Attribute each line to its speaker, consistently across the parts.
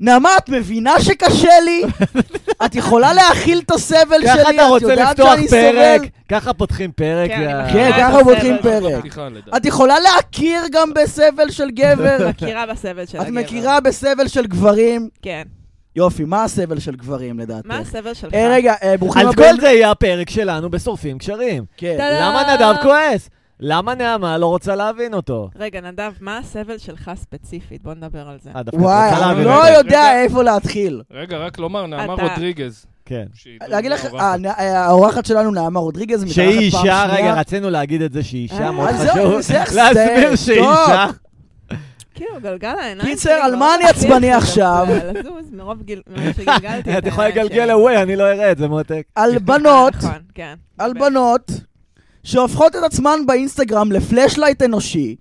Speaker 1: נעמה, את מבינה שקשה לי? את יכולה להכיל את הסבל שלי?
Speaker 2: ככה אתה
Speaker 1: את
Speaker 2: רוצה
Speaker 1: יודעת
Speaker 2: לפתוח
Speaker 1: שאני
Speaker 2: פרק,
Speaker 1: סובל?
Speaker 2: ככה פותחים פרק.
Speaker 3: כן,
Speaker 2: יא-
Speaker 3: אני
Speaker 1: כן,
Speaker 3: אה,
Speaker 1: ככה
Speaker 3: בסדר.
Speaker 4: לא,
Speaker 1: פותחים פרק.
Speaker 4: בפתיחה, לדעתי.
Speaker 1: את יכולה להכיר גם בסבל של גבר?
Speaker 3: מכירה בסבל של
Speaker 1: את
Speaker 3: הגבר.
Speaker 1: מכירה בסבל של גברים?
Speaker 3: כן.
Speaker 1: יופי, מה הסבל של גברים לדעתך?
Speaker 3: מה הסבל שלך?
Speaker 1: אה, רגע, אה, ברוכים
Speaker 2: אז כל
Speaker 1: הבאים.
Speaker 2: זה יהיה הפרק שלנו בשורפים קשרים.
Speaker 1: כן.
Speaker 3: טה-דה.
Speaker 2: למה נדב כועס? למה נעמה לא רוצה להבין אותו?
Speaker 3: רגע, נדב, מה הסבל שלך ספציפית? בוא נדבר על זה.
Speaker 2: אה, דווקא את
Speaker 1: וואי,
Speaker 2: רוצה
Speaker 1: אני
Speaker 2: להבין
Speaker 1: לא
Speaker 2: אותו.
Speaker 1: יודע איפה להתחיל.
Speaker 4: רגע, רק לומר, נעמה
Speaker 3: אתה-
Speaker 4: רודריגז.
Speaker 2: כן.
Speaker 4: שהיא
Speaker 1: להגיד לך,
Speaker 4: מאורחת.
Speaker 1: אה, נ- אה, האורחת שלנו נעמה רודריגז, מתארחת
Speaker 2: שהיא
Speaker 1: פעם
Speaker 2: אישה,
Speaker 1: שנייה.
Speaker 2: רגע, רצינו להגיד את זה שהיא אישה
Speaker 3: אה,
Speaker 2: מאוד
Speaker 1: אז זהו,
Speaker 2: חשוב.
Speaker 1: זה איך
Speaker 2: להסביר
Speaker 1: זה,
Speaker 2: שהיא
Speaker 1: טוב.
Speaker 2: אישה.
Speaker 3: כאילו, גלגל העיניים
Speaker 1: קיצר, על מה אני עצבני עכשיו?
Speaker 3: לזוז מרוב גיל- מרוב שגלגלתי את
Speaker 2: את יכולה
Speaker 3: העיניים
Speaker 2: לגלגל
Speaker 3: שלי.
Speaker 2: away, אני לא אראה את זה, מותק.
Speaker 1: על בנות,
Speaker 3: נכון, כן.
Speaker 1: על בנות, שהופכות את עצמן באינסטגרם לפלאשלייט אנושי,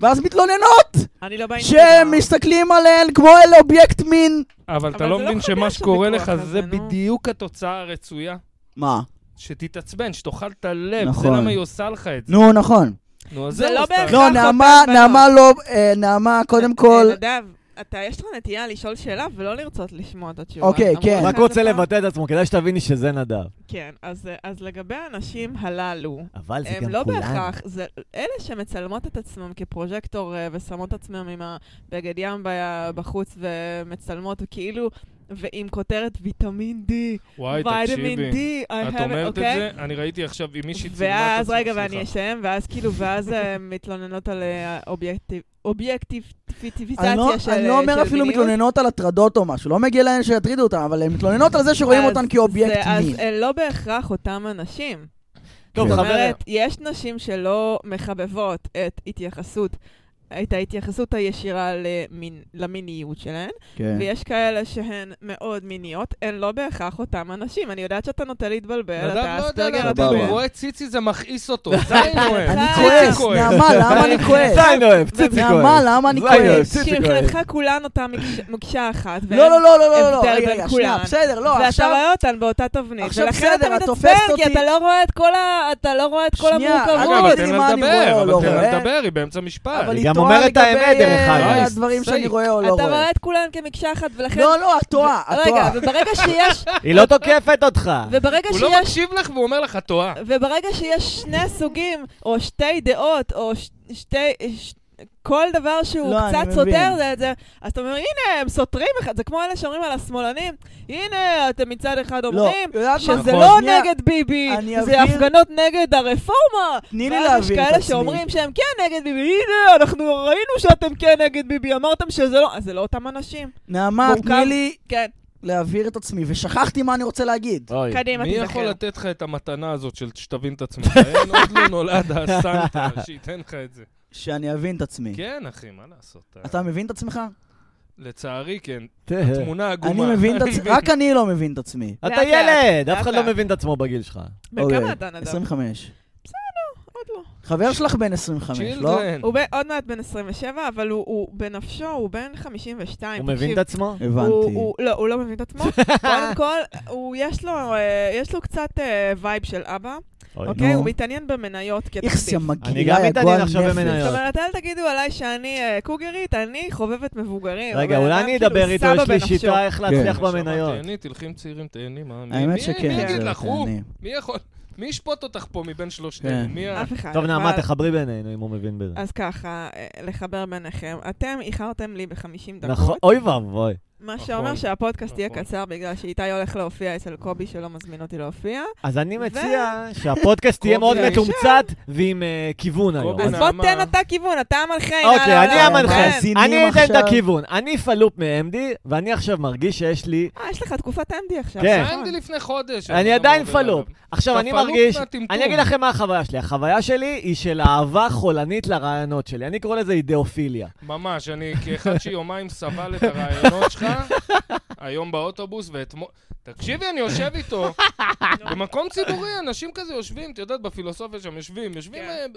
Speaker 1: ואז מתלוננות
Speaker 3: אני לא
Speaker 1: שהם
Speaker 3: באינסטגרם.
Speaker 1: מסתכלים עליהן כמו אל אובייקט מין.
Speaker 4: אבל אתה
Speaker 3: אבל
Speaker 4: לא
Speaker 3: זה לא
Speaker 4: מבין
Speaker 3: חדש,
Speaker 4: שמה שקורה
Speaker 3: הוויכוח
Speaker 4: לך
Speaker 3: הזה,
Speaker 4: זה
Speaker 3: נו.
Speaker 4: בדיוק התוצאה הרצויה.
Speaker 1: מה?
Speaker 4: שתתעצבן, שתאכל את הלב, זה
Speaker 1: נכון.
Speaker 4: למה היא עושה לך את זה.
Speaker 1: נו, נכון.
Speaker 4: נו, אז
Speaker 3: זה לא
Speaker 4: זהו, סתם.
Speaker 3: בהכרח.
Speaker 1: לא,
Speaker 3: ככה
Speaker 1: נעמה,
Speaker 3: אותן
Speaker 1: נעמה לא, אה, נעמה, קודם כל,
Speaker 3: אה, נדב, אתה, יש לך נטייה לשאול שאלה ולא לרצות לשמוע את התשובה.
Speaker 1: אוקיי,
Speaker 3: אמרו
Speaker 1: כן.
Speaker 3: לך
Speaker 2: רק
Speaker 3: את
Speaker 2: רוצה
Speaker 3: זה פעם?
Speaker 2: לבטא את עצמו, כדאי שתביני שזה נדב.
Speaker 3: כן, אז אז לגבי האנשים הללו,
Speaker 2: אבל זה גם
Speaker 3: הם
Speaker 2: כולם.
Speaker 3: לא בהכרח, זה אלה שמצלמות את עצמם כפרוז'קטור אה, ושמות את עצמם עם הבגד ים ב- בחוץ ומצלמות, כאילו, ועם כותרת ויטמין D,
Speaker 4: וואי,
Speaker 3: ויטמין
Speaker 4: תקשיבי.
Speaker 3: D, I
Speaker 4: את
Speaker 3: have it,
Speaker 4: אומרת את
Speaker 3: אוקיי?
Speaker 4: זה, אני ראיתי עכשיו עם מישהי צילמה את
Speaker 3: ואז,
Speaker 4: עצמה,
Speaker 3: רגע, ואני
Speaker 4: סליחה.
Speaker 3: אשם, ואז כאילו, ואז אה, מתלוננות על אה, אובייקטיב-
Speaker 1: אני
Speaker 3: אובייקטיביזציה
Speaker 1: לא-
Speaker 3: של
Speaker 1: אני לא
Speaker 3: של
Speaker 1: אומר אפילו
Speaker 3: מיניות.
Speaker 1: מתלוננות על הטרדות או משהו, לא מגיע להן שיטרידו אותן, אבל הן מתלוננות על זה שרואים
Speaker 3: אז
Speaker 1: אותן כאובייקט
Speaker 3: זה- אז
Speaker 1: מין.
Speaker 3: הם לא בהכרח אותם אנשים.
Speaker 2: טוב,
Speaker 3: זאת
Speaker 2: חברים,
Speaker 3: אומרת, יש נשים שלא מחבבות את התייחסות, את ההתייחסות הישירה למין, למיניות שלהן,
Speaker 1: כן.
Speaker 3: ויש כאלה שהן מאוד מיניות, הן לא בהכרח אותם אנשים. אני יודעת שאתה נוטה להתבלבל,
Speaker 4: נדב
Speaker 3: אתה
Speaker 4: לא יודע
Speaker 3: אספגר,
Speaker 4: למה,
Speaker 3: אתה
Speaker 1: סבבה.
Speaker 4: הוא
Speaker 3: אומר.
Speaker 4: רואה ציצי זה מכעיס אותו, זין כואב.
Speaker 1: אני
Speaker 3: אה,
Speaker 1: כועס,
Speaker 4: כואב.
Speaker 1: נעמה, למה אני כועס?
Speaker 2: זין אוהב, ציצי כואב.
Speaker 1: נעמה, למה אני
Speaker 2: זין
Speaker 1: כועס?
Speaker 2: ציצי
Speaker 3: שמבחינתך אוקיי, כולן אותה מקש- מקשה אחת, והן-
Speaker 1: אוקיי, לא, לא, לא, לא, לא, לא,
Speaker 3: הבדל
Speaker 1: רגע,
Speaker 3: בין
Speaker 1: רגע, שנייה,
Speaker 3: כולן.
Speaker 1: בסדר, לא,
Speaker 3: ואתה
Speaker 1: עכשיו...
Speaker 3: רואה אותן באותה תבנית,
Speaker 1: עכשיו
Speaker 3: ולכן אתה
Speaker 1: בסדר, את
Speaker 3: מתעצבן,
Speaker 1: תופסת
Speaker 3: כי
Speaker 1: אותי.
Speaker 3: אתה לא רואה את כל ה- אתה לא רואה את כל
Speaker 1: שנייה,
Speaker 3: המורכבות.
Speaker 4: רגע,
Speaker 1: לא
Speaker 4: אבל
Speaker 1: יודעים
Speaker 4: תן
Speaker 1: מה
Speaker 4: לה
Speaker 1: אני רואה או
Speaker 4: לדבר,
Speaker 1: לא
Speaker 4: אבל תן
Speaker 1: רואה.
Speaker 4: לה לדבר, אה, היא באמצע משפט.
Speaker 1: אבל
Speaker 2: היא
Speaker 1: היא
Speaker 2: גם
Speaker 1: טועה
Speaker 2: אומרת את האמת,
Speaker 1: לגבי,
Speaker 2: דרך אגב.
Speaker 1: אה,
Speaker 4: Nice,
Speaker 1: הדברים שאני
Speaker 4: safe.
Speaker 1: רואה או לא
Speaker 3: אתה
Speaker 1: רואה.
Speaker 3: רואה את כולן כמקשה אחת, ולכן...
Speaker 1: לא, לא, את טועה, את
Speaker 3: רגע,
Speaker 1: טועה.
Speaker 3: וברגע שיש...
Speaker 2: היא לא תוקפת אותך.
Speaker 3: וברגע
Speaker 4: הוא לא
Speaker 3: שיש...
Speaker 4: מקשיב לך והוא אומר לך, את טועה.
Speaker 3: וברגע שיש שני סוגים, או שתי דעות, או ש- שתי... ש- כל דבר שהוא
Speaker 1: לא, אני
Speaker 3: קצת
Speaker 1: מבין.
Speaker 3: סותר זה את זה, אז אתה אומר, הנה, הם סותרים אחד, זה כמו אלה שאומרים על השמאלנים, הנה, אתם מצד אחד אומרים
Speaker 1: יודעת מה?
Speaker 3: שזה
Speaker 4: נכון.
Speaker 3: לא
Speaker 1: לא, אה, שנייה,
Speaker 3: נגד ביבי,
Speaker 1: אני
Speaker 3: זה
Speaker 1: אבהיר-
Speaker 3: הפגנות נגד הרפורמה.
Speaker 1: תני לי
Speaker 3: ואז יש
Speaker 1: להבהיר את
Speaker 3: כאלה
Speaker 1: עצמי.
Speaker 3: שאומרים שהם כן נגד ביבי, הנה, אנחנו ראינו שאתם כן נגד ביבי, אמרתם שזה לא, אז זה לא אותם אנשים.
Speaker 1: נעמה,
Speaker 3: מורכב.
Speaker 1: תני לי
Speaker 3: כן,
Speaker 1: להבהיר את עצמי, ושכחתי מה אני רוצה להגיד.
Speaker 2: אוי.
Speaker 3: קדימה,
Speaker 4: אה, מי
Speaker 3: תיזכר.
Speaker 4: יכול לתת לך את המתנה הזאת של שתבין את עצמך? אין, עוד לא נולד הסנטה שייתן לך את זה.
Speaker 1: שאני אבין את עצמי.
Speaker 4: כן, אחי, מה לעשות?
Speaker 1: אתה מבין את עצמך?
Speaker 4: לצערי, כן.
Speaker 2: תה.
Speaker 4: תמונה עגומה.
Speaker 1: אני מבין את עצמי, רק אני לא מבין את עצמי.
Speaker 2: אתה
Speaker 3: לאט-לאט,
Speaker 2: ילד, אף אחד
Speaker 3: לאט-לאט.
Speaker 2: לא מבין את עצמו בגיל שלך.
Speaker 3: בן
Speaker 1: אוקיי,
Speaker 3: כמה אתה נדב?
Speaker 1: 25.
Speaker 3: עוד לא.
Speaker 1: חבר שלך בן 25, לא?
Speaker 4: צ'ילדרן.
Speaker 3: הוא ב- עוד מעט בן 27, אבל הוא- הוא בנפשו, הוא בן 52.
Speaker 2: הוא מבין
Speaker 3: תקשיב.
Speaker 2: את עצמו?
Speaker 1: הבנתי.
Speaker 3: הוא- הוא- לא, הוא לא מבין את עצמו. קודם כל, הוא- יש לו, אה, יש לו קצת אה, וייב של אבא,
Speaker 2: אוי.
Speaker 3: אוקיי?
Speaker 1: נו.
Speaker 3: הוא מתעניין במניות
Speaker 1: איכס,
Speaker 3: כתחביב.
Speaker 1: יא
Speaker 2: אני
Speaker 1: מגעילה,
Speaker 2: גם
Speaker 1: יא
Speaker 2: מתעניין
Speaker 1: גועל
Speaker 2: עכשיו
Speaker 1: נפש.
Speaker 2: במניות.
Speaker 3: זאת אומרת, אל תגידו עליי שאני אה, קוגרית, אני חובבת מבוגרים.
Speaker 2: רגע,
Speaker 3: הבן
Speaker 2: אולי
Speaker 3: אדם
Speaker 2: אני
Speaker 3: כאילו
Speaker 2: אדבר איתו,
Speaker 3: סבא אוקיי.
Speaker 2: יש לי
Speaker 3: בנפשו.
Speaker 2: שיטה איך להצליח
Speaker 3: כן.
Speaker 4: נשמה,
Speaker 2: במניות.
Speaker 4: תהני, תלכי עם צעירים, תהני, מה? מי-
Speaker 1: האמת
Speaker 4: מי-
Speaker 1: שכן. אה,
Speaker 4: מי יגיד לך, הוא?
Speaker 1: אני-
Speaker 4: מי יכול? מי ישפוט אותך פה מבין
Speaker 1: כן.
Speaker 4: שלושתנו? מי ה...
Speaker 3: אף אחד.
Speaker 2: טוב,
Speaker 3: אה, אבל-
Speaker 2: נעמה, תחברי בינינו אם הוא מבין בזה.
Speaker 3: אז ככה, אה, לחבר ביניכם. אתם איחרתם לי ב-50
Speaker 2: נכון,
Speaker 3: דקות,
Speaker 2: אוי ואבוי.
Speaker 3: מה
Speaker 4: נכון,
Speaker 3: שאומר שהפודקאסט יהיה
Speaker 4: נכון.
Speaker 3: קצר בגלל שאיתי הולך להופיע אצל קובי שלא מזמין אותי להופיע.
Speaker 2: אז אני מציע שהפודקאסט יהיה מאוד
Speaker 4: קובי,
Speaker 2: מתומצת ועם אה, כיוון היום.
Speaker 4: קובי,
Speaker 3: אז
Speaker 2: אז-
Speaker 3: בוא
Speaker 4: נעמה.
Speaker 3: תן אתה כיוון, אתה המנחה. הנה,
Speaker 2: אוקיי,
Speaker 3: לא,
Speaker 2: אני
Speaker 3: לא,
Speaker 1: אבל
Speaker 2: המנחה.
Speaker 3: כן.
Speaker 1: מאזינים
Speaker 2: אני אתן את
Speaker 1: עכשיו.
Speaker 2: הכיוון. אני פלופ מ-MD, ואני עכשיו מרגיש שיש לי...
Speaker 3: אה, יש לך תקופת MD עכשיו.
Speaker 2: כן.
Speaker 3: נכון.
Speaker 4: סיינתי לפני חודש. לא
Speaker 2: אני
Speaker 4: אתה
Speaker 2: עדיין
Speaker 4: מדבר עליו.
Speaker 2: פלופ. עכשיו,
Speaker 4: אתה
Speaker 2: אני
Speaker 4: פלופ
Speaker 2: מרגיש...
Speaker 4: מהטמטום.
Speaker 2: אני אגיד לכם מה החוויה שלי. החוויה שלי היא של אהבה חולנית לרעיונות שלי. אני קורא לזה אידאופיליה.
Speaker 4: ממש, אני כאחד שיומיים סבל את הרעיונות שלך, היום באוטובוס ואתמול... תקשיבי, אני יושב איתו. במקום ציבורי, אנשים כזה יושבים, את יודעת, בפילוסופיה שם יושבים, יושבים...
Speaker 3: כן.
Speaker 4: אה, ב-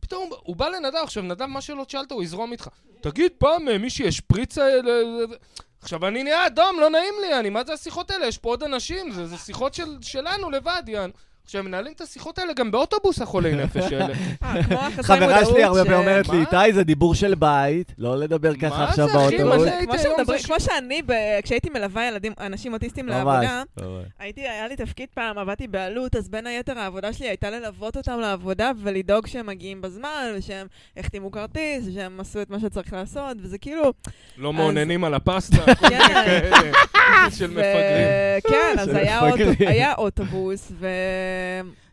Speaker 4: פתאום הוא בא לנדב, עכשיו נדב, מה שלא תשאלת, הוא יזרום איתך. תגיד, פעם אה, מישהי השפריצה... אה, ל- ל- ל-" עכשיו, אני נהיה אדום, לא נעים לי, אני, מה זה השיחות האלה? יש פה עוד אנשים, זה זה שיחות של- שלנו לבד, יען. עכשיו, מנהלים את השיחות האלה גם באוטובוס החולי נפש האלה.
Speaker 3: אה, כמו החסרי
Speaker 2: חברה שלי
Speaker 3: מודעות
Speaker 2: הרבה
Speaker 3: ש-
Speaker 2: פעמים אומרת לי,
Speaker 4: מה?
Speaker 2: איתי, זה דיבור של בית, לא לדבר ככה
Speaker 4: מה
Speaker 2: עכשיו
Speaker 4: זה, אחי? מה
Speaker 2: באוטובוס.
Speaker 4: זה? הייתי
Speaker 3: כמו
Speaker 4: היום
Speaker 3: שמדברים-
Speaker 4: זה
Speaker 3: כמו שאני, ב- כשהייתי מלווה ילדים, אנשים אוטיסטים
Speaker 2: ממש.
Speaker 3: לעבודה, הייתי, היה לי תפקיד פעם, עבדתי בעלות, אז בין היתר העבודה שלי הייתה ללוות אותם לעבודה ולדאוג שהם מגיעים בזמן, ושהם החתימו כרטיס, ושהם עשו את מה שצריך לעשות, וזה כאילו...
Speaker 4: לא
Speaker 3: אז-
Speaker 4: מעוננים על הפסטה, כל מיני
Speaker 3: כן.
Speaker 4: כאלה. של מפגרים.
Speaker 3: ו- כן, אז
Speaker 2: של
Speaker 3: היה אוטו-
Speaker 2: מפגרים.
Speaker 3: היה אוטובוס, ו...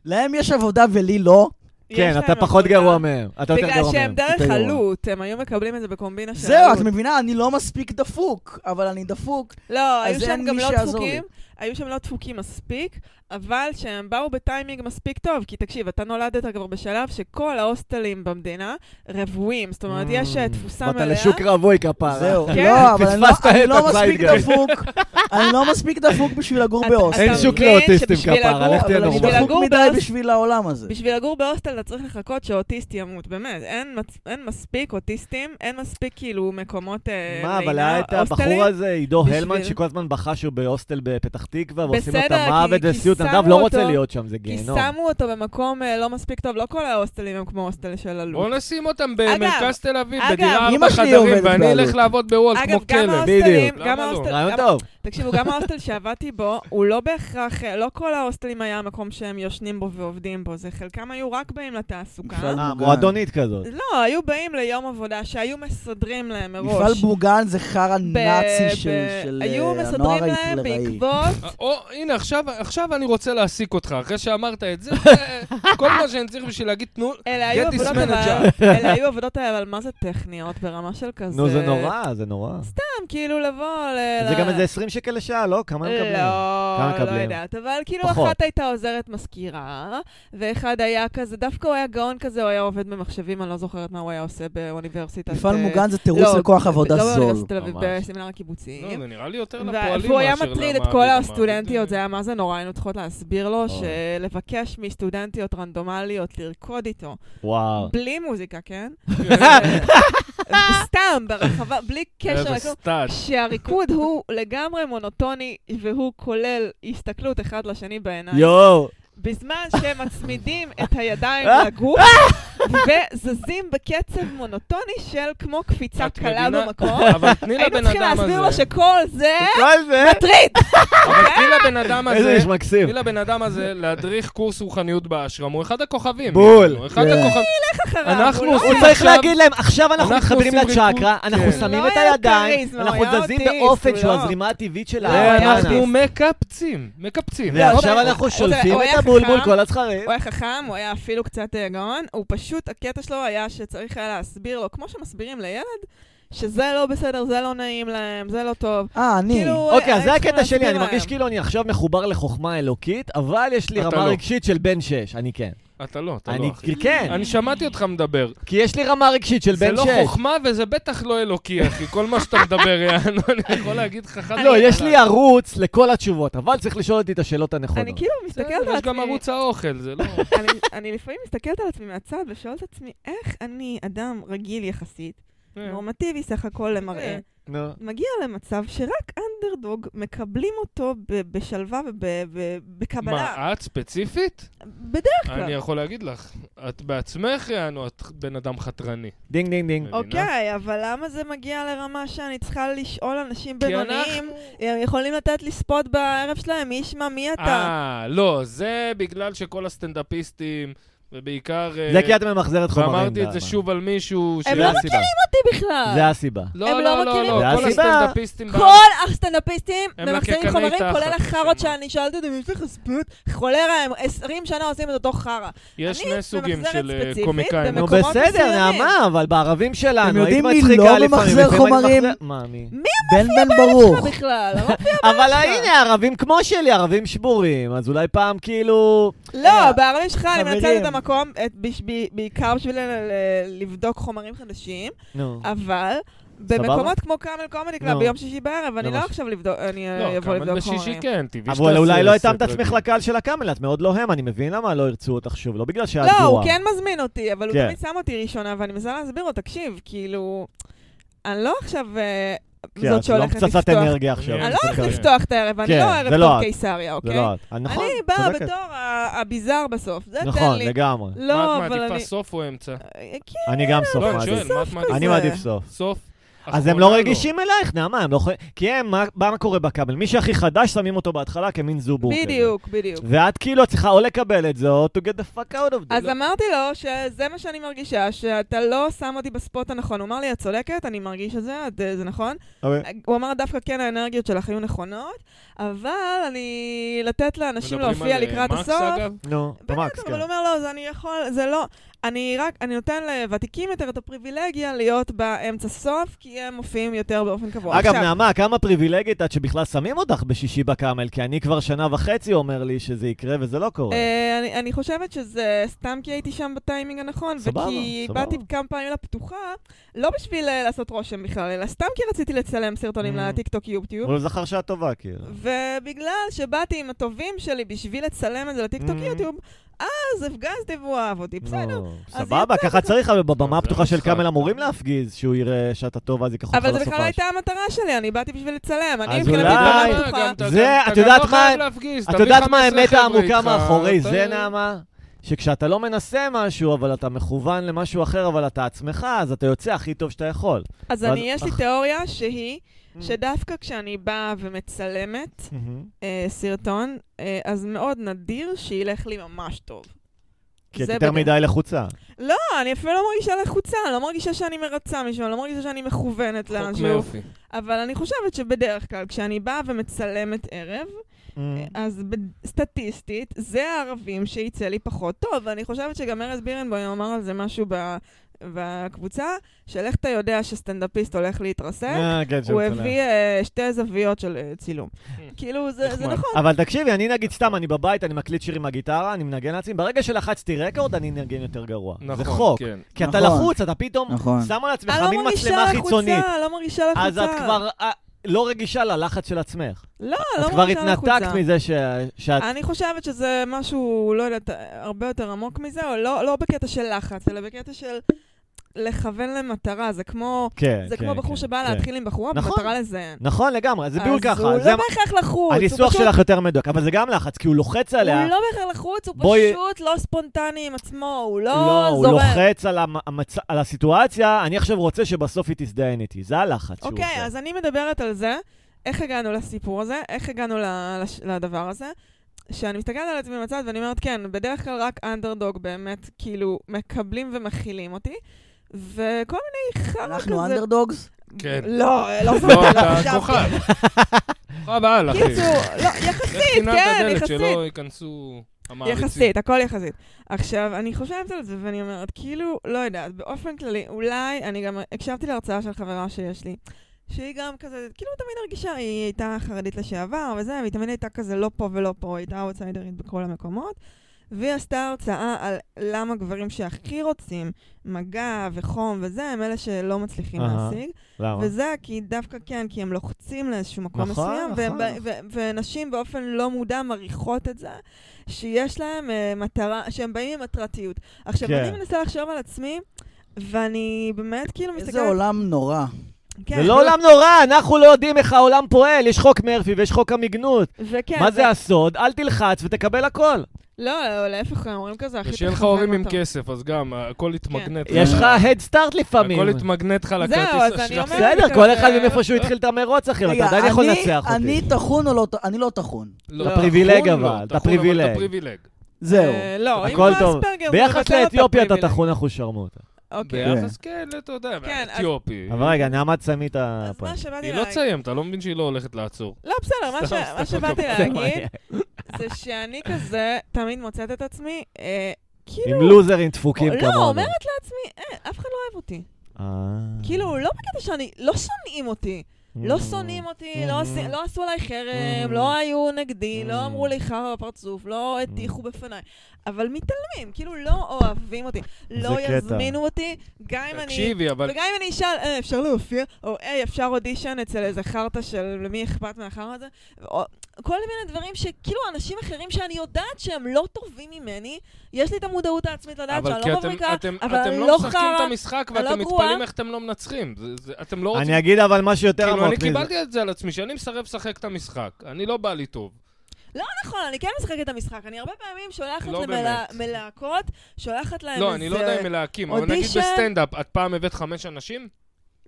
Speaker 1: להם יש עבודה ולי לא.
Speaker 3: יש
Speaker 2: כן,
Speaker 3: להם אה,
Speaker 2: אתה פחות
Speaker 3: עבודה.
Speaker 2: גרוע מהם. אתה יותר
Speaker 3: בגלל
Speaker 2: גרוע מהם.
Speaker 3: שהם דרך
Speaker 2: יותר גרוע.
Speaker 3: עלות, הם היו מקבלים את זה בקומבינה של
Speaker 1: זהו,
Speaker 3: עלות.
Speaker 1: את מבינה? אני לא מספיק דפוק, אבל אני דפוק.
Speaker 3: לא,
Speaker 1: אז
Speaker 3: היו שם
Speaker 1: אין
Speaker 3: גם
Speaker 1: מי
Speaker 3: לא
Speaker 1: שיעזור
Speaker 3: דפוקים, היו שם לא דפוקים מספיק, אבל שהם באו בטיימינג מספיק טוב, כי תקשיב, אתה נולדת כבר בשלב שכל ההוסטלים במדינה רבויים, זאת אומרת, יש אה, תפוסה
Speaker 2: Mm, באת
Speaker 3: מלאה.
Speaker 2: לשוק רווי כפרה.
Speaker 1: זהו.
Speaker 3: כן.
Speaker 1: לא, אבל אני לא-
Speaker 2: אה, אוקיי. פספסת
Speaker 1: אני
Speaker 2: את
Speaker 1: לא מספיק
Speaker 2: הזיידגייסט.
Speaker 1: דפוק. אני לא מספיק דפוק בשביל לגור
Speaker 3: אתה-
Speaker 1: בהוסטל.
Speaker 2: אין
Speaker 3: אתה
Speaker 2: שוק
Speaker 3: מבין
Speaker 2: לאוטיסטים
Speaker 3: שבשביל
Speaker 2: כפרה,
Speaker 3: לגור-
Speaker 2: לך תהיה
Speaker 3: אבל
Speaker 1: אני
Speaker 2: נורמלי.
Speaker 3: בשביל
Speaker 1: דפוק
Speaker 3: לגור
Speaker 1: מדי
Speaker 3: בהוסטל-
Speaker 1: בשביל העולם הזה.
Speaker 3: בשביל לגור בהוסטל אתה צריך לחכות שאוטיסט ימות, באמת, אין מצ- אין מספיק אוטיסטים, אין מספיק כאילו מקומות אה,
Speaker 2: מה, אבל
Speaker 3: לינה,
Speaker 2: היה את הבחור
Speaker 3: הוסטלים.
Speaker 2: הזה, עידו
Speaker 3: בשביל-
Speaker 2: הלמן, שכל הזמן בכה שהוא בהוסטל בפתח תקווה, ועושים לו את
Speaker 3: בסדר, כי-
Speaker 2: המוות
Speaker 3: כי
Speaker 2: וסיוט,
Speaker 3: שמו
Speaker 2: נדב לא רוצה
Speaker 3: אותו-
Speaker 2: להיות שם, זה
Speaker 3: כי
Speaker 2: גיהנום.
Speaker 3: שמו אותו במקום אה, לא מספיק טוב, לא כל ההוסטלים הם כמו הוסטל של
Speaker 4: בואו
Speaker 3: עלות.
Speaker 4: נשים אותם
Speaker 3: אגב,
Speaker 4: במרכז תל אביב,
Speaker 3: אגב,
Speaker 4: בדירה
Speaker 1: אמא
Speaker 4: ארבע
Speaker 1: שלי
Speaker 4: חדרים,
Speaker 1: עובדת
Speaker 4: ואני
Speaker 1: בעלות.
Speaker 4: אלך לעבוד בוולט
Speaker 3: אגב,
Speaker 4: כמו
Speaker 3: גם
Speaker 4: כלב.
Speaker 3: ההוסטלים,
Speaker 2: בדיוק.
Speaker 3: גם
Speaker 4: למה לא?
Speaker 3: ההוסטל,
Speaker 2: רעיון
Speaker 3: גם-
Speaker 2: טוב.
Speaker 3: תקשיבו, גם ההוסטל שעבדתי בו, הוא לא בהכרח, לא כל ההוסטלים היה המקום שהם יושנים בו ועובדים בו, זה חלקם היו רק באים לתעסוקה.
Speaker 1: מפעל-
Speaker 2: אה,
Speaker 1: מוגן.
Speaker 2: מועדונית כזאת.
Speaker 3: לא, היו באים ליום עבודה שהיו מסדרים להם מראש.
Speaker 1: מפעל בוגן זה חרא
Speaker 3: ב-
Speaker 1: נאצי
Speaker 3: ב-
Speaker 1: של של,
Speaker 3: היו
Speaker 1: אה,
Speaker 3: מסדרים
Speaker 1: הנוער
Speaker 3: להם
Speaker 1: ההיטלראי.
Speaker 3: בעקבות...
Speaker 4: או, הנה, עכשיו, עכשיו אני רוצה להעסיק אותך, אחרי שאמרת את זה, זה כל מה שאני צריך בשביל להגיד, תנו,
Speaker 3: אלה היו
Speaker 4: אה, Get this
Speaker 3: עבודות,
Speaker 4: man a
Speaker 3: אבל- אלה היו עבודות, אבל מה זה טכניות ברמה של כזה?
Speaker 2: נו, זה נורא, זה נורא.
Speaker 3: סתם, כאילו לבוא ל...
Speaker 2: זה
Speaker 3: ל-
Speaker 2: גם איזה 20 שקל לשעה, לא? כמה הם מקבלים? כמה
Speaker 3: אה, לא, לא
Speaker 2: מקבלים?
Speaker 3: יודעת, אבל כאילו
Speaker 2: פחות.
Speaker 3: אחת הייתה עוזרת מזכירה, ואחד היה כזה, דווקא הוא היה גאון כזה, הוא היה עובד במחשבים, אני לא זוכרת מה הוא היה עושה באוניברסיטת...
Speaker 1: מפעל
Speaker 3: אה,
Speaker 1: מוגן זה תירוץ
Speaker 3: לא,
Speaker 1: לכוח עבודה
Speaker 3: לא
Speaker 1: זול.
Speaker 3: באוניברסיטת תל אביב,
Speaker 2: ממש.
Speaker 3: בסמינר
Speaker 4: לא,
Speaker 3: הקיבוצים.
Speaker 4: זה נראה לי יותר
Speaker 3: וה-
Speaker 4: לפועלים
Speaker 3: והוא היה
Speaker 4: מאשר
Speaker 3: מטריד את
Speaker 4: למעביד,
Speaker 3: כל
Speaker 4: המעביד,
Speaker 3: הסטודנטיות, זה
Speaker 4: אה,
Speaker 3: היה מה זה נורא, היינו צריכות להסביר לו שלבקש מסטודנטיות רנדומליות לרקוד איתו,
Speaker 2: וואו.
Speaker 3: בלי מוזיקה, כן?
Speaker 4: כן,
Speaker 3: סתם, ברחבה, בלי קשר
Speaker 4: איזה
Speaker 3: לכלום.
Speaker 4: סטאט.
Speaker 3: שהריקוד הוא לגמרי מונוטוני, והוא כולל הסתכלות אחד לשני בעיניים.
Speaker 2: יואו.
Speaker 3: בזמן שהם מצמידים את הידיים
Speaker 2: אה!
Speaker 3: לגוף וזזים בקצב מונוטוני של כמו קפיצה
Speaker 4: את
Speaker 3: קלה
Speaker 4: מבינה?
Speaker 3: במקום.
Speaker 4: אבל תני
Speaker 3: היינו
Speaker 4: לבן
Speaker 3: צריכים
Speaker 4: אדם
Speaker 3: להסביר לו
Speaker 4: הזה,
Speaker 3: שכל זה
Speaker 2: כל זה?
Speaker 3: מטריד.
Speaker 4: אבל תני לבן אדם
Speaker 2: איזה
Speaker 4: הזה,
Speaker 2: איש מקסים.
Speaker 4: תני
Speaker 3: לא
Speaker 4: לבן אדם הזה להדריך קורס רוחניות באשרם, הוא אחד הכוכבים.
Speaker 2: בול.
Speaker 4: יענו, אחד
Speaker 1: כן.
Speaker 4: הכוכבים. אנחנו
Speaker 3: הוא לא
Speaker 4: עושים-
Speaker 2: הוא
Speaker 4: כן,
Speaker 2: צריך
Speaker 4: עכשיו-
Speaker 2: להגיד להם, עכשיו אנחנו
Speaker 4: אנחנו
Speaker 2: מתחברים
Speaker 4: עושים
Speaker 2: לצ'קרה,
Speaker 4: ריקוד,
Speaker 2: אנחנו
Speaker 4: כן.
Speaker 2: שמים
Speaker 3: לא
Speaker 2: את
Speaker 3: היה לו
Speaker 2: הידיים,
Speaker 3: כריזמה, הוא
Speaker 2: אנחנו
Speaker 3: היה
Speaker 2: זזים
Speaker 3: אוטיסט,
Speaker 2: באופן
Speaker 3: הוא
Speaker 2: שהוא
Speaker 3: לא-
Speaker 2: הזרימה הטבעית של
Speaker 3: לא, הוא היה
Speaker 2: האננס.
Speaker 4: אנחנו מקפצים, מקפצים.
Speaker 2: ועכשיו
Speaker 3: הוא היה-
Speaker 2: אנחנו
Speaker 3: הוא
Speaker 2: שולפים
Speaker 3: היה
Speaker 2: את הבולבול
Speaker 3: חכם.
Speaker 2: כל הזכרים.
Speaker 3: הוא היה חכם, הוא היה אפילו קצת אה, גאון, הוא פשוט, הקטע שלו היה שצריך היה להסביר לו, כמו שמסבירים לילד, שזה לא בסדר, זה לא נעים להם, זה לא טוב.
Speaker 1: אה, אני.
Speaker 3: כאילו,
Speaker 2: אוקיי,
Speaker 3: היה
Speaker 2: אז זה
Speaker 3: צריך
Speaker 2: הקטע שלי,
Speaker 3: להסביר
Speaker 2: אני מרגיש
Speaker 3: להם.
Speaker 2: כאילו אני עכשיו מחובר לחוכמה אלוקית, אבל יש לי
Speaker 4: אתה
Speaker 2: רמה
Speaker 4: לא.
Speaker 2: רגשית של בן שש, אני כן.
Speaker 4: אתה לא, אתה לא,
Speaker 2: אני
Speaker 4: אחי.
Speaker 2: כן,
Speaker 4: אני שמעתי אותך מדבר.
Speaker 2: כי יש לי רמה רגשית של
Speaker 4: זה
Speaker 2: בן
Speaker 4: לא
Speaker 2: שש.
Speaker 4: חוכמה וזה בטח לא אלוקי, אחי. כל מה שאתה מדבר, יענו, אני יכול להגיד לך חד...
Speaker 2: לא,
Speaker 4: וחלק.
Speaker 2: יש לי ערוץ לכל התשובות, אבל צריך לשאול אותי את השאלות הנכונות.
Speaker 3: אני כאילו מסתכלת על
Speaker 4: בסדר,
Speaker 3: עצמי.
Speaker 4: יש גם ערוץ האוכל, זה לא...
Speaker 3: אני- אני לפעמים מסתכלת על עצמי מהצד ושואלת את עצמי, איך אני, אדם רגיל יחסית,
Speaker 4: כן.
Speaker 3: נורמטיבי סך הכל למראה,
Speaker 2: נו.
Speaker 3: מגיע למצב שרק אנדרדוג מקבלים אותו ב- בשלווה ובקבלה.
Speaker 4: מה, את ספציפית?
Speaker 3: בדרך
Speaker 4: אני
Speaker 3: כלל.
Speaker 4: יכול להגיד לך. את בעצמך, יענו, את בן אדם חתרני.
Speaker 2: דינג דינג דינג.
Speaker 4: מבינה?
Speaker 3: אוקיי, אבל למה זה מגיע לרמה שאני צריכה לשאול אנשים
Speaker 4: כי
Speaker 3: בינוניים?
Speaker 4: אנחנו-
Speaker 3: הם יכולים לתת לי ספוט בערב שלהם, מי ישמע מי אתה?
Speaker 4: אה, לא, זה בגלל שכל הסטנדאפיסטים, ובעיקר... אה,
Speaker 2: זה כי את ממחזרת חומרים.
Speaker 4: ואמרתי את זה
Speaker 2: דרמה.
Speaker 4: שוב על מישהו...
Speaker 3: הם
Speaker 4: ש-
Speaker 2: זה
Speaker 3: לא
Speaker 2: הסיבה.
Speaker 3: אותי בכלל.
Speaker 2: זה הסיבה.
Speaker 3: הם
Speaker 4: לא,
Speaker 3: לא
Speaker 4: לא, לא,
Speaker 3: מכירים
Speaker 4: לא,
Speaker 2: אותי.
Speaker 4: כל
Speaker 2: זה הסיבה.
Speaker 4: הסטנדאפיסטים... בארץ-
Speaker 3: כל הסטנדאפיסטים
Speaker 4: הם
Speaker 3: ממחזרים
Speaker 4: לקקני
Speaker 3: חומרים,
Speaker 4: תחת,
Speaker 3: כולל החארות
Speaker 4: נשמה.
Speaker 3: שאני שאלתי אותם, יש לך ספוט? חולרה, הם 20 שנה עושים את אותו חרא.
Speaker 4: יש
Speaker 3: אני
Speaker 4: שני סוגים
Speaker 3: ממחזרת
Speaker 4: של אה,
Speaker 3: ספציפית
Speaker 4: קומיקאים.
Speaker 2: נו
Speaker 3: במקומות
Speaker 2: בסדר,
Speaker 3: מסוימים.
Speaker 2: נעמה, אבל בערבים
Speaker 1: אתם
Speaker 2: שלנו, היית
Speaker 1: יודעים מי
Speaker 2: מצחיקה
Speaker 1: לא
Speaker 2: לפעמים,
Speaker 1: ממחזר
Speaker 2: לפעמים היית
Speaker 1: חומרים?
Speaker 2: מחזר- מה, מי?
Speaker 1: בן בן ברוך.
Speaker 3: מה לא בכלל?
Speaker 2: אבל
Speaker 3: שלך.
Speaker 2: הנה, ערבים כמו שלי, ערבים שבורים, אז אולי פעם כאילו...
Speaker 3: לא, בערבים שלך אני מנצלת
Speaker 1: חברים.
Speaker 3: את המקום, את בש- ב- בעיקר בשביל ל- ל- לבדוק חומרים חדשים,
Speaker 2: נו.
Speaker 3: אבל...
Speaker 2: סבבה.
Speaker 3: במקומות כמו קאמל קומדי קלאב
Speaker 2: נו.
Speaker 3: ביום שישי בערב, אני לא
Speaker 2: ממש.
Speaker 3: עכשיו לבדוק, אני אה,
Speaker 4: לא,
Speaker 3: אבוא
Speaker 4: כמה
Speaker 3: לבדוק
Speaker 4: בשישי
Speaker 3: חומרים.
Speaker 4: כן, טבעי שתעשי...
Speaker 2: אבל אולי לא התאמת
Speaker 4: סט
Speaker 2: עצמך
Speaker 4: רגיל.
Speaker 2: לקהל של הקאמל, את מאוד לא הם, אני מבין למה לא ירצו אותך שוב, לא בגלל שאת גרועה.
Speaker 3: לא, הוא כן מזמין אותי, אבל הוא
Speaker 2: כן.
Speaker 3: תמיד שם אותי ראשונה, ואני מנסה להסביר לו, תקשיב, כאילו, אני לא עכשיו אה,
Speaker 2: כן,
Speaker 3: זאת
Speaker 2: את לא
Speaker 3: שהולכת
Speaker 2: מפצצת
Speaker 3: לפתוח
Speaker 2: אנרגיה עכשיו.
Speaker 4: אני
Speaker 3: אני
Speaker 4: כן,
Speaker 3: לא
Speaker 4: זה
Speaker 3: הולכת
Speaker 4: כרגע.
Speaker 3: לפתוח את הערב, אני
Speaker 2: כן,
Speaker 3: לא
Speaker 2: זה לא
Speaker 3: ערב
Speaker 2: את.
Speaker 3: קיסריה,
Speaker 2: זה
Speaker 3: אוקיי?
Speaker 2: לא את. נכון,
Speaker 3: אני באה
Speaker 2: צודקת.
Speaker 3: בתור ה- הביזאר בסוף. זה תן
Speaker 2: נכון,
Speaker 3: לי.
Speaker 2: לגמרי.
Speaker 4: מה
Speaker 3: לא,
Speaker 4: את
Speaker 3: אבל
Speaker 4: מעדיפה
Speaker 3: אני...
Speaker 4: סוף או אמצע?
Speaker 3: אה, כן,
Speaker 2: אני גם סוף
Speaker 4: לא, אני
Speaker 2: מעדיף.
Speaker 4: שואל, מה את מעדיפה?
Speaker 2: אני
Speaker 3: זה-
Speaker 2: מעדיף סוף.
Speaker 4: סוף.
Speaker 2: אז הם
Speaker 4: אחרונה
Speaker 2: לא רגישים אלייך, נעמה, הם לא יכולים... כי הם, מה, מה קורה בכבל? מי שהכי חדש, שמים אותו בהתחלה כמין זובור כזה.
Speaker 3: כן, בדיוק, בדיוק.
Speaker 2: ואת כאילו צריכה או לקבל את זה, או to get the fuck out of it.
Speaker 3: אז אמרתי לו שזה מה שאני מרגישה, שאתה לא שם אותי בספוט הנכון. הוא אמר לי, את צודקת, אני מרגיש את זה, את- זה נכון.
Speaker 2: אוקיי.
Speaker 3: הוא אמר, דווקא כן, האנרגיות שלך היו נכונות, אבל אני... לתת לאנשים
Speaker 4: מדברים
Speaker 3: להופיע
Speaker 4: על, אה,
Speaker 3: לקראת
Speaker 4: מקס,
Speaker 3: הסוף.
Speaker 4: אגב?
Speaker 2: נו, במקס,
Speaker 3: באמת, אבל
Speaker 2: כן.
Speaker 3: הוא אומר, לא, זה אני יכול, זה לא. אני רק, אני נותן לוותיקים יותר את הפריבילגיה להיות באמצע סוף, כי הם מופיעים יותר באופן קבוע.
Speaker 2: אגב,
Speaker 3: עכשיו,
Speaker 2: נעמה, כמה פריבילגית את שבכלל שמים אותך בשישי בקאמל, כי אני כבר שנה וחצי אומר לי שזה יקרה וזה לא קורה.
Speaker 3: אה, אני- אני חושבת שזה סתם כי הייתי שם בטיימינג הנכון,
Speaker 2: סבבה,
Speaker 3: וכי
Speaker 2: סבבה.
Speaker 3: באתי כמה פעמים לפתוחה, לא בשביל אה, לעשות רושם בכלל, אלא סתם כי רציתי לצלם סרטונים
Speaker 2: Mm.
Speaker 3: לטיקטוק יוטיוב.
Speaker 2: אבל הוא זכר שאת טובה, כאילו.
Speaker 3: אה, ובגלל שבאתי עם הטובים שלי בשביל לצלם את זה לטיקטוק
Speaker 2: Mm.
Speaker 3: יוטיוב, אז הפגזתי והוא אהב אותי, בסדר.
Speaker 2: נו,
Speaker 3: אז
Speaker 2: לא, סבבה, ככה צריך, אבל בבמה
Speaker 4: זה
Speaker 2: הפתוחה של
Speaker 4: המשחק.
Speaker 2: קאמל אמורים להפגיז, שהוא יראה שאתה טוב, אז ייקח אותך
Speaker 3: אבל
Speaker 2: לסופה.
Speaker 3: זה בכלל לא הייתה המטרה שלי, אני באתי בשביל לצלם. אני
Speaker 2: אז
Speaker 3: מבחינתי לא
Speaker 2: אולי-
Speaker 3: במה
Speaker 4: אתה
Speaker 2: אולי
Speaker 3: פתוחה.
Speaker 4: גם- אתה
Speaker 2: זה,
Speaker 4: גם-
Speaker 2: את
Speaker 4: אתה גם
Speaker 2: יודעת
Speaker 4: לא
Speaker 2: מה-
Speaker 4: חייב להפגיז,
Speaker 2: את
Speaker 4: תביא
Speaker 2: יודעת מה
Speaker 4: 15
Speaker 2: האמת
Speaker 4: חבר'ה
Speaker 2: העמוקה
Speaker 4: איתך,
Speaker 2: מאחורי זה,
Speaker 4: אתה-
Speaker 2: נעמה? שכשאתה לא מנסה משהו, אבל אתה מכוון למשהו אחר, אבל אתה עצמך, אז אתה יוצא הכי טוב שאתה יכול.
Speaker 3: אז
Speaker 2: ואז-
Speaker 3: אני, יש לי
Speaker 2: אך.
Speaker 3: תיאוריה שהיא,
Speaker 2: Mm.
Speaker 3: שדווקא כשאני באה ומצלמת
Speaker 2: מהמם.
Speaker 3: אה, סרטון, אה, אז מאוד נדיר שילך לי ממש טוב.
Speaker 2: כי את
Speaker 3: זה
Speaker 2: יותר
Speaker 3: בדרך.
Speaker 2: מדי לחוצה.
Speaker 3: לא, אני אפילו לא מרגישה לחוצה, אני לא מרגישה שאני מרצה מישהו, אני לא מרגישה שאני מכוונת
Speaker 4: חוק
Speaker 3: לאנשהו.
Speaker 4: מאופי.
Speaker 3: אבל אני חושבת שבדרך כלל, כשאני באה ומצלמת ערב,
Speaker 2: מהמם.
Speaker 3: אז ב- סטטיסטית, זה הערבים שיצא לי פחות טוב, ואני חושבת שגם ארז בירנבוים אמר על זה משהו ב... בקבוצה, של איך אתה יודע שסטנדאפיסט הולך להתרסק,
Speaker 2: אה, כן, שהוא
Speaker 3: הוא
Speaker 2: מצלם.
Speaker 3: הביא אה, שתי זוויות של אה, צילום.
Speaker 4: Mm.
Speaker 3: כאילו, זה זה
Speaker 4: נחמד.
Speaker 3: נכון.
Speaker 2: אבל תקשיבי, אני נגיד סתם, אני בבית, אני מקליט שיר עם הגיטרה, אני מנגן לעצמי, ברגע שלחצתי רקורד, אני אנגן יותר גרוע.
Speaker 4: נכון,
Speaker 2: זה חוק.
Speaker 4: כן.
Speaker 2: כי אתה
Speaker 1: נכון.
Speaker 2: לחוץ, אתה פתאום
Speaker 1: נכון.
Speaker 2: שם על עצמך
Speaker 3: אני לא
Speaker 2: מין
Speaker 3: מרגישה
Speaker 2: מצלמה
Speaker 3: לחוצה,
Speaker 2: חיצונית.
Speaker 3: לא מרגישה לחוצה.
Speaker 2: אז את כבר אה, לא רגישה ללחץ של עצמך.
Speaker 3: לא,
Speaker 2: את
Speaker 3: לא
Speaker 2: כבר
Speaker 3: מרגישה לחוצה. אה,
Speaker 2: התנתקת מזה ש- שאת...
Speaker 3: אני חושבת שזה משהו, לא יודעת, הרבה יותר עמוק מזה, או לא, לא בקטע של לחץ, אלא בקטע של לכוון למטרה. זה כמו,
Speaker 2: כן,
Speaker 3: זה
Speaker 2: כן,
Speaker 3: כמו בחור
Speaker 2: כן,
Speaker 3: שבא
Speaker 2: כן.
Speaker 3: להתחיל עם בחורה
Speaker 2: נכון.
Speaker 3: במטרה לזיין.
Speaker 2: נכון, לגמרי, זה בדיוק ככה.
Speaker 3: אז הוא
Speaker 2: זה
Speaker 3: לא
Speaker 2: מה-
Speaker 3: בהכרח לחוץ. הוא
Speaker 2: הניסוח
Speaker 3: פשוט-
Speaker 2: שלך יותר מדויק, אבל זה גם לחץ, כי הוא לוחץ עליה.
Speaker 3: הוא לא בהכרח לחוץ, הוא
Speaker 2: בואי-
Speaker 3: פשוט לא ספונטני עם עצמו, הוא לא
Speaker 2: לא, הוא
Speaker 3: זורם.
Speaker 2: לוחץ על המ- המצ- על הסיטואציה, אני עכשיו רוצה שבסוף היא תזדיין איתי. זה הלחץ שהוא
Speaker 3: אוקיי,
Speaker 2: עושה.
Speaker 3: אז אני מדברת על זה, איך הגענו לסיפור הזה, איך הגענו ל- לש- לדבר הזה, שאני מסתכלת על עצמי מהצד ואני אומרת, כן, בדרך כלל רק אנדרדוג באמת, כאילו, מקבלים ומכילים אותי, וכל מיני חרא לא כזה.
Speaker 1: אנחנו אנדרדוגס?
Speaker 4: כן.
Speaker 3: לא, לא זאת,
Speaker 4: לא,
Speaker 3: לא
Speaker 4: אתה
Speaker 3: חשבתי.
Speaker 4: כוכב. כוכב על, אחי.
Speaker 3: קיצור, לא, יחסית,
Speaker 4: תנעל את
Speaker 3: כן,
Speaker 4: הדלת,
Speaker 3: יחסית.
Speaker 4: שלא ייכנסו המעריצים.
Speaker 3: יחסית, הכל יחסית. עכשיו, אני חושבת על זה ואני אומרת, כאילו, לא יודעת, באופן כללי, אולי, אני גם הקשבתי להרצאה של חברה שיש לי, שהיא גם כזה, כאילו תמיד הרגישה, היא הייתה חרדית לשעבר וזה, והיא תמיד הייתה כזה לא פה ולא פה, היא הייתה אאוטסיידרית בכל המקומות, והיא עשתה הרצאה על למה גברים שהכי רוצים מגע וחום וזה, הם אלה שלא מצליחים
Speaker 2: אהה.
Speaker 3: להשיג.
Speaker 2: למה?
Speaker 3: וזה כי דווקא כן, כי הם לוחצים לאיזשהו מקום
Speaker 2: נכון,
Speaker 3: מסוים,
Speaker 2: נכון,
Speaker 3: והם ב-
Speaker 2: נכון.
Speaker 3: ו- ונשים באופן לא מודע מריחות את זה, שיש להם uh, מטרה, שהם באים עם מטרתיות. עכשיו,
Speaker 2: כן.
Speaker 3: אני מנסה לחשוב על עצמי, ואני באמת כאילו מסתכלת...
Speaker 1: איזה עולם נורא.
Speaker 3: כן,
Speaker 2: זה לא עולם נורא, אנחנו לא יודעים איך העולם פועל, יש חוק מרפי ויש חוק המגנות.
Speaker 3: וכן,
Speaker 2: מה
Speaker 3: ו-
Speaker 2: זה הסוד? אל תלחץ ותקבל הכל.
Speaker 3: לא, לא, להפך, הם אומרים כזה, הכי
Speaker 4: ושיהיה לך
Speaker 3: תכוון
Speaker 4: הורים עם
Speaker 3: אותו.
Speaker 4: כסף, אז גם, הכל יתמגנט.
Speaker 2: יש לך הד סטארט לפעמים.
Speaker 4: הכל יתמגנט לך
Speaker 3: אז
Speaker 4: לכרטיס
Speaker 3: אני
Speaker 4: אשראי.
Speaker 3: אומרת,
Speaker 2: בסדר, כל אחד
Speaker 3: אה,
Speaker 2: מאיפה שהוא התחיל את המרוץ, אחי, אבל כן, אתה
Speaker 1: רגע,
Speaker 2: עדיין יכול
Speaker 1: אני-
Speaker 2: לנצח
Speaker 1: אני
Speaker 2: אותי.
Speaker 1: טחון או לא טחון? אני לא טחון.
Speaker 3: אה,
Speaker 4: לא,
Speaker 2: פריבילג
Speaker 4: טחון
Speaker 2: אבל,
Speaker 4: לא,
Speaker 2: אתה
Speaker 4: טחון,
Speaker 2: פריבילג.
Speaker 4: אתה פריבילג.
Speaker 1: זהו.
Speaker 3: אה, לא, אם
Speaker 2: הכל
Speaker 3: הוא
Speaker 2: טוב.
Speaker 3: אספרגר, זה
Speaker 2: ביחס
Speaker 3: מבטל אותו
Speaker 2: לאתיופיה אתה
Speaker 3: פריבילג.
Speaker 2: טחון אחושרמוט.
Speaker 3: אוקיי.
Speaker 4: ביחס, כן, אתה יודע,
Speaker 3: כן, אז-
Speaker 4: אתיופי.
Speaker 2: אבל רגע, נעמה תסיימי את
Speaker 3: אז
Speaker 2: הפעם.
Speaker 3: מה שבאתי
Speaker 4: היא לא
Speaker 3: להגיד...
Speaker 4: תסיים, אתה לא מבין שהיא לא הולכת לעצור.
Speaker 3: לא, בסדר, מה ש-
Speaker 4: סתם,
Speaker 3: מה
Speaker 4: סתם,
Speaker 3: שבאתי
Speaker 4: לא,
Speaker 3: להגיד זה שאני כזה תמיד מוצאת את עצמי, אה, כאילו...
Speaker 2: עם לוזרים דפוקים
Speaker 3: לא,
Speaker 2: כמונו.
Speaker 3: אומרת לעצמי, אה, אף אחד לא אוהב אותי.
Speaker 2: אה.
Speaker 3: כאילו, לא בקטע שאני, לא שונאים אותי.
Speaker 2: Mm-hmm.
Speaker 3: לא שונאים אותי, לא עשי- לא עשו עליי חרם, לא היו נגדי,
Speaker 2: Mm-hmm.
Speaker 3: לא אמרו לי חרא בפרצוף, לא הטיחו בפניי. אבל מתעלמים, כאילו, לא אוהבים אותי. לא
Speaker 2: קטע.
Speaker 3: יזמינו אותי, גם אם אני...
Speaker 4: תקשיבי, אבל...
Speaker 3: וגם אם אני אשאל, אה, אפשר להופיע, או היי, אפשר אודישן אצל איזה חרטא של למי אכפת מהחרא הזה, או כל מיני דברים שכאילו אנשים אחרים שאני יודעת שהם לא טובים ממני, יש לי את המודעות העצמית לדעת
Speaker 4: אבל
Speaker 3: שאני
Speaker 4: כי
Speaker 3: לא
Speaker 4: אתם,
Speaker 3: מבריקה,
Speaker 4: אתם,
Speaker 3: אבל
Speaker 4: אתם
Speaker 3: אני
Speaker 4: לא
Speaker 3: לא
Speaker 4: משחקים
Speaker 3: חרא,
Speaker 4: את המשחק
Speaker 3: אני לא
Speaker 4: ואתם
Speaker 3: גרועה.
Speaker 4: מתפלאים איך אתם לא מנצחים. זה, זה, אתם לא רוצים...
Speaker 2: אני אגיד אבל משהו יותר
Speaker 4: כאילו,
Speaker 2: עמוק
Speaker 4: אני
Speaker 2: מזה.
Speaker 4: קיבלתי את זה על עצמי, שאני מסרב לשחק את המשחק. אני לא בא לי טוב.
Speaker 3: נכון, אני כן משחקת את המשחק. אני הרבה פעמים שולחת
Speaker 4: לא
Speaker 3: למלה-
Speaker 4: באמת.
Speaker 3: מלהקות, שולחת להם
Speaker 4: לא, אני לא יודע אם מלהקים, אבל נגיד
Speaker 3: אודישן.
Speaker 4: בסטנדאפ, את פעם הבאת חמש אנשים?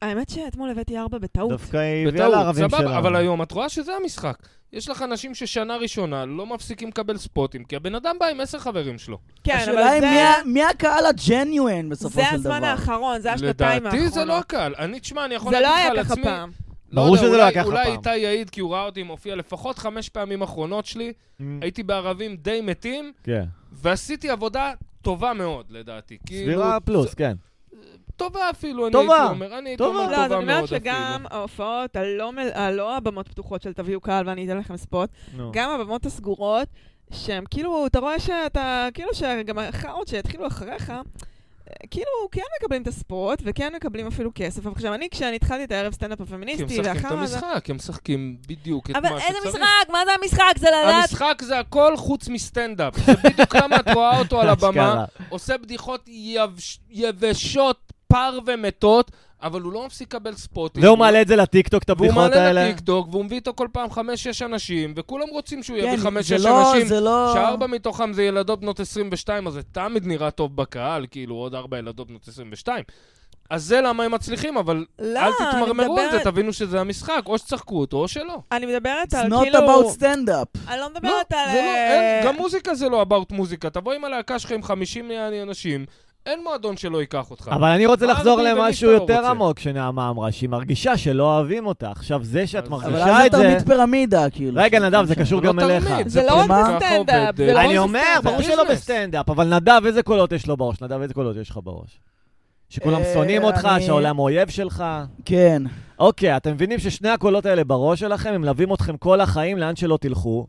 Speaker 3: האמת שאתמול הבאתי ארבע בטעות.
Speaker 2: דווקא היא הביאה
Speaker 4: בטעות,
Speaker 2: לערבים
Speaker 4: סבבה,
Speaker 2: שלה.
Speaker 4: אבל היום את רואה שזה המשחק. יש לך אנשים ששנה ראשונה לא מפסיקים לקבל ספוטים, כי הבן אדם בא עם עשר חברים שלו.
Speaker 3: כן, אבל
Speaker 1: השאלה היא
Speaker 3: זה-
Speaker 1: מי ה- מי הקהל הג'ניואן בסופו
Speaker 3: זה
Speaker 1: של דבר.
Speaker 3: הזמן האחרון, זה השנתיים האחרונות.
Speaker 4: לדעתי זה לא הקהל. אני, תשמע, אני יכול
Speaker 3: זה
Speaker 4: להגיד
Speaker 3: לא
Speaker 4: לך על
Speaker 3: היה ככה
Speaker 4: עצמי...
Speaker 3: פעם.
Speaker 4: לא
Speaker 2: ברור
Speaker 4: יודע,
Speaker 2: שזה לא
Speaker 4: אולי-
Speaker 2: היה ככה
Speaker 4: אולי
Speaker 2: פעם.
Speaker 4: איתי יעיד, כי הוא ראה אותי מופיע לפחות חמש פעמים אחרונות שלי.
Speaker 2: Mm,
Speaker 4: הייתי בערבים די מתים,
Speaker 2: כן.
Speaker 4: ועשיתי עבודה טובה מאוד, לדעתי. כאילו,
Speaker 2: סבירה פלוס, כן.
Speaker 4: טובה אפילו, אני
Speaker 2: טובה.
Speaker 4: הייתי אומר. אני הייתי
Speaker 2: טובה.
Speaker 4: אומר
Speaker 3: לא, אז
Speaker 4: טובה
Speaker 3: אני אומרת
Speaker 4: מאוד אפילו.
Speaker 3: שגם ההופעות הלא מל- הלא הבמות פתוחות של תביאו קהל ואני אתן לכם ספוט,
Speaker 4: אה.
Speaker 2: נו.
Speaker 3: גם הבמות הסגורות, שהן כאילו, אתה רואה שאתה, כאילו שגם החארות שהתחילו אחריך, אה, כאילו כן מקבלים את הספוט וכן מקבלים אפילו כסף. אבל עכשיו, אני כשאני התחלתי את הערב סטנדאפ
Speaker 4: כי הם
Speaker 3: הפמיניסטי,
Speaker 4: משחקים את
Speaker 3: ואחר זה...
Speaker 4: המשחק, הם משחקים בדיוק את מה
Speaker 3: אבל
Speaker 4: שצריך.
Speaker 3: איזה משחק? מה זה המשחק? זה לדעת...
Speaker 4: המשחק זה הכל חוץ מסטנדאפ. זה בדיוק למה את רואה אותו על הבמה,
Speaker 2: אשכרה.
Speaker 4: עושה בדיחות יבש- יבשות, פר ומתות, אבל הוא לא מפסיק לקבל ספוטים.
Speaker 2: והוא מעלה את זה לטיקטוק, את
Speaker 4: והוא
Speaker 2: הבדיחות
Speaker 4: מעלה
Speaker 2: האלה.
Speaker 4: לטיקטוק, והוא מביא איתו כל פעם חמש-שש אנשים, וכולם רוצים שהוא
Speaker 1: כן,
Speaker 4: יביא חמש-שש
Speaker 1: זה לא-
Speaker 4: אנשים,
Speaker 1: זה לא...
Speaker 4: שארבע מתוכם זה ילדות בנות 22, אז זה תמיד נראה טוב בקהל, כאילו עוד ארבע ילדות בנות 22. אז זה למה הם מצליחים, אבל
Speaker 3: לא,
Speaker 4: אל
Speaker 3: אני
Speaker 4: תתמרמרו על זה,
Speaker 3: מדברת-
Speaker 4: תבינו שזה המשחק, או שצחקו אותו או שלא.
Speaker 3: אני מדברת
Speaker 1: It's
Speaker 3: על
Speaker 1: not
Speaker 3: כאילו...
Speaker 1: about stand-up.
Speaker 3: אני לא
Speaker 4: לא,
Speaker 3: מדברת על...
Speaker 4: זה לא,
Speaker 3: אה,
Speaker 4: אין, גם מוזיקה זה לא about מוזיקה. תבוא עם הלהקה שלך עם 50 אנשים, אין מועדון שלא ייקח אותך.
Speaker 2: אבל אני רוצה
Speaker 4: מה
Speaker 2: לחזור
Speaker 4: אני
Speaker 2: למשהו
Speaker 4: ואני שאתה
Speaker 2: יותר
Speaker 4: רוצה?
Speaker 2: עמוק שנעמה אמרה, שהיא מרגישה שלא אוהבים אותה. עכשיו, זה שאת
Speaker 4: אבל
Speaker 1: אבל
Speaker 2: מרגישה
Speaker 1: אז
Speaker 2: לא את
Speaker 1: זה
Speaker 2: זה...
Speaker 1: תרמית פירמידה, כאילו.
Speaker 2: רגע, נדב, זה קשור
Speaker 4: זה לא
Speaker 2: גם אליך.
Speaker 4: תרמית,
Speaker 3: זה
Speaker 4: זה
Speaker 3: לא רק
Speaker 4: פשוט
Speaker 1: מה?
Speaker 3: בסטנדאפ,
Speaker 4: עובד, אה.
Speaker 3: זה לא רק
Speaker 2: אני אומר,
Speaker 3: בסטנדאפ.
Speaker 2: ברור שלא
Speaker 4: ביזנס.
Speaker 2: בסטנדאפ, אבל נדב, איזה קולות יש לו בראש? נדב, איזה קולות יש לך בראש? שכולם
Speaker 1: אה,
Speaker 2: שונאים אותך,
Speaker 1: אני-
Speaker 2: שהעולם אויב שלך?
Speaker 1: כן.
Speaker 2: אוקיי, אתם מבינים ששני הקולות האלה בראש שלכם, הם מלווים אתכם כל החיים לאן שלא תלכו,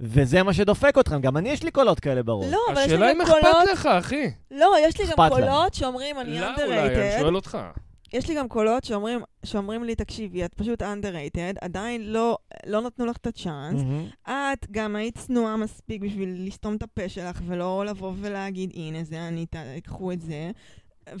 Speaker 2: וזה מה שדופק אתכם. גם אני, יש לי קולות כאלה בראש.
Speaker 3: לא, אבל יש לי
Speaker 4: השאלה אם
Speaker 3: גם
Speaker 4: אכפת
Speaker 3: קולות...
Speaker 4: לך, אחי.
Speaker 3: לא, יש לי
Speaker 2: אכפת
Speaker 3: גם
Speaker 2: להם.
Speaker 3: קולות שאומרים, אני
Speaker 4: לה לא, אולי, אני
Speaker 3: underrated.
Speaker 4: שואל אותך.
Speaker 3: יש לי גם קולות שאומרים, שאומרים לי, תקשיבי, את פשוט underrated, עדיין לא, לא נתנו לך את הצ'אנס.
Speaker 2: מהמם.
Speaker 3: את גם היית צנועה מספיק בשביל לסתום את הפה שלך, ולא לבוא ולהגיד, הנה זה אני, ת- קחו את זה.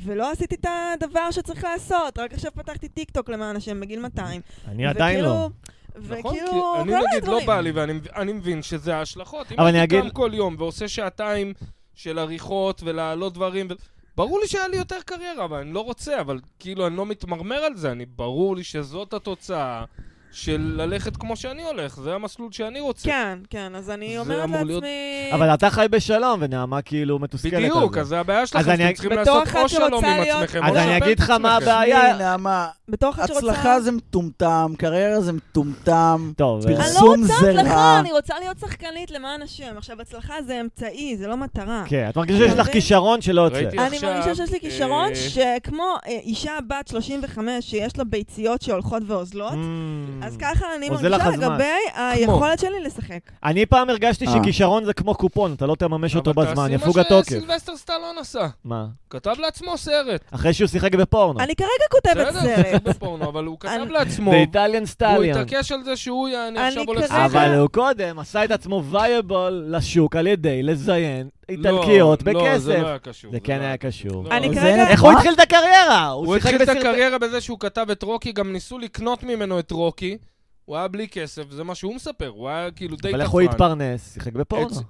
Speaker 3: ולא עשיתי את הדבר שצריך לעשות, רק עכשיו פתחתי טיק טוק למען השם, בגיל 200.
Speaker 2: אני עדיין
Speaker 3: כאילו-
Speaker 2: לא.
Speaker 3: וכאילו,
Speaker 4: נכון? כי
Speaker 3: וכאילו,
Speaker 4: אני
Speaker 3: כל מיני
Speaker 4: נגיד לא
Speaker 3: דברים.
Speaker 4: בא לי, ואני אני מבין שזה ההשלכות. אם
Speaker 2: אבל אני
Speaker 4: הייתי
Speaker 2: אגיד-
Speaker 4: קם כל יום ועושה שעתיים של עריכות ולהעלות דברים... ו- ברור לי שהיה לי יותר קריירה, אבל אני לא רוצה, אבל כאילו אני לא מתמרמר על זה, אני ברור לי שזאת התוצאה של ללכת כמו שאני הולך, זה המסלול שאני רוצה.
Speaker 3: כן, כן, אז אני
Speaker 4: זה
Speaker 3: אומרת
Speaker 4: אמור להיות-
Speaker 3: לעצמי...
Speaker 2: אבל אתה חי בשלום, ונעמה כאילו מתוסכלת על זה.
Speaker 4: בדיוק, אז זה הבעיה שלכם,
Speaker 2: אז אני
Speaker 4: שאתם
Speaker 2: אג-
Speaker 4: צריכים
Speaker 3: בתור
Speaker 4: לעשות
Speaker 3: אחת
Speaker 4: או שלום
Speaker 3: שרוצה
Speaker 4: עם
Speaker 3: להיות-
Speaker 4: עצמכם,
Speaker 2: אז
Speaker 4: או
Speaker 2: אני
Speaker 4: לשפר
Speaker 2: אגיד
Speaker 4: את
Speaker 2: לך מה
Speaker 4: עצמכם.
Speaker 2: הבעיה.
Speaker 1: תשמעי, נעמה,
Speaker 3: בתור אחת שרוצה...
Speaker 1: הצלחה זה מטומטם, קריירה זה מטומטם.
Speaker 2: טוב, אה,
Speaker 1: אני
Speaker 3: אני לא
Speaker 1: פרסום
Speaker 3: רוצה
Speaker 1: זה רע.
Speaker 3: הצלחה, אני רוצה להיות שחקנית למען השם. עכשיו, הצלחה זה אמצעי, זה לא מטרה.
Speaker 2: כן, את מרגישה שיש לך
Speaker 3: מבין?
Speaker 2: כישרון שלא יוצא.
Speaker 4: ראיתי.
Speaker 3: אני
Speaker 4: עכשיו,
Speaker 3: מרגישה שיש לי כישרון
Speaker 4: אה,
Speaker 3: שכמו אה, אישה בת 35 שיש לה ביציות שהולכות ואוזלות,
Speaker 2: Mm.
Speaker 3: אז ככה אני
Speaker 2: אוזל לך
Speaker 3: מרגישה
Speaker 2: הזמן.
Speaker 3: לגבי היכולת שלי לשחק.
Speaker 2: אני פעם הרגשתי
Speaker 1: אה.
Speaker 2: שכישרון זה כמו קופון, אתה לא תממש אותו
Speaker 4: אבל
Speaker 2: בזמן,
Speaker 4: תעשי
Speaker 2: יפוג
Speaker 4: מה
Speaker 2: התוקף.
Speaker 4: שסילבסטר סטלון עשה.
Speaker 2: מה?
Speaker 4: כתב לעצמו סרט.
Speaker 2: אחרי שהוא שיחק בפורנו.
Speaker 3: אני כרגע כותבת
Speaker 4: בסדר, זה
Speaker 3: סרט.
Speaker 4: סרט בפורנו, אבל הוא כתב
Speaker 3: אני-
Speaker 4: לעצמו,
Speaker 2: זה איטליאן
Speaker 4: הוא
Speaker 2: סטליאן.
Speaker 4: התעקש על זה שהוא יענה
Speaker 3: אני
Speaker 4: עכשיו הולך
Speaker 3: כרגע-
Speaker 2: אבל הוא קודם עשה את עצמו וייבול לשוק על ידי לזיין
Speaker 4: לא,
Speaker 2: איטלקיות
Speaker 4: לא, זה
Speaker 2: בכסף.
Speaker 4: לא היה קשור.
Speaker 2: זה כן היה קשור.
Speaker 4: לא.
Speaker 3: אני
Speaker 1: זה
Speaker 3: כרגע...
Speaker 1: נכון.
Speaker 2: איך הוא התחיל את הקריירה? הוא
Speaker 4: הוא
Speaker 2: שיחק
Speaker 4: התחיל את
Speaker 2: בסרט...
Speaker 4: הקריירה בזה שהוא כתב את רוקי, גם ניסו לקנות ממנו את רוקי, הוא היה בלי כסף, זה מה שהוא מספר, הוא היה כאילו די
Speaker 2: אבל
Speaker 4: תפרן.
Speaker 2: איך הוא התפרנס? שיחק בפורנו.
Speaker 4: אצ-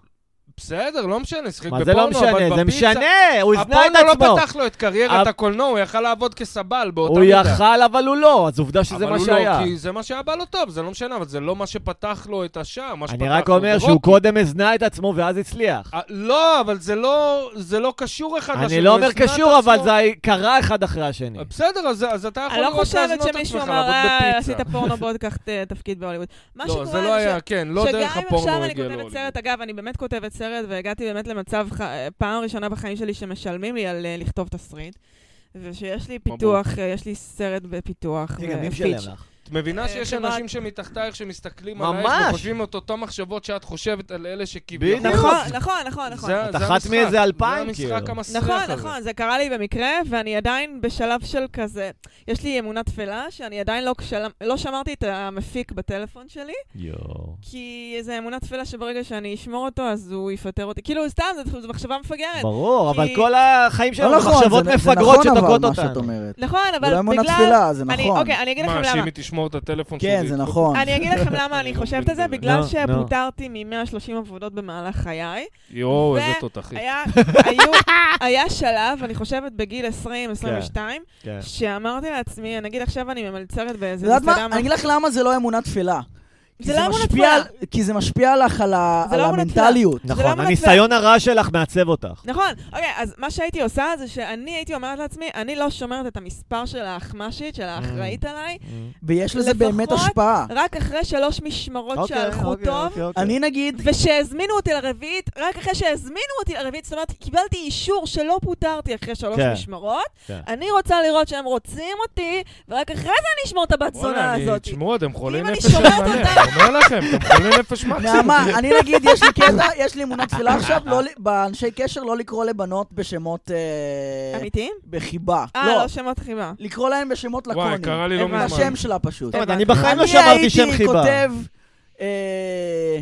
Speaker 4: בסדר, לא משנה, שיחק
Speaker 2: מה
Speaker 4: בפורנו,
Speaker 2: זה לא
Speaker 4: אבל
Speaker 2: משנה? זה
Speaker 4: בפיצה-
Speaker 2: משנה! הוא הזנה את
Speaker 4: הפורנו
Speaker 2: עצמו.
Speaker 4: לא פתח לו את קריירת
Speaker 2: הפ-
Speaker 4: הקולנוע, הוא יכל לעבוד כסבל באותה
Speaker 2: הוא
Speaker 4: מידה.
Speaker 2: יכל, אבל הוא לא, אז עובדה שזה מה
Speaker 4: אבל הוא
Speaker 2: שהיה.
Speaker 4: לא, כי זה מה שהיה בא לו טוב, זה לא משנה, אבל זה לא מה שפתח לו את השער, מה שפתח לו
Speaker 2: אני
Speaker 4: זה
Speaker 2: רק אומר שהוא
Speaker 4: רוקי.
Speaker 2: קודם הזנה את עצמו ואז הצליח.
Speaker 4: אה, לא, אבל זה לא, זה לא קשור אחד לשני.
Speaker 2: אני לא אומר
Speaker 4: הוא הזנה את
Speaker 2: קשור, אבל
Speaker 4: עצמו.
Speaker 2: זה קרה אחד אחרי השני.
Speaker 4: אה, בסדר, אז, אז אתה יכול
Speaker 3: אני לא
Speaker 4: לראות
Speaker 3: חושבת
Speaker 4: להזנות את
Speaker 3: שמישהו
Speaker 4: עצמך,
Speaker 3: אמר,
Speaker 4: לעבוד
Speaker 3: "אה,
Speaker 4: בפיצה.
Speaker 3: עשית פורנו, בוא תיקח ת- תפקיד בהוליווד. מה
Speaker 4: לא,
Speaker 3: שקורה
Speaker 4: זה לא
Speaker 3: ש-
Speaker 4: היה, כן, לא דרך הפורנו
Speaker 3: שגם אם
Speaker 4: הגיע
Speaker 3: עכשיו אני
Speaker 4: להוליווד.
Speaker 3: כותבת סרט, אגב, אני באמת כותבת סרט, והגעתי באמת למצב, ח- פעם ראשונה בחיים שלי שמשלמים לי על אה, לכתוב תסריט, ושיש לי פיתוח, אה, יש לי סרט בפיתוח, אה,
Speaker 2: רגע, מי
Speaker 3: ופיץ'.
Speaker 2: משלם לך?
Speaker 4: את מבינה
Speaker 3: אה,
Speaker 4: שיש
Speaker 3: חברת-
Speaker 4: אנשים שמתחתייך שמסתכלים
Speaker 2: ממש.
Speaker 4: עלייך וחושבים את אותם מחשבות שאת חושבת על אלה שכביכול.
Speaker 2: בדיוק.
Speaker 3: נכון, נכון, נכון, נכון.
Speaker 4: זה-
Speaker 2: את
Speaker 4: זה
Speaker 2: אחת
Speaker 4: המשחק.
Speaker 2: מאיזה אלפיים,
Speaker 4: זה המשחק
Speaker 2: כאילו.
Speaker 4: המסריח
Speaker 3: נכון,
Speaker 4: הזה.
Speaker 3: נכון, זה קרה לי במקרה, ואני עדיין בשלב של כזה, יש לי אמונה טפלה, שאני עדיין לא, כשל... לא שמרתי את המפיק בטלפון שלי,
Speaker 2: יואו.
Speaker 3: כי זו אמונה טפלה שברגע שאני אשמור אותו, אז הוא יפטר אותי. כאילו, סתם, זו, זו מחשבה מפגרת.
Speaker 2: ברור,
Speaker 3: כי-
Speaker 2: אבל כל החיים
Speaker 1: לא
Speaker 2: שלנו
Speaker 1: כן, נכון,
Speaker 2: מחשבות
Speaker 1: זה- זה
Speaker 2: מפגרות
Speaker 1: נכון אבל
Speaker 2: שתוקעות
Speaker 1: מה שאת
Speaker 2: אותנו.
Speaker 1: אומרת.
Speaker 3: נכון, אבל
Speaker 1: אולי
Speaker 3: בגלל...
Speaker 1: אמונת תפילה, זה
Speaker 3: אני,
Speaker 1: נכון.
Speaker 3: אוקיי, אני אגיד לכם
Speaker 4: מה,
Speaker 3: למה.
Speaker 4: שאם היא לשמור את הטלפון שלי.
Speaker 1: כן, זה נכון.
Speaker 3: אני אגיד לכם למה אני
Speaker 4: אני לא
Speaker 3: חושבת
Speaker 4: מבין
Speaker 3: על זה,
Speaker 4: את זה.
Speaker 3: בגלל
Speaker 2: לא,
Speaker 3: שפוטרתי מ-130 עבודות במהלך חיי.
Speaker 4: יואו,
Speaker 3: ו-
Speaker 4: איזה תותחית.
Speaker 3: היה- היו- היה שלב, אני חושבת בגיל 20-22,
Speaker 2: כן.
Speaker 3: שאמרתי לעצמי, נגיד עכשיו אני ממלצרת
Speaker 1: את
Speaker 3: באיזה
Speaker 1: יודעת מה?
Speaker 3: מסעדה...
Speaker 1: אני אגיד לך למה זה לא אמונה תפלה. כי
Speaker 3: זה לא אמונה
Speaker 1: משפיע
Speaker 3: תפלה.
Speaker 1: על- כי זה משפיע לך על ה-
Speaker 3: זה
Speaker 1: על
Speaker 3: לא אמונה תפלה.
Speaker 1: המנטליות.
Speaker 3: זה לא
Speaker 2: נכון,
Speaker 3: מעצבן.
Speaker 2: הניסיון הרע שלך מעצב אותך.
Speaker 3: נכון, אוקיי, אז מה שהייתי עושה זה שאני הייתי אומרת לעצמי, אני לא שומרת את המספר של האחמ"שית, של
Speaker 4: Mm.
Speaker 3: האחראית עליי,
Speaker 1: ויש לזה
Speaker 3: לפחות-
Speaker 1: באמת השפעה.
Speaker 3: רק אחרי שלוש משמרות
Speaker 2: אוקיי,
Speaker 3: שהלכו
Speaker 2: אוקיי,
Speaker 3: טוב,
Speaker 2: אוקיי, אוקיי.
Speaker 1: אני נגיד,
Speaker 3: ושהזמינו אותי לרביעית, רק אחרי שהזמינו אותי לרביעית, זאת אומרת, קיבלתי אישור שלא פוטרתי אחרי שלוש
Speaker 2: כן.
Speaker 3: משמרות,
Speaker 2: כן.
Speaker 3: אני רוצה לראות שהם רוצים אותי, ורק אחרי זה אני אשמור את הבת זונה
Speaker 4: בוא'נה, אני-
Speaker 3: הזאת.
Speaker 4: תשמעו, אתם חולי
Speaker 3: אם אני
Speaker 4: נפש
Speaker 3: שומרת
Speaker 4: מלא,
Speaker 3: אותה-
Speaker 4: אני אומר לכם, אתם חולי נפש מקסימום.
Speaker 1: נעמה, אני נגיד, יש לי קטע, יש לי אמונה תפלה עכשיו, לא ל- באנשי קשר לא לקרוא לבנות בשמות אה,
Speaker 3: אמיתי?
Speaker 1: בחיבה.
Speaker 3: אה,
Speaker 1: לא,
Speaker 3: לא שמות חיבה.
Speaker 1: לקרוא להם בשמות
Speaker 4: וואי,
Speaker 1: לקוניים.
Speaker 4: קרה לי לא
Speaker 3: הבנתי.
Speaker 4: מזמן.
Speaker 1: השם שלה פשוט.
Speaker 2: זאת אומרת, אני
Speaker 3: הבנתי.
Speaker 2: בחיים לא
Speaker 1: אני
Speaker 2: שמרתי שם
Speaker 1: הייתי
Speaker 2: חיבה.
Speaker 1: כותב אה,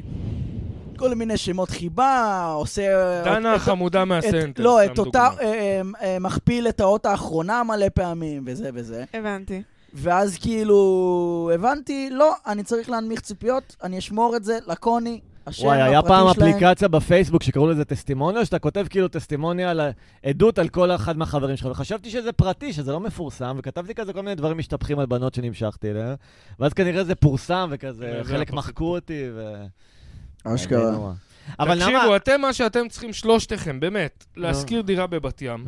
Speaker 1: כל מיני שמות חיבה, עושה...
Speaker 4: דנה
Speaker 1: את-
Speaker 4: החמודה
Speaker 1: את-
Speaker 4: מהסנטר.
Speaker 1: לא,
Speaker 4: סתם
Speaker 1: את אותה,
Speaker 4: דוגמה.
Speaker 1: אה, אה, אה, מכפיל את האות האחרונה מלא פעמים, וזה וזה.
Speaker 3: הבנתי.
Speaker 1: ואז כאילו, הבנתי, לא, אני צריך להנמיך ציפיות, אני אשמור את זה לקוני, השם
Speaker 2: וואי,
Speaker 1: הפרטי שלהם.
Speaker 2: היה פעם אפליקציה בפייסבוק שקראו לזה טסטימוניה, שאתה כותב כאילו טסטימוניה על ה- עדות על כל אחד מהחברים שלך, וחשבתי שזה פרטי, שזה לא מפורסם, וכתבתי כזה כל מיני דברים משתפכים על בנות שנמשכתי אליהן, ואז כנראה זה פורסם, וכזה,
Speaker 4: זה
Speaker 2: חלק
Speaker 4: הפרטי.
Speaker 2: מחקו אותי, ו... זה
Speaker 1: אשכרה.
Speaker 2: נורא. אבל
Speaker 4: תקשיבו,
Speaker 2: למה... לא.
Speaker 4: אתם מה שאתם צריכים, שלושתכם, באמת, להשכיר דירה בבת ים.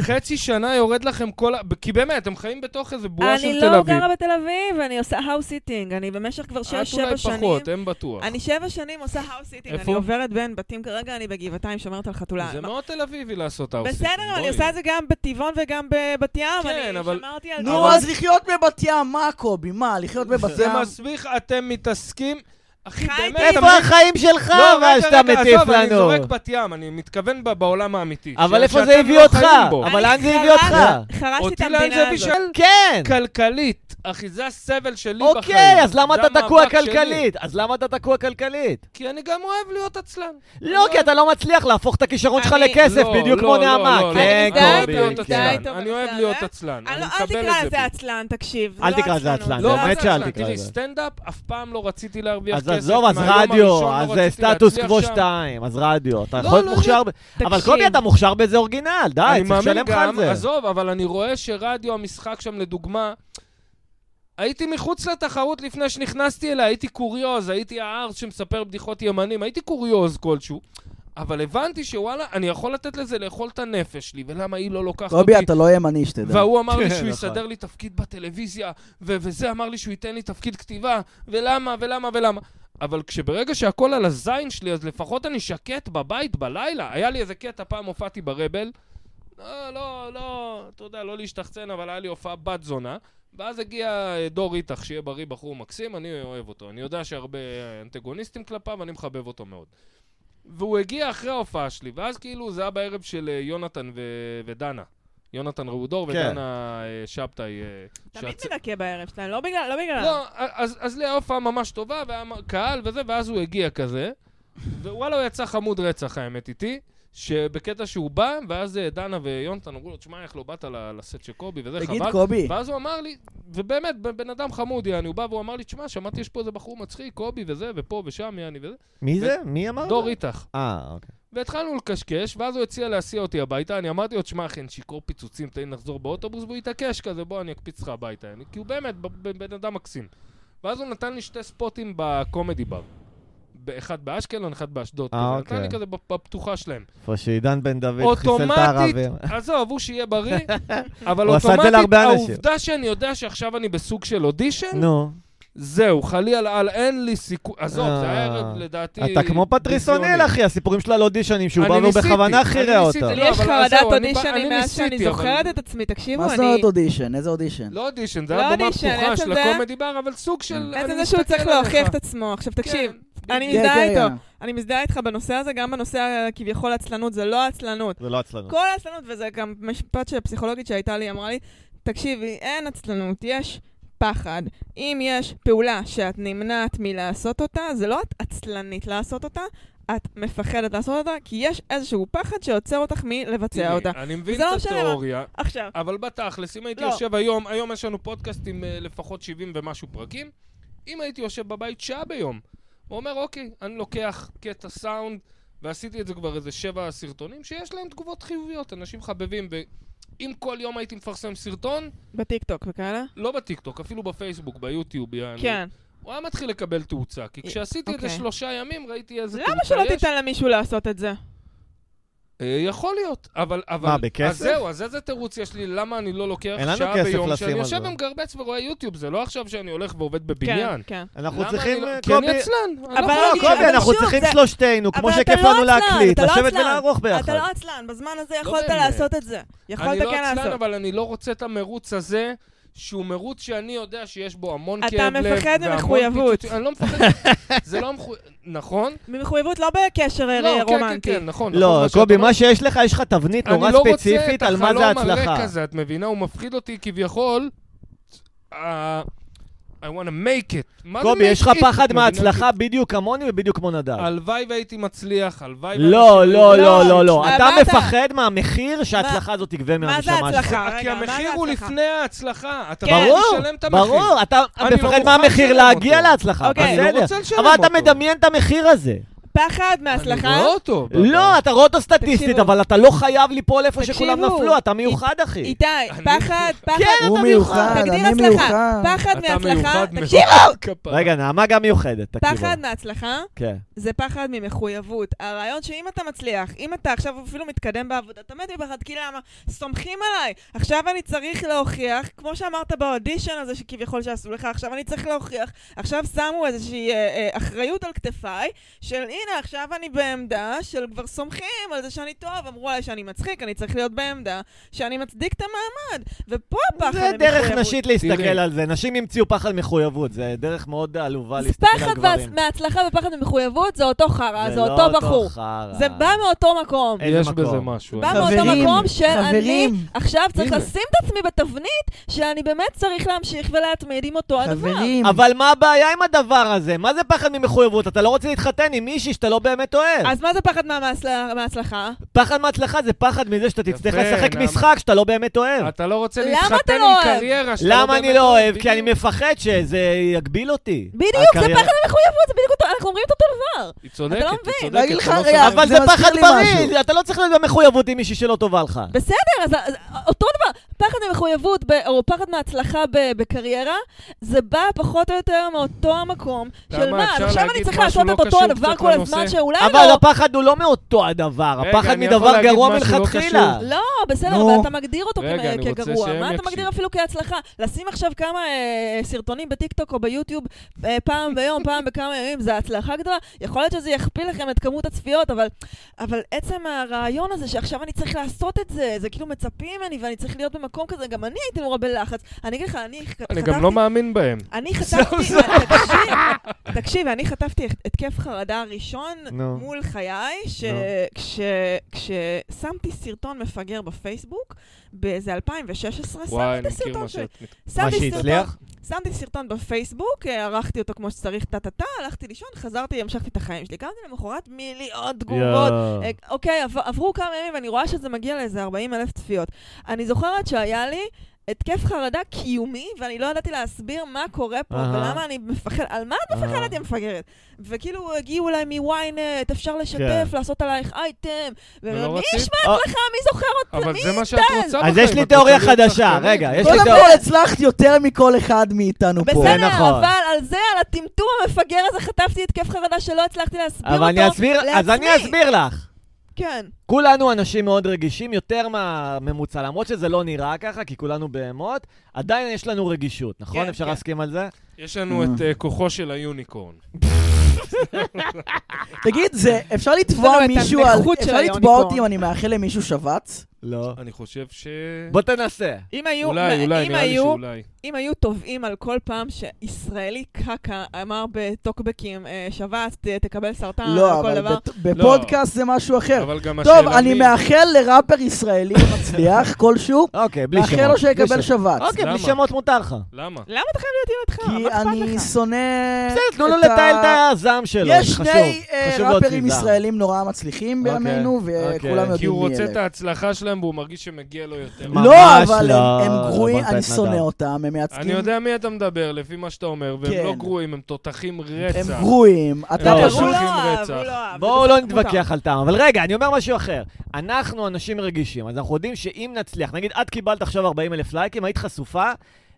Speaker 4: חצי שנה יורד לכם כל ה... כי באמת, אתם חיים בתוך איזה בועה של
Speaker 3: אני
Speaker 4: תל
Speaker 3: לא
Speaker 4: אביב.
Speaker 3: גרה בתל אביב, אני עושה האוס סיטינג. אני במשך כבר
Speaker 4: את
Speaker 3: שש-שבע
Speaker 4: אולי
Speaker 3: שנים.
Speaker 4: פחות, הם בטוח.
Speaker 3: אני שבע שנים עושה האוס סיטינג.
Speaker 4: איפה?
Speaker 3: אני עוברת בין בתים כרגע, אני בגבעתיים שומרת על חתולה.
Speaker 4: זה לא
Speaker 3: מה-
Speaker 4: מאוד תל אביבי לעשות האוסים.
Speaker 3: בסדר, אבל אני עושה את זה גם בטבעון וגם בבת ים.
Speaker 4: כן,
Speaker 3: אני
Speaker 4: אבל-
Speaker 3: שמרתי על...
Speaker 1: נו,
Speaker 3: דירות.
Speaker 1: אז לחיות בבת ים, מה קובי? מה, לחיות בבת
Speaker 4: זה
Speaker 1: ים?
Speaker 4: מסביך, אתם מתעסקים... אחי,
Speaker 3: חייתי
Speaker 4: באמת,
Speaker 2: איפה
Speaker 4: אתה מבין?
Speaker 2: החיים שלך,
Speaker 4: לא,
Speaker 2: מה
Speaker 4: רגע,
Speaker 2: שאתה
Speaker 4: רגע,
Speaker 2: מטיף
Speaker 4: עזוב, אני
Speaker 2: לנו?
Speaker 4: זורק בת ים, אני מתכוון ב- בעולם האמיתי.
Speaker 2: אבל
Speaker 4: ש-
Speaker 2: איפה זה
Speaker 4: שאתם
Speaker 2: הביא
Speaker 4: לא
Speaker 2: אותך?
Speaker 4: חיים בו.
Speaker 2: אבל לאן
Speaker 3: אני
Speaker 2: זה הביא אותך?
Speaker 3: חרשתי- חרשתי את
Speaker 4: אותי לאן זה
Speaker 3: המדינה
Speaker 4: הביא
Speaker 3: הזאת.
Speaker 4: של
Speaker 2: כן!
Speaker 4: כלכלית. אחי, זה הסבל שלי בחיים.
Speaker 2: אוקיי, אז למה
Speaker 4: זה
Speaker 2: אתה תקוע
Speaker 4: המאבק שלי.
Speaker 2: כלכלית? אז למה אתה תקוע כלכלית?
Speaker 4: כי אני גם אוהב להיות עצלן.
Speaker 2: לא, כי אתה לא מצליח להפוך את הכישרון שלך
Speaker 3: אני-
Speaker 2: לכסף,
Speaker 4: לא,
Speaker 2: בדיוק
Speaker 4: לא,
Speaker 2: כמו
Speaker 4: לא,
Speaker 2: נעמה.
Speaker 4: לא, לא,
Speaker 2: כן,
Speaker 4: אני אוהב
Speaker 3: די,
Speaker 2: קובי,
Speaker 4: להיות
Speaker 3: די,
Speaker 2: כן.
Speaker 4: עצלן.
Speaker 3: טוב,
Speaker 4: אני
Speaker 3: זה
Speaker 4: אוהב
Speaker 3: זה.
Speaker 4: להיות עצלן.
Speaker 3: אה,
Speaker 4: אני
Speaker 3: לא, אל
Speaker 4: מקבל
Speaker 3: תקרא
Speaker 4: את
Speaker 3: לזה עצלן, תקשיב. זה
Speaker 2: אל
Speaker 3: לא
Speaker 2: תקרא לזה
Speaker 3: עצלנות,
Speaker 2: עצלן,
Speaker 3: זה
Speaker 4: לא,
Speaker 2: באמת
Speaker 4: מה זה
Speaker 2: שאל
Speaker 4: עצלן?
Speaker 2: תקרא
Speaker 4: תראי,
Speaker 2: לזה.
Speaker 4: סטנדאפ, אף פעם לא רציתי להרוויח
Speaker 2: אז
Speaker 4: כסף.
Speaker 2: עזוב, אז
Speaker 4: מהיום
Speaker 2: רדיו,
Speaker 4: הראשון לא
Speaker 2: אז אה,
Speaker 4: רציתי
Speaker 2: סטטוס
Speaker 4: להצליח
Speaker 2: קוו
Speaker 4: שם.
Speaker 2: 2, אז רדיו. אתה
Speaker 4: לא,
Speaker 2: יכול
Speaker 4: לא,
Speaker 2: מוכשר... ב- אבל
Speaker 3: תקשיב.
Speaker 2: קובי, אתה מוכשר באיזה אורגינל, די,
Speaker 4: אני
Speaker 2: צריך
Speaker 4: מאמין
Speaker 2: לשלם לך על
Speaker 4: גם,
Speaker 2: זה.
Speaker 4: עזוב, אבל אני רואה שרדיו, המשחק שם, לדוגמה, הייתי מחוץ לתחרות לפני שנכנסתי אליה, הייתי קוריוז, הייתי הארץ שמספר בדיחות ימנים, הייתי קוריוז כלשהו. אבל הבנתי שוואלה, אני יכול לתת לזה לאכול את הנפש שלי, ולמה היא לא לוקחת אותי?
Speaker 1: קובי, אתה לא ימני, שתדע.
Speaker 4: וההוא אמר לי
Speaker 2: כן,
Speaker 4: שהוא
Speaker 2: נכון.
Speaker 4: יסדר לי תפקיד בטלוויזיה, ו- וזה אמר לי שהוא ייתן לי תפקיד כתיבה, ולמה, ולמה, ולמה. אבל כשברגע שהכל על הזין שלי, אז לפחות אני שקט בבית בלילה. היה לי איזה קטע, פעם הופעתי ברבל. לא, לא, לא, אתה יודע, לא להשתחצן, אבל היה לי הופעה בת זונה. ואז הגיע אה, דור איתך, שיהיה בריא, בחור מקסים, אני אוהב אותו. אני יודע שהרבה אה, אנטגוניסטים כלפיו, אני מחבב אותו מאוד. והוא הגיע אחרי ההופעה שלי, ואז כאילו זה היה בערב של אה, יונתן ו- ודנה. יונתן ראודור
Speaker 2: כן.
Speaker 4: ודנה אה, שבתאי. אה,
Speaker 3: תמיד
Speaker 4: שהצ-
Speaker 3: מדכא בערב שלהם, לא בגלל... לא בגלל...
Speaker 4: לא, אז, אז לי ההופעה ממש טובה, והיה מ- קהל וזה, ואז הוא הגיע כזה, ווואלה, הוא יצא חמוד רצח, האמת איתי, שבקטע שהוא בא, ואז אה, דנה ויונתן אמרו לו, תשמע, איך לא באת ל- לסט של קובי, וזה
Speaker 1: תגיד,
Speaker 4: חבל.
Speaker 1: קובי,
Speaker 4: ואז הוא אמר לי, ובאמת, ב- בן אדם חמוד, יעני, הוא בא והוא אמר לי, תשמע, שמעתי יש פה איזה בחור מצחיק, קובי וזה, ופה ושם, יעני, וזה.
Speaker 2: מי זה? מי אמר?
Speaker 4: דור איתך.
Speaker 2: אה, אוקיי.
Speaker 4: והתחלנו לקשקש, ואז הוא הציע להסיע אותי הביתה, אני אמרתי לו, תשמע, אחי, אני שיכור פיצוצים, תן לי לחזור באוטובוס, והוא התעקש כזה, בוא, אני אקפיץ אותך הביתה. אני- כי הוא באמת ב- ב- בן אדם מקסים. ואז הוא נתן לי שתי ספוטים בקומדי בר. ב- אחד באשקלון, אחד באשדוד.
Speaker 2: אה,
Speaker 4: כזה. נתן
Speaker 2: אוקיי.
Speaker 4: לי כזה בפ- בפתוחה שלהם.
Speaker 2: איפה שעידן בן דוד חיסל את אה,
Speaker 4: אוטומטית,
Speaker 2: הערבים.
Speaker 4: עזוב, הוא שיהיה בריא, אבל
Speaker 2: הוא עשה את זה
Speaker 4: אוטומטית,
Speaker 2: להרבה אנשים.
Speaker 4: העובדה שאני יודע שעכשיו אני בסוג של אודישן,
Speaker 2: נו,
Speaker 4: זהו, חלילה, על- אין לי סיכוי. עזוב, זה
Speaker 2: אה,
Speaker 4: הערב, לדעתי...
Speaker 2: אתה כמו פטריס
Speaker 4: ביזיוני.
Speaker 2: אוניל, אחי, הסיפורים שלו על אודישנים, שהוא
Speaker 4: אני
Speaker 2: בא והוא
Speaker 4: ניסיתי,
Speaker 2: בכוונה
Speaker 4: אני
Speaker 2: חירה
Speaker 4: ניסיתי,
Speaker 2: אותה.
Speaker 4: לא,
Speaker 3: לי יש
Speaker 4: אבל
Speaker 3: חרדת
Speaker 4: זהו, אני בא-
Speaker 3: אודישנים
Speaker 4: אני
Speaker 3: מאז שאני
Speaker 4: ניסיתי, אבל-
Speaker 3: זוכרת את עצמי, תקשיבו,
Speaker 1: מה
Speaker 3: אני...
Speaker 1: זאת אומרת אודישן? איזה אודישן?
Speaker 4: לא אודישן, זה
Speaker 3: לא
Speaker 4: היה במה
Speaker 3: אודישן,
Speaker 4: פתוחה
Speaker 3: עצם
Speaker 4: של
Speaker 3: זה-
Speaker 4: הקומדי בר, אבל סוג של...
Speaker 3: בעצם
Speaker 4: לא, אני
Speaker 3: זה שהוא
Speaker 4: מסתכל
Speaker 3: צריך
Speaker 4: עליך.
Speaker 3: להוכיח את עצמו. עכשיו תקשיב,
Speaker 4: כן,
Speaker 3: אני
Speaker 1: כן,
Speaker 3: מזדהה
Speaker 1: כן,
Speaker 3: איתו.
Speaker 1: יאללה.
Speaker 3: אני מזדהה איתך בנושא הזה, גם בנושא ה- כביכול עצלנות, זה לא עצלנות.
Speaker 2: זה לא עצלנות.
Speaker 3: כל עצלנות, וזה גם משפט שהפסיכולוגית שהייתה לי אמרה לי, תקשיבי, אין עצלנות, יש פחד. אם יש פעולה שאת נמנעת מלעשות אותה, זה לא את עצלנית לעשות אותה, את מפחדת לעשות אותה, כי יש איזשהו פחד שעוצר אותך מלבצע אותה.
Speaker 4: אני מבין
Speaker 3: זה לא
Speaker 4: את
Speaker 3: משנה מה.
Speaker 4: התיאוריה,
Speaker 3: עכשיו,
Speaker 4: אבל בתכלס, אם הייתי
Speaker 3: לא.
Speaker 4: יושב היום, היום יש לנו פודקאסט עם אה, לפחות 70 ומשהו פרקים, אם הייתי יושב בבית שעה ביום, ואומר, אוקיי, אני לוקח קטע סאונד, ועשיתי את זה כבר איזה שבע סרטונים, שיש להם תגובות חיוביות, אנשים חבבים, ואם כל יום הייתי מפרסם סרטון,
Speaker 3: בטיקטוק וכאלה?
Speaker 4: לא בטיקטוק, אפילו בפייסבוק, ביוטיוב, יעני,
Speaker 3: כן.
Speaker 4: הוא היה מתחיל לקבל תאוצה, כי כשעשיתי את זה
Speaker 3: אוקיי.
Speaker 4: שלושה ימים, ראיתי איזה תאוצה
Speaker 3: למה
Speaker 4: יש.
Speaker 3: שלא תיתן למישהו לעשות את זה? כן,
Speaker 4: אה, יכול להיות, אבל... אבל
Speaker 2: מה, בכסף?
Speaker 4: אז זהו, אז איזה תירוץ יש לי, למה אני לא לוקח
Speaker 2: אין לנו
Speaker 4: שעה
Speaker 2: כסף
Speaker 4: ביום
Speaker 2: לשים
Speaker 4: שאני
Speaker 2: על
Speaker 4: יושב
Speaker 2: זה.
Speaker 4: ומגרבץ ורואה יוטיוב, זה לא עכשיו שאני הולך ועובד
Speaker 3: כן,
Speaker 4: בבניין.
Speaker 3: כן.
Speaker 2: אנחנו
Speaker 4: למה
Speaker 2: צריכים,
Speaker 4: אני לא-
Speaker 2: אה,
Speaker 4: כי אני
Speaker 2: קובי,
Speaker 4: עצלן. אני
Speaker 3: אבל
Speaker 4: לא
Speaker 2: לא,
Speaker 4: יכול-
Speaker 3: אני-
Speaker 2: קובי,
Speaker 3: אבל
Speaker 2: אנחנו
Speaker 3: שוב,
Speaker 2: צריכים
Speaker 3: זה-
Speaker 2: שלושתנו, כמו
Speaker 3: אבל אתה
Speaker 2: שכיפנו
Speaker 3: לא עצלן,
Speaker 2: להקליט,
Speaker 3: אתה לא
Speaker 2: לשבת
Speaker 3: עצלן.
Speaker 2: ולערוך ביחד.
Speaker 3: אתה לא עצלן, בזמן הזה יכולת
Speaker 4: באמת.
Speaker 3: לעשות את זה.
Speaker 4: אני
Speaker 3: יכולת
Speaker 4: לא
Speaker 3: כן
Speaker 4: עצלן,
Speaker 3: לעשות.
Speaker 4: אבל אני לא רוצה את המרוץ הזה. שהוא מרוץ שאני יודע שיש בו המון
Speaker 3: אתה
Speaker 4: כאב לב.
Speaker 3: מפחד
Speaker 4: והמון
Speaker 3: ממחויבות.
Speaker 4: פיצוצים. אני לא מפחד, זה לא מחויב... נכון?
Speaker 3: ממחויבות לא בקשר
Speaker 4: לא,
Speaker 3: אה,
Speaker 4: כן, כן,
Speaker 3: רומנטי.
Speaker 4: כן, נכון. נכון,
Speaker 2: לא,
Speaker 4: שאת
Speaker 2: קובי,
Speaker 4: אומרת.
Speaker 2: מה שיש לך, יש לך תבנית נורא ספציפית על מה זה
Speaker 4: אני לא רוצה לא את החלום הריק
Speaker 2: הצלחה.
Speaker 4: הזה, את מבינה? הוא מפחיד אותי כביכול. אה, I want to make it. מה זה
Speaker 2: קובי,
Speaker 4: make
Speaker 2: יש לך
Speaker 4: it? את
Speaker 2: פחד
Speaker 4: מבינה?
Speaker 2: מההצלחה בדיוק כמוני ובדיוק כמו נדב.
Speaker 4: הלוואי והייתי מצליח, הלוואי...
Speaker 2: לא,
Speaker 4: והייתי-
Speaker 2: לא,
Speaker 3: לא,
Speaker 2: לא, לא, לא.
Speaker 3: אבל
Speaker 2: אתה
Speaker 3: מה אתה-
Speaker 2: מפחד מהמחיר שההצלחה הזאת תגבה
Speaker 3: מה זה
Speaker 2: מהנשמה שלך.
Speaker 3: הצלחה? רגע,
Speaker 4: כי
Speaker 3: מה זה
Speaker 4: המחיר הוא
Speaker 3: הצלחה?
Speaker 4: לפני ההצלחה. אתה
Speaker 3: כן.
Speaker 4: חייב
Speaker 2: ברור,
Speaker 4: לשלם את המחיר.
Speaker 2: ברור, אתה
Speaker 4: אני לא
Speaker 2: מפחד
Speaker 4: מוכן
Speaker 2: מהמחיר
Speaker 4: לשלם
Speaker 2: להגיע
Speaker 4: אותו.
Speaker 2: להצלחה,
Speaker 3: אוקיי.
Speaker 4: אני לא
Speaker 2: בסדר.
Speaker 4: רוצה לשלם
Speaker 2: אבל
Speaker 4: אותו.
Speaker 2: אתה מדמיין את המחיר הזה.
Speaker 3: פחד
Speaker 4: אני
Speaker 3: מההצלחה?
Speaker 4: רואה אותו.
Speaker 2: לא, אתה רואה אותו סטטיסטית,
Speaker 3: תקשיבו.
Speaker 2: אבל אתה לא חייב ליפול איפה שכולם
Speaker 3: תקשיבו.
Speaker 2: נפלו, אתה מיוחד, אחי.
Speaker 3: איתי,
Speaker 4: אני-
Speaker 3: פחד, פחד.
Speaker 2: כן,
Speaker 1: הוא
Speaker 2: אתה
Speaker 1: מיוחד,
Speaker 2: מיוחד.
Speaker 3: תגדיר
Speaker 1: אני
Speaker 3: הצלחה.
Speaker 1: מיוחד.
Speaker 3: פחד
Speaker 4: אתה
Speaker 3: מהצלחה,
Speaker 4: מיוחד מאוד.
Speaker 3: תקשיב,
Speaker 4: כפרה.
Speaker 2: רגע, נעמה גם מיוחדת, תקשיבו.
Speaker 3: פחד מהצלחה
Speaker 2: כן.
Speaker 3: זה פחד ממחויבות. הרעיון שאם אתה מצליח, אם אתה עכשיו אפילו מתקדם בעבודה, אתה מת מפחד, כי למה? סומכים עליי. עכשיו אני צריך להוכיח, כמו שאמרת באודישן הזה שכביכול שעשו לך, עכשיו אני צריך להוכיח. עכשיו שמו איזושהי אה, אה, אחריות על כתפיי, של הנה, עכשיו אני בעמדה של כבר סומכים על זה שאני טוב, אמרו עליי שאני מצחיק, אני צריך להיות בעמדה שאני מצדיק את המעמד. ופה הפחד
Speaker 2: זה
Speaker 3: ממחויבות.
Speaker 2: דרך נשית להסתכל
Speaker 4: תראי.
Speaker 2: על זה. נשים המציאו פחד מחויבות, זה דרך מאוד עלובה
Speaker 5: אז
Speaker 2: להסתכל על
Speaker 5: פחד
Speaker 2: גברים.
Speaker 5: מה- מההצלחה ופחד ממחויבות זה אותו חרא, זה
Speaker 2: לא
Speaker 5: אותו בחור.
Speaker 2: חרא.
Speaker 5: זה בא מאותו מקום.
Speaker 2: איזה
Speaker 4: יש
Speaker 2: מקום.
Speaker 4: בזה משהו.
Speaker 5: בא מאותו
Speaker 1: חברים,
Speaker 5: מקום שאני
Speaker 1: חברים.
Speaker 5: עכשיו צריך
Speaker 4: הנה.
Speaker 5: לשים את עצמי בתבנית שאני באמת צריך להמשיך ולהתמיד עם אותו הדבר.
Speaker 1: חברים,
Speaker 2: אבל מה הבעיה עם הדבר הזה? מה זה פחד ממחויבות? אתה לא רוצה להתחתן עם מישהי שאתה לא באמת אוהב.
Speaker 3: אז מה זה פחד מהמהצל- מההצלחה?
Speaker 2: פחד מהצלחה זה פחד מזה שאתה תצטרך
Speaker 4: יפה,
Speaker 2: לשחק
Speaker 4: נעמה.
Speaker 2: משחק שאתה לא באמת אוהב.
Speaker 4: אתה לא רוצה
Speaker 5: למה אתה
Speaker 4: להתחתן
Speaker 5: לא
Speaker 4: עם
Speaker 5: אוהב?
Speaker 4: קריירה שאתה
Speaker 2: למה אני
Speaker 4: באמת
Speaker 2: לא אוהב? כי אני
Speaker 4: בדיוק.
Speaker 2: מפחד שזה יגביל אותי.
Speaker 5: בדיוק, זה
Speaker 2: הקריירה.
Speaker 5: פחד המחויבות, זה בדיוק אותו, אנחנו אומרים את אותו דבר.
Speaker 4: היא צודקת,
Speaker 5: לא
Speaker 4: היא
Speaker 5: מבין.
Speaker 4: צודקת.
Speaker 1: להגיד לך,
Speaker 4: לא
Speaker 1: רגע,
Speaker 4: סומך.
Speaker 2: אבל
Speaker 1: זה
Speaker 2: זה
Speaker 1: מזכיר
Speaker 2: פחד
Speaker 1: לי
Speaker 2: בריא,
Speaker 1: משהו.
Speaker 2: אתה לא צריך להיות במחויבות עם מישהי שלא טובה לך.
Speaker 5: בסדר, אז אז אותו דבר, פחד ממחויבות ב- או פחד מהצלחה ב- בקריירה, זה בא פחות או יותר מאותו המקום של
Speaker 4: למה,
Speaker 5: מה, אז
Speaker 4: אפשר
Speaker 5: עכשיו אני
Speaker 4: להגיד
Speaker 5: צריך
Speaker 4: משהו
Speaker 5: לעשות
Speaker 4: לא
Speaker 5: את אותו
Speaker 4: קשור
Speaker 5: הדבר
Speaker 4: קצת
Speaker 5: כל
Speaker 4: לנושא?
Speaker 5: הזמן שאולי
Speaker 2: אבל
Speaker 5: לא.
Speaker 2: הפחד הוא לא מאותו הדבר,
Speaker 4: רגע,
Speaker 2: הפחד
Speaker 4: אני יכול
Speaker 2: מדבר
Speaker 4: להגיד
Speaker 2: גרוע
Speaker 4: משהו לא
Speaker 2: מלכתחילה.
Speaker 5: לא, בסדר,
Speaker 1: נו.
Speaker 5: אבל אתה מגדיר אותו
Speaker 4: רגע,
Speaker 5: כ-
Speaker 4: אני רוצה
Speaker 5: כגרוע.
Speaker 4: שהם
Speaker 5: מה אתה
Speaker 4: יקשיבו.
Speaker 5: מגדיר אפילו כהצלחה? לשים עכשיו כמה אה, סרטונים בטיקטוק או ביוטיוב אה, פעם ביום, פעם בכמה ימים, זה הצלחה גדולה. יכול להיות שזה יכפיל לכם את כמות הצפיות, אבל- אבל עצם הרעיון הזה שעכשיו אני צריך לעשות את זה, זה כאילו מצפים ממני ואני צריך להיות במקום כזה, גם אני הייתי נורא בלחץ. אני אגיד לך, אני ח-
Speaker 4: אני
Speaker 5: חטפתי
Speaker 4: גם לא מאמין בהם.
Speaker 3: אני חטפתי,
Speaker 4: זהו,
Speaker 3: תקשיב, תקשיב, אני חטפתי התקף חרדה ראשון
Speaker 2: נו.
Speaker 3: מול חיי, ש-
Speaker 2: נו.
Speaker 3: כש- כששמתי סרטון מפגר בפייסבוק, באיזה 2016,
Speaker 4: וואי, אני
Speaker 3: שמתי
Speaker 4: מכיר
Speaker 3: סרטון
Speaker 4: מה
Speaker 3: שלי.
Speaker 4: שאת...
Speaker 2: מה
Speaker 3: שמתי סרטון-
Speaker 2: שהצליח?
Speaker 3: שמתי סרטון בפייסבוק, אה, ערכתי אותו כמו שצריך, טה-טה-טה, הלכתי לישון, חזרתי, המשכתי את החיים שלי. קמתי למחרת מיליון תגובות.
Speaker 2: נכון.
Speaker 3: אה, אוקיי, עב- עברו כמה ימים ואני רואה שזה מגיע לאיזה 40 אלף צפיות. אני זוכרת שהיה לי התקף חרדה קיומי, ואני לא ידעתי להסביר מה קורה פה,
Speaker 2: אהה.
Speaker 3: ולמה אני מפחדת, על מה את
Speaker 2: אהה.
Speaker 3: מפחדת, יא מפגרת? וכאילו הגיעו אליי מ-ynet, אפשר
Speaker 2: כן.
Speaker 3: לשתף, לעשות עלייך אייטם,
Speaker 4: ולא
Speaker 3: ומי
Speaker 4: רצית?
Speaker 3: ישמע
Speaker 2: אה,
Speaker 3: לך, מי זוכר אותך,
Speaker 4: אבל
Speaker 3: מי
Speaker 4: זה מה שאת רוצה
Speaker 2: אז
Speaker 4: בחיים,
Speaker 2: יש לי
Speaker 4: את רוצה
Speaker 2: תיאוריה
Speaker 4: להיות
Speaker 2: חדשה,
Speaker 4: שחקנית.
Speaker 2: רגע, יש לי
Speaker 1: קודם
Speaker 2: תיאוריה...
Speaker 1: כל הצלחת יותר מכל אחד מאיתנו פה.
Speaker 2: זה נכון.
Speaker 5: בסדר, אבל על זה, על הטמטום המפגר הזה, חטפתי התקף חרדה שלא הצלחתי להסביר
Speaker 2: אבל אני
Speaker 5: אותו.
Speaker 2: אסביר, אז אני
Speaker 5: לעצמי.
Speaker 2: אסביר לך.
Speaker 3: כן.
Speaker 2: כולנו אנשים מאוד רגישים, יותר מהממוצע, למרות שזה לא נראה ככה, כי כולנו בהמות, עדיין יש לנו רגישות, נכון?
Speaker 3: כן,
Speaker 2: אפשר
Speaker 3: כן.
Speaker 2: להסכים על זה?
Speaker 4: יש לנו את אה, כוחו של היוניקורן.
Speaker 1: תגיד, זה, אפשר
Speaker 3: לנו
Speaker 1: לתבוע
Speaker 3: את
Speaker 1: מישהו על...
Speaker 3: הנכות של
Speaker 1: אפשר לתבוע
Speaker 3: היוניקורן.
Speaker 1: אותי אם אני מאחל למישהו שבץ?
Speaker 2: לא.
Speaker 4: אני חושב ש...
Speaker 2: בוא תנסה.
Speaker 3: אם היו,
Speaker 4: אולי, אולי,
Speaker 3: אם
Speaker 4: נראה לי
Speaker 3: היו,
Speaker 4: שאולי.
Speaker 3: אם היו תובעים על כל פעם שישראלי קקה אמר בטוקבקים, אה, שבץ, ת- תקבל סרטן,
Speaker 1: לא,
Speaker 3: אה, כל
Speaker 1: אבל
Speaker 3: דבר,
Speaker 1: בת- בפודקאסט זה משהו אחר.
Speaker 4: אבל גם השאלה...
Speaker 1: טוב, אני
Speaker 4: מי.
Speaker 1: מאחל לראפר ישראלי מצליח כלשהו,
Speaker 2: אוקיי, בלי שמות.
Speaker 1: מאחל לו
Speaker 2: בלי
Speaker 1: שיקבל
Speaker 2: שמות.
Speaker 1: שבץ.
Speaker 2: אוקיי, בלי
Speaker 4: למה?
Speaker 2: שמות מותר לך.
Speaker 1: אה,
Speaker 4: למה?
Speaker 3: למה אתה חייב להיות ילדך?
Speaker 1: כי
Speaker 3: מה אכפת
Speaker 1: אני
Speaker 3: לך?
Speaker 1: שונא...
Speaker 2: בסדר, תנו לו
Speaker 1: את ה-
Speaker 2: לטייל את הזעם
Speaker 4: לא,
Speaker 2: שלו,
Speaker 1: יש
Speaker 2: זה חשוב.
Speaker 1: שני אה,
Speaker 2: חשוב להוציא
Speaker 1: ראפרים
Speaker 2: זעם.
Speaker 1: ישראלים נורא מצליחים
Speaker 2: אוקיי,
Speaker 1: בימינו,
Speaker 2: אוקיי.
Speaker 1: וכולם
Speaker 4: כי
Speaker 1: יודעים
Speaker 4: הוא
Speaker 1: מי
Speaker 4: רוצה את
Speaker 1: אלה.
Speaker 4: ההצלחה שלהם והוא מרגיש שמגיע לו יותר.
Speaker 2: מה?
Speaker 1: לא,
Speaker 2: ממש
Speaker 1: אבל
Speaker 2: לא,
Speaker 1: הם- הם
Speaker 2: זה
Speaker 1: גרועים,
Speaker 2: בוא נתן
Speaker 1: אני
Speaker 2: נדב.
Speaker 1: שונא אותם, הם מייצגים...
Speaker 4: אני יודע מי אתה מדבר, לפי מה שאתה אומר,
Speaker 1: כן.
Speaker 4: והם לא גרועים, הם תותחים רצח.
Speaker 1: הם גרועים. אתה
Speaker 4: לא,
Speaker 3: הוא
Speaker 1: פשוט...
Speaker 3: לא
Speaker 4: שולחים
Speaker 3: אהב,
Speaker 4: רצח.
Speaker 3: הוא לא אהב.
Speaker 2: בואו
Speaker 1: אה,
Speaker 3: זה
Speaker 2: לא
Speaker 3: בסדר, מותר.
Speaker 2: נתווכח על טעם, אבל רגע, אני אומר משהו אחר. אנחנו אנשים רגישים, אז אנחנו יודעים שאם נצליח, נגיד את קיבלת עכשיו 40 אלף לייקים, היית חשופה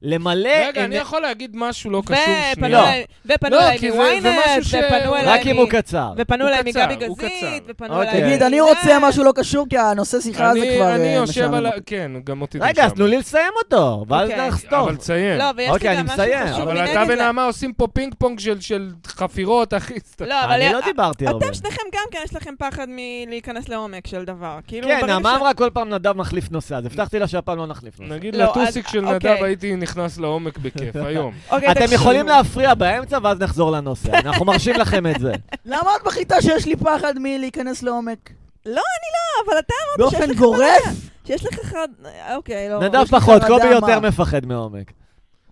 Speaker 2: למלא...
Speaker 4: רגע, אני
Speaker 2: אנ-
Speaker 4: יכול להגיד משהו לא קשור
Speaker 3: ופנו
Speaker 4: שנייה.
Speaker 2: לא.
Speaker 3: אליי- ופנו
Speaker 4: לא,
Speaker 3: אליי
Speaker 4: כי זה- זה
Speaker 3: מוויינט,
Speaker 4: משהו ש-
Speaker 3: ופנו אליי...
Speaker 2: רק אם הוא
Speaker 3: מ-
Speaker 2: קצר.
Speaker 3: ופנו
Speaker 4: הוא
Speaker 3: אליי
Speaker 4: קצר,
Speaker 3: מגבי
Speaker 4: הוא
Speaker 3: גזית,
Speaker 4: קצר.
Speaker 3: ופנו אליי... אה,
Speaker 2: אוקיי.
Speaker 1: תגיד, אני
Speaker 3: מזה.
Speaker 1: רוצה משהו לא קשור, כי הנושא שיחה הזה
Speaker 4: אני-
Speaker 1: כבר...
Speaker 4: אני
Speaker 1: אה,
Speaker 4: יושב
Speaker 1: משעמם
Speaker 4: על ה...
Speaker 1: אותי.
Speaker 4: כן, גם אותי זה
Speaker 2: רגע, אז תנו לי לסיים אותו, ואז
Speaker 3: אוקיי.
Speaker 2: נחסטוף.
Speaker 4: אבל תסיים.
Speaker 3: לא, ויש
Speaker 2: אוקיי,
Speaker 3: לי
Speaker 2: אני
Speaker 3: גם משהו
Speaker 2: מסיים.
Speaker 3: חשוב
Speaker 4: אבל
Speaker 3: מנגד
Speaker 4: אתה
Speaker 3: זה.
Speaker 4: ונעמה עושים פה פינג פונג של- של חפירות, אחי.
Speaker 3: לא, אבל...
Speaker 2: אני לא
Speaker 3: אה,
Speaker 2: דיברתי הרבה.
Speaker 3: אתם שניכם גם כן, יש לכם פחד מלהיכנס לעומק של דבר. כאילו,
Speaker 2: כן,
Speaker 3: ברגע
Speaker 2: נעמה
Speaker 3: ש-
Speaker 2: אמרה כל פעם נדב מחליף נושא, אז הבטחתי לה שהפעם לא נחליף נושא.
Speaker 4: נגיד
Speaker 3: לא,
Speaker 4: לטוסיק
Speaker 3: אז-
Speaker 4: של נדב
Speaker 3: אוקיי.
Speaker 4: הייתי נכנס לעומק בכיף, היום.
Speaker 3: אוקיי,
Speaker 2: אתם
Speaker 3: תקשיבו.
Speaker 2: יכולים להפריע באמצע ואז נחזור לנושא, אנחנו מרשים לכם את
Speaker 3: לא,
Speaker 2: זה.
Speaker 1: למה את מחליטה שיש לי פחד מלהיכנס לעומק?
Speaker 3: לא, אני לא, אבל אתה אמרת שיש
Speaker 1: באופן
Speaker 3: לך
Speaker 1: גורף?
Speaker 3: שיש לך אחד... אוקיי, לא.
Speaker 2: נדב
Speaker 1: יש לי
Speaker 2: פחות,
Speaker 1: חרדה,
Speaker 2: קובי יותר
Speaker 1: מה?
Speaker 2: מפחד מעומק.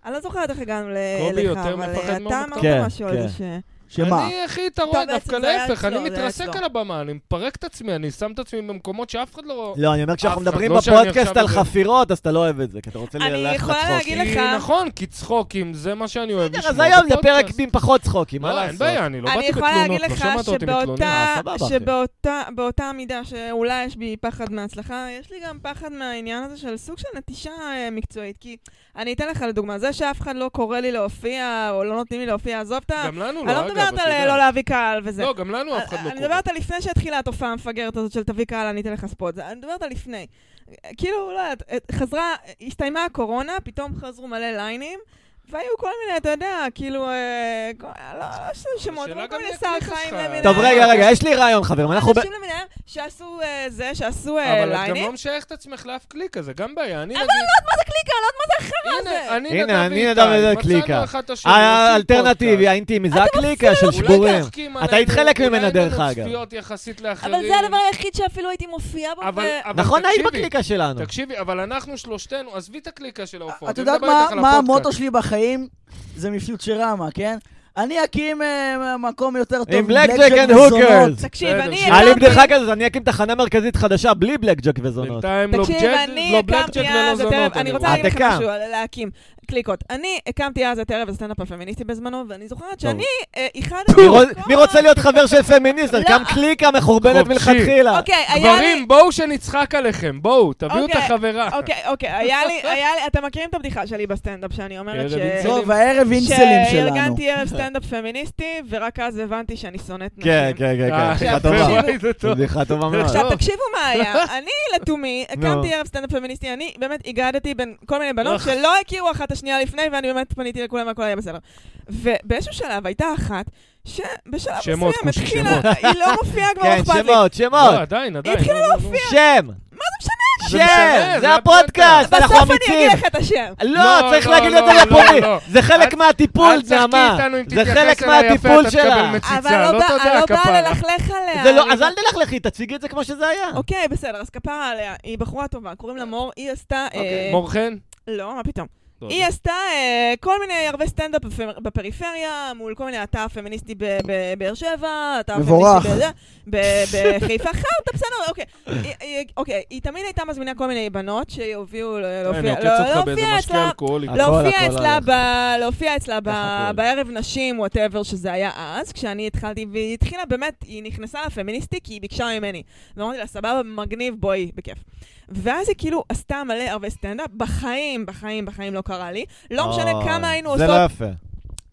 Speaker 3: אני לא זוכרת איך הגענו ל-
Speaker 4: קובי
Speaker 3: אליך,
Speaker 4: יותר
Speaker 3: אבל
Speaker 4: מפחד
Speaker 3: אה, אתה
Speaker 4: מעומק.
Speaker 2: כן,
Speaker 3: אמרת משהו על
Speaker 2: כן.
Speaker 3: זה ש...
Speaker 1: שמה?
Speaker 4: אני, אחי, אתה רואה,
Speaker 3: בעצם
Speaker 4: דווקא
Speaker 3: זה היה
Speaker 4: להפך,
Speaker 3: אצלו,
Speaker 4: אני
Speaker 3: זה היה
Speaker 4: מתרסק
Speaker 3: אצלו.
Speaker 4: על הבמה, אני מפרק את עצמי, אני שם את עצמי במקומות שאף אחד לא...
Speaker 2: לא, אני אומר כשאנחנו
Speaker 4: אף אחד,
Speaker 2: מדברים
Speaker 4: לא שאני
Speaker 2: בפודקאסט
Speaker 4: עכשיו
Speaker 2: על
Speaker 4: בזה.
Speaker 2: חפירות, אז אתה לא אוהב את זה, כי אתה רוצה
Speaker 3: אני
Speaker 2: ללכת
Speaker 3: יכולה
Speaker 2: לצחוק.
Speaker 3: להגיד
Speaker 4: כי
Speaker 3: לך-
Speaker 4: נכון, כי צחוקים, זה מה שאני אוהב לשמוע.
Speaker 2: אז היום זה פרק
Speaker 4: בפודקאסט.
Speaker 2: עם פחות צחוקים, מה
Speaker 4: לא, אין
Speaker 2: לעשות?
Speaker 4: בעיה, אני לא
Speaker 3: אני
Speaker 4: באתי
Speaker 3: יכולה להגיד
Speaker 4: בתלונות, לא
Speaker 3: לך
Speaker 4: שמעת אותי מתלונן.
Speaker 3: שבאותה,
Speaker 2: אה, סבבה, אחי.
Speaker 3: שבאותה באותה מידה שאולי יש בי פחד מהצלחה, יש לי גם פחד מהעניין הזה של סוג של נטישה אה, מקצועית. כי אני אתן לך לדוגמה, זה שאף אחד לא קורא לי להופיע, או לא נותנים לי להופיע, עזוב את ה...
Speaker 4: גם לנו
Speaker 3: אני
Speaker 4: לא,
Speaker 3: לא
Speaker 4: אגב,
Speaker 3: מדברת על
Speaker 4: אתה
Speaker 3: אה, לא
Speaker 4: יודע.
Speaker 3: להביא קהל וזה.
Speaker 4: לא, גם לנו אף אחד לא
Speaker 3: אני
Speaker 4: קורא.
Speaker 3: מדברת על לפני שהתחילה התופעה המפגרת הזאת של תביא קהל, אני אתן לך ספוט. זה- אני מדברת על לפני. כאילו, לא יודעת, חזרה, הסתיימה הקורונה, פתאום חזרו מלא ליינים, והיו כל מיני, אתה יודע, כאילו, אה, כל- לא, לא עשו שמות,
Speaker 4: השאלה
Speaker 3: אבל כל
Speaker 4: גם
Speaker 3: מיני
Speaker 4: מי
Speaker 3: שר
Speaker 4: הקליטה
Speaker 3: חיים
Speaker 4: שלך.
Speaker 3: למיניהם.
Speaker 2: טוב, רגע, רגע, יש לי רעיון, חברים. אנחנו... ב-
Speaker 3: אנשים למיניהם שעשו אה, זה, שעשו אה,
Speaker 4: אבל את גם
Speaker 3: ליינים.
Speaker 4: לא משייכת את עצמך לאף קליקה, זה גם בעיה. אני
Speaker 3: אבל
Speaker 4: נגיד...
Speaker 3: אני לא יודעת מה זה קליקה, אני לא יודעת מה זה החרא
Speaker 4: הנה,
Speaker 3: הזה.
Speaker 4: אני
Speaker 2: הנה,
Speaker 4: נדב
Speaker 2: אני
Speaker 4: ואיתי,
Speaker 2: נדב וזה קליקה.
Speaker 4: מצאנו אחד את השני,
Speaker 2: האלטרנטיבי, האינטימי, זה הקליקה של שבורים. את היית חלק ממנה, דרך
Speaker 4: אולי אין
Speaker 2: אגב.
Speaker 4: לנו צפיות יחסית לאחרים.
Speaker 3: אבל זה הדבר היחיד שאפילו הייתי מופיעה בו.
Speaker 4: אבל-
Speaker 3: ו-
Speaker 4: אבל
Speaker 2: נכון, היית
Speaker 4: תקשיבי,
Speaker 2: בקליקה שלנו.
Speaker 4: תקשיבי, אבל אנחנו שלושתנו, עזבי את הקליקה
Speaker 3: אה,
Speaker 4: של ההופעות.
Speaker 1: את
Speaker 4: אני
Speaker 1: יודעת
Speaker 4: מדבר
Speaker 1: מה-
Speaker 4: איתך על
Speaker 1: מה
Speaker 4: הפודקאסט.
Speaker 1: המוטו שלי בחיים? זה מפיוטרמה, כן? אני אקים אה, מקום יותר טוב.
Speaker 2: עם בלק
Speaker 1: מבלק
Speaker 2: ג'ק
Speaker 1: ג'ק
Speaker 2: אנד
Speaker 1: מזונות.
Speaker 2: הוקרס.
Speaker 3: תקשיב,
Speaker 4: בסדר,
Speaker 3: אני לא
Speaker 4: שנייה.
Speaker 2: היה לי
Speaker 3: הקמתי-
Speaker 2: בדיחה כזאת, אני אקים תחנה מרכזית חדשה בלי בלק ג'ק וזונות.
Speaker 4: בינתיים לא
Speaker 3: תקשיב,
Speaker 4: בלק
Speaker 3: אני
Speaker 4: לא בלק
Speaker 3: הקמתי
Speaker 4: ג'ק
Speaker 3: אז
Speaker 4: ולא
Speaker 3: את ערב,
Speaker 4: זונות.
Speaker 3: אני רוצה
Speaker 2: רואה.
Speaker 3: להגיד לך
Speaker 2: העתקה.
Speaker 3: משהו, על- להקים קליקות. אני הקמתי אז את ערב הסטנדאפ הפמיניסטי בזמנו, ואני זוכרת שאני אה, איחדתי...
Speaker 2: מי
Speaker 3: את
Speaker 2: רוצ-
Speaker 3: כל-
Speaker 2: מי רוצה להיות חבר של פמיניסט? אז
Speaker 3: לא.
Speaker 2: גם קליקה מחורבנת
Speaker 4: חופשי.
Speaker 2: מלכתחילה.
Speaker 3: אוקיי, היה לי...
Speaker 4: גברים, בואו שנצחק עליכם, בואו, תביאו את
Speaker 3: אוקיי,
Speaker 4: החברה.
Speaker 3: אוקיי, אוקיי, היה לי, היה לי, אתם מכירים את הבדיחה שלי בסטנדאפ, שאני אומרת ש...
Speaker 4: ערב אינסלים.
Speaker 1: טוב, הערב אינסלים שלנו.
Speaker 3: שארגנתי ערב סטנדאפ פמיניסטי, ורק אז הבנתי שאני שונאת נשים.
Speaker 2: כן, כן, כן,
Speaker 4: אה,
Speaker 2: כן, בדיחה
Speaker 4: יפה,
Speaker 2: טובה.
Speaker 4: וואי, זה טוב.
Speaker 2: בדיחה טובה מאוד.
Speaker 3: עכשיו,
Speaker 4: לא.
Speaker 3: תקשיבו מה היה. אני לתומי,
Speaker 2: נו.
Speaker 3: הקמתי ערב סטנדאפ פמיניסטי, אני באמת הגדתי בין כל מיני בנות
Speaker 4: אך.
Speaker 3: שלא הכירו אחת את השנייה לפני, ואני באמת פניתי לכולם והכל היה בסדר. ובאיזשהו שלב הייתה אחת, שבשלב
Speaker 4: שמות,
Speaker 3: מסוים
Speaker 4: כוש,
Speaker 3: התחילה, היא לא מופיעה כבר,
Speaker 2: כן,
Speaker 3: אכפת לי.
Speaker 2: שמות,
Speaker 4: לא,
Speaker 2: שמות.
Speaker 4: עדיין, עדיין.
Speaker 3: התחילה
Speaker 4: לא, לא, לא.
Speaker 2: שם. מה זה משנה? שם,
Speaker 4: משנה,
Speaker 2: זה
Speaker 4: זה
Speaker 2: הפודקאסט, אנחנו
Speaker 3: בסוף אני
Speaker 2: אמיצים.
Speaker 3: אגיד לך את השם.
Speaker 2: לא,
Speaker 4: לא,
Speaker 2: צריך
Speaker 4: לא,
Speaker 2: להגיד את זה
Speaker 4: לא, לא,
Speaker 2: לפורים.
Speaker 4: לא.
Speaker 2: זה חלק
Speaker 4: אל-
Speaker 2: מהטיפול,
Speaker 4: אל תשחקי
Speaker 2: נעמה.
Speaker 4: איתנו אם
Speaker 2: זה
Speaker 4: תתייחס
Speaker 2: חלק
Speaker 4: אליה יפה,
Speaker 2: מהטיפול
Speaker 4: אתה תקבל
Speaker 2: שלה.
Speaker 4: מציצה,
Speaker 3: אבל
Speaker 4: לא
Speaker 3: לא בא-
Speaker 4: תודה,
Speaker 3: לא
Speaker 4: כפרה.
Speaker 3: באה ללכלך עליה.
Speaker 2: זה לא,
Speaker 3: אה, אני-
Speaker 2: אז אל תלך לכי, תציגי את זה כמו שזה היה.
Speaker 3: אוקיי, בסדר, אז כפרה עליה. היא בחורה טובה, קוראים לה מור, היא עשתה...
Speaker 2: אוקיי,
Speaker 3: אה,
Speaker 4: מור חן?
Speaker 3: לא, מה פתאום.
Speaker 4: לא
Speaker 3: היא עשתה אה, כל מיני, הרבה סטנדאפ בפ- בפריפריה, מול כל מיני, אתה הפמיניסטי ב- בבאר שבע, אתה
Speaker 1: מבורך.
Speaker 3: הפמיניסטי בזה, ב- בחיפה, חרטא, בסדר, אוקיי. היא- היא- אוקיי, היא תמיד הייתה מזמינה כל מיני בנות שיופיעו, לא-
Speaker 4: יודע.
Speaker 3: להופיע
Speaker 4: אה, אני
Speaker 3: לא-
Speaker 4: עוקץ אותך אוקיי, באיזה
Speaker 3: להופיע
Speaker 4: משקה
Speaker 3: אצלה.
Speaker 4: אלכוהולי.
Speaker 2: הכל,
Speaker 3: להופיע
Speaker 2: הכל
Speaker 3: אצלה,
Speaker 2: הלך.
Speaker 3: ב... להופיע אצלה ב...
Speaker 2: הכל.
Speaker 3: בערב נשים, וואטאבר שזה היה אז, כשאני התחלתי, והיא התחילה באמת, היא נכנסה לפמיניסטי כי היא ביקשה ממני. ואמרתי לה, סבבה, מגניב, בואי, בכיף. ואז היא כאילו עשתה מלא הרבה סטנדאפ, בחיים, בחיים, בחיים לא קרה לי. לא משנה
Speaker 2: אוי,
Speaker 3: כמה היינו
Speaker 2: זה לא
Speaker 3: עושות,
Speaker 2: יפה.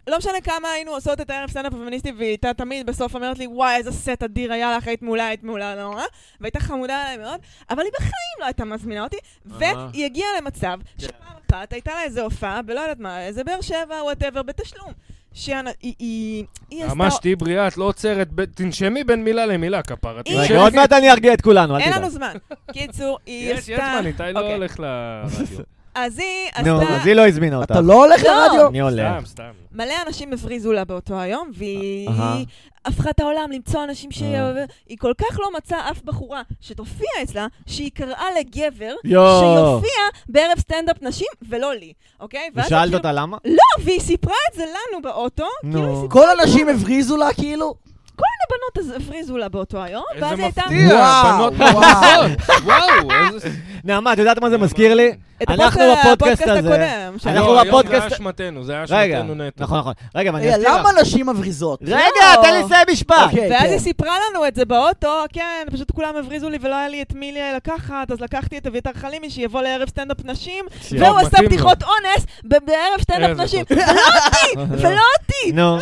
Speaker 3: לא משנה כמה היינו עושות את הערב סטנדאפ הפמיניסטי, והיא הייתה תמיד בסוף אומרת לי, וואי, איזה סט אדיר היה לך, היית מעולה, היית מעולה, לא נורא, והייתה חמודה עליי מאוד, אבל היא בחיים לא הייתה מזמינה אותי,
Speaker 2: אה.
Speaker 3: והיא הגיעה למצב שפעם אחת הייתה לה איזה הופעה, ולא יודעת מה, איזה באר שבע, וואטאבר, בתשלום. שהיא היא- היא עשתה...
Speaker 4: ממש תהיי בריאה, את לא עוצרת, ב- תנשמי בין מילה למילה כפרה.
Speaker 3: היא-
Speaker 2: רגע,
Speaker 4: תנשמי.
Speaker 2: עוד מעט אני ארגיע את כולנו, אל
Speaker 3: אין
Speaker 2: תדאג.
Speaker 3: לנו זמן. קיצור, היא
Speaker 4: יש, יש
Speaker 3: עשתה...
Speaker 4: זמן, איתי לא
Speaker 3: אוקיי.
Speaker 4: הולך לרדיו.
Speaker 3: אז היא
Speaker 2: נו,
Speaker 3: עשתה...
Speaker 2: אז היא לא הזמינה אותה.
Speaker 1: אתה לא הולך
Speaker 3: לא.
Speaker 1: לרדיו?
Speaker 2: אני עולה.
Speaker 4: סתם, סתם.
Speaker 3: מלא אנשים הבריזו לה באותו היום, והיא
Speaker 2: אהה.
Speaker 3: הפכה את העולם למצוא אנשים ש...
Speaker 2: אה.
Speaker 3: היא כל כך לא מצאה אף בחורה שתופיע אצלה, שהיא קראה לגבר
Speaker 2: יואו.
Speaker 3: שיופיע בערב סטנדאפ נשים, ולא לי, אוקיי? ואז
Speaker 2: ושאלת
Speaker 3: כאילו-
Speaker 2: אותה למה?
Speaker 3: לא, והיא סיפרה את זה לנו באוטו, כאילו היא
Speaker 2: נו.
Speaker 3: סיפרה
Speaker 1: כל הנשים הבריזו לה כאילו?
Speaker 3: בנות אז הבריזו לה באותו היום,
Speaker 4: איזה
Speaker 3: ואז היא הייתה...
Speaker 4: מפתיע,
Speaker 1: וואו,
Speaker 4: בנות
Speaker 1: וואו.
Speaker 4: מרוצות. וואו, איזה...
Speaker 2: נעמה, את יודעת מה זה מזכיר לי?
Speaker 3: את
Speaker 2: אנחנו
Speaker 3: הפודקאסט-
Speaker 2: בפודקאסט הזה.
Speaker 3: הקודם.
Speaker 2: אנחנו
Speaker 4: לא, היום זה היה
Speaker 2: בפודקאסט-
Speaker 4: אשמתנו, זה היה
Speaker 2: רגע,
Speaker 4: אשמתנו נטו.
Speaker 2: נכון, נכון. רגע, לא? ואני
Speaker 1: רגע,
Speaker 2: אזכיר לך.
Speaker 1: אה, למה נשים מבריזות?
Speaker 2: רגע, תן לי לסיים משפט.
Speaker 1: אוקיי,
Speaker 3: ואז
Speaker 1: כן.
Speaker 3: היא סיפרה לנו את זה באוטו, כן, פשוט כולם הבריזו לי ולא היה לי את מי לי לקחת, אז לקחתי את אביתר חלימי שיבוא לערב סטנדאפ נשים,
Speaker 2: שיהיה.
Speaker 3: והוא עשה
Speaker 4: מתאים לו.
Speaker 3: בדיחות אונס ב- בערב סטנדאפ
Speaker 4: איזה
Speaker 3: נשים.
Speaker 4: טוב.
Speaker 3: ולא אותי!
Speaker 2: נו,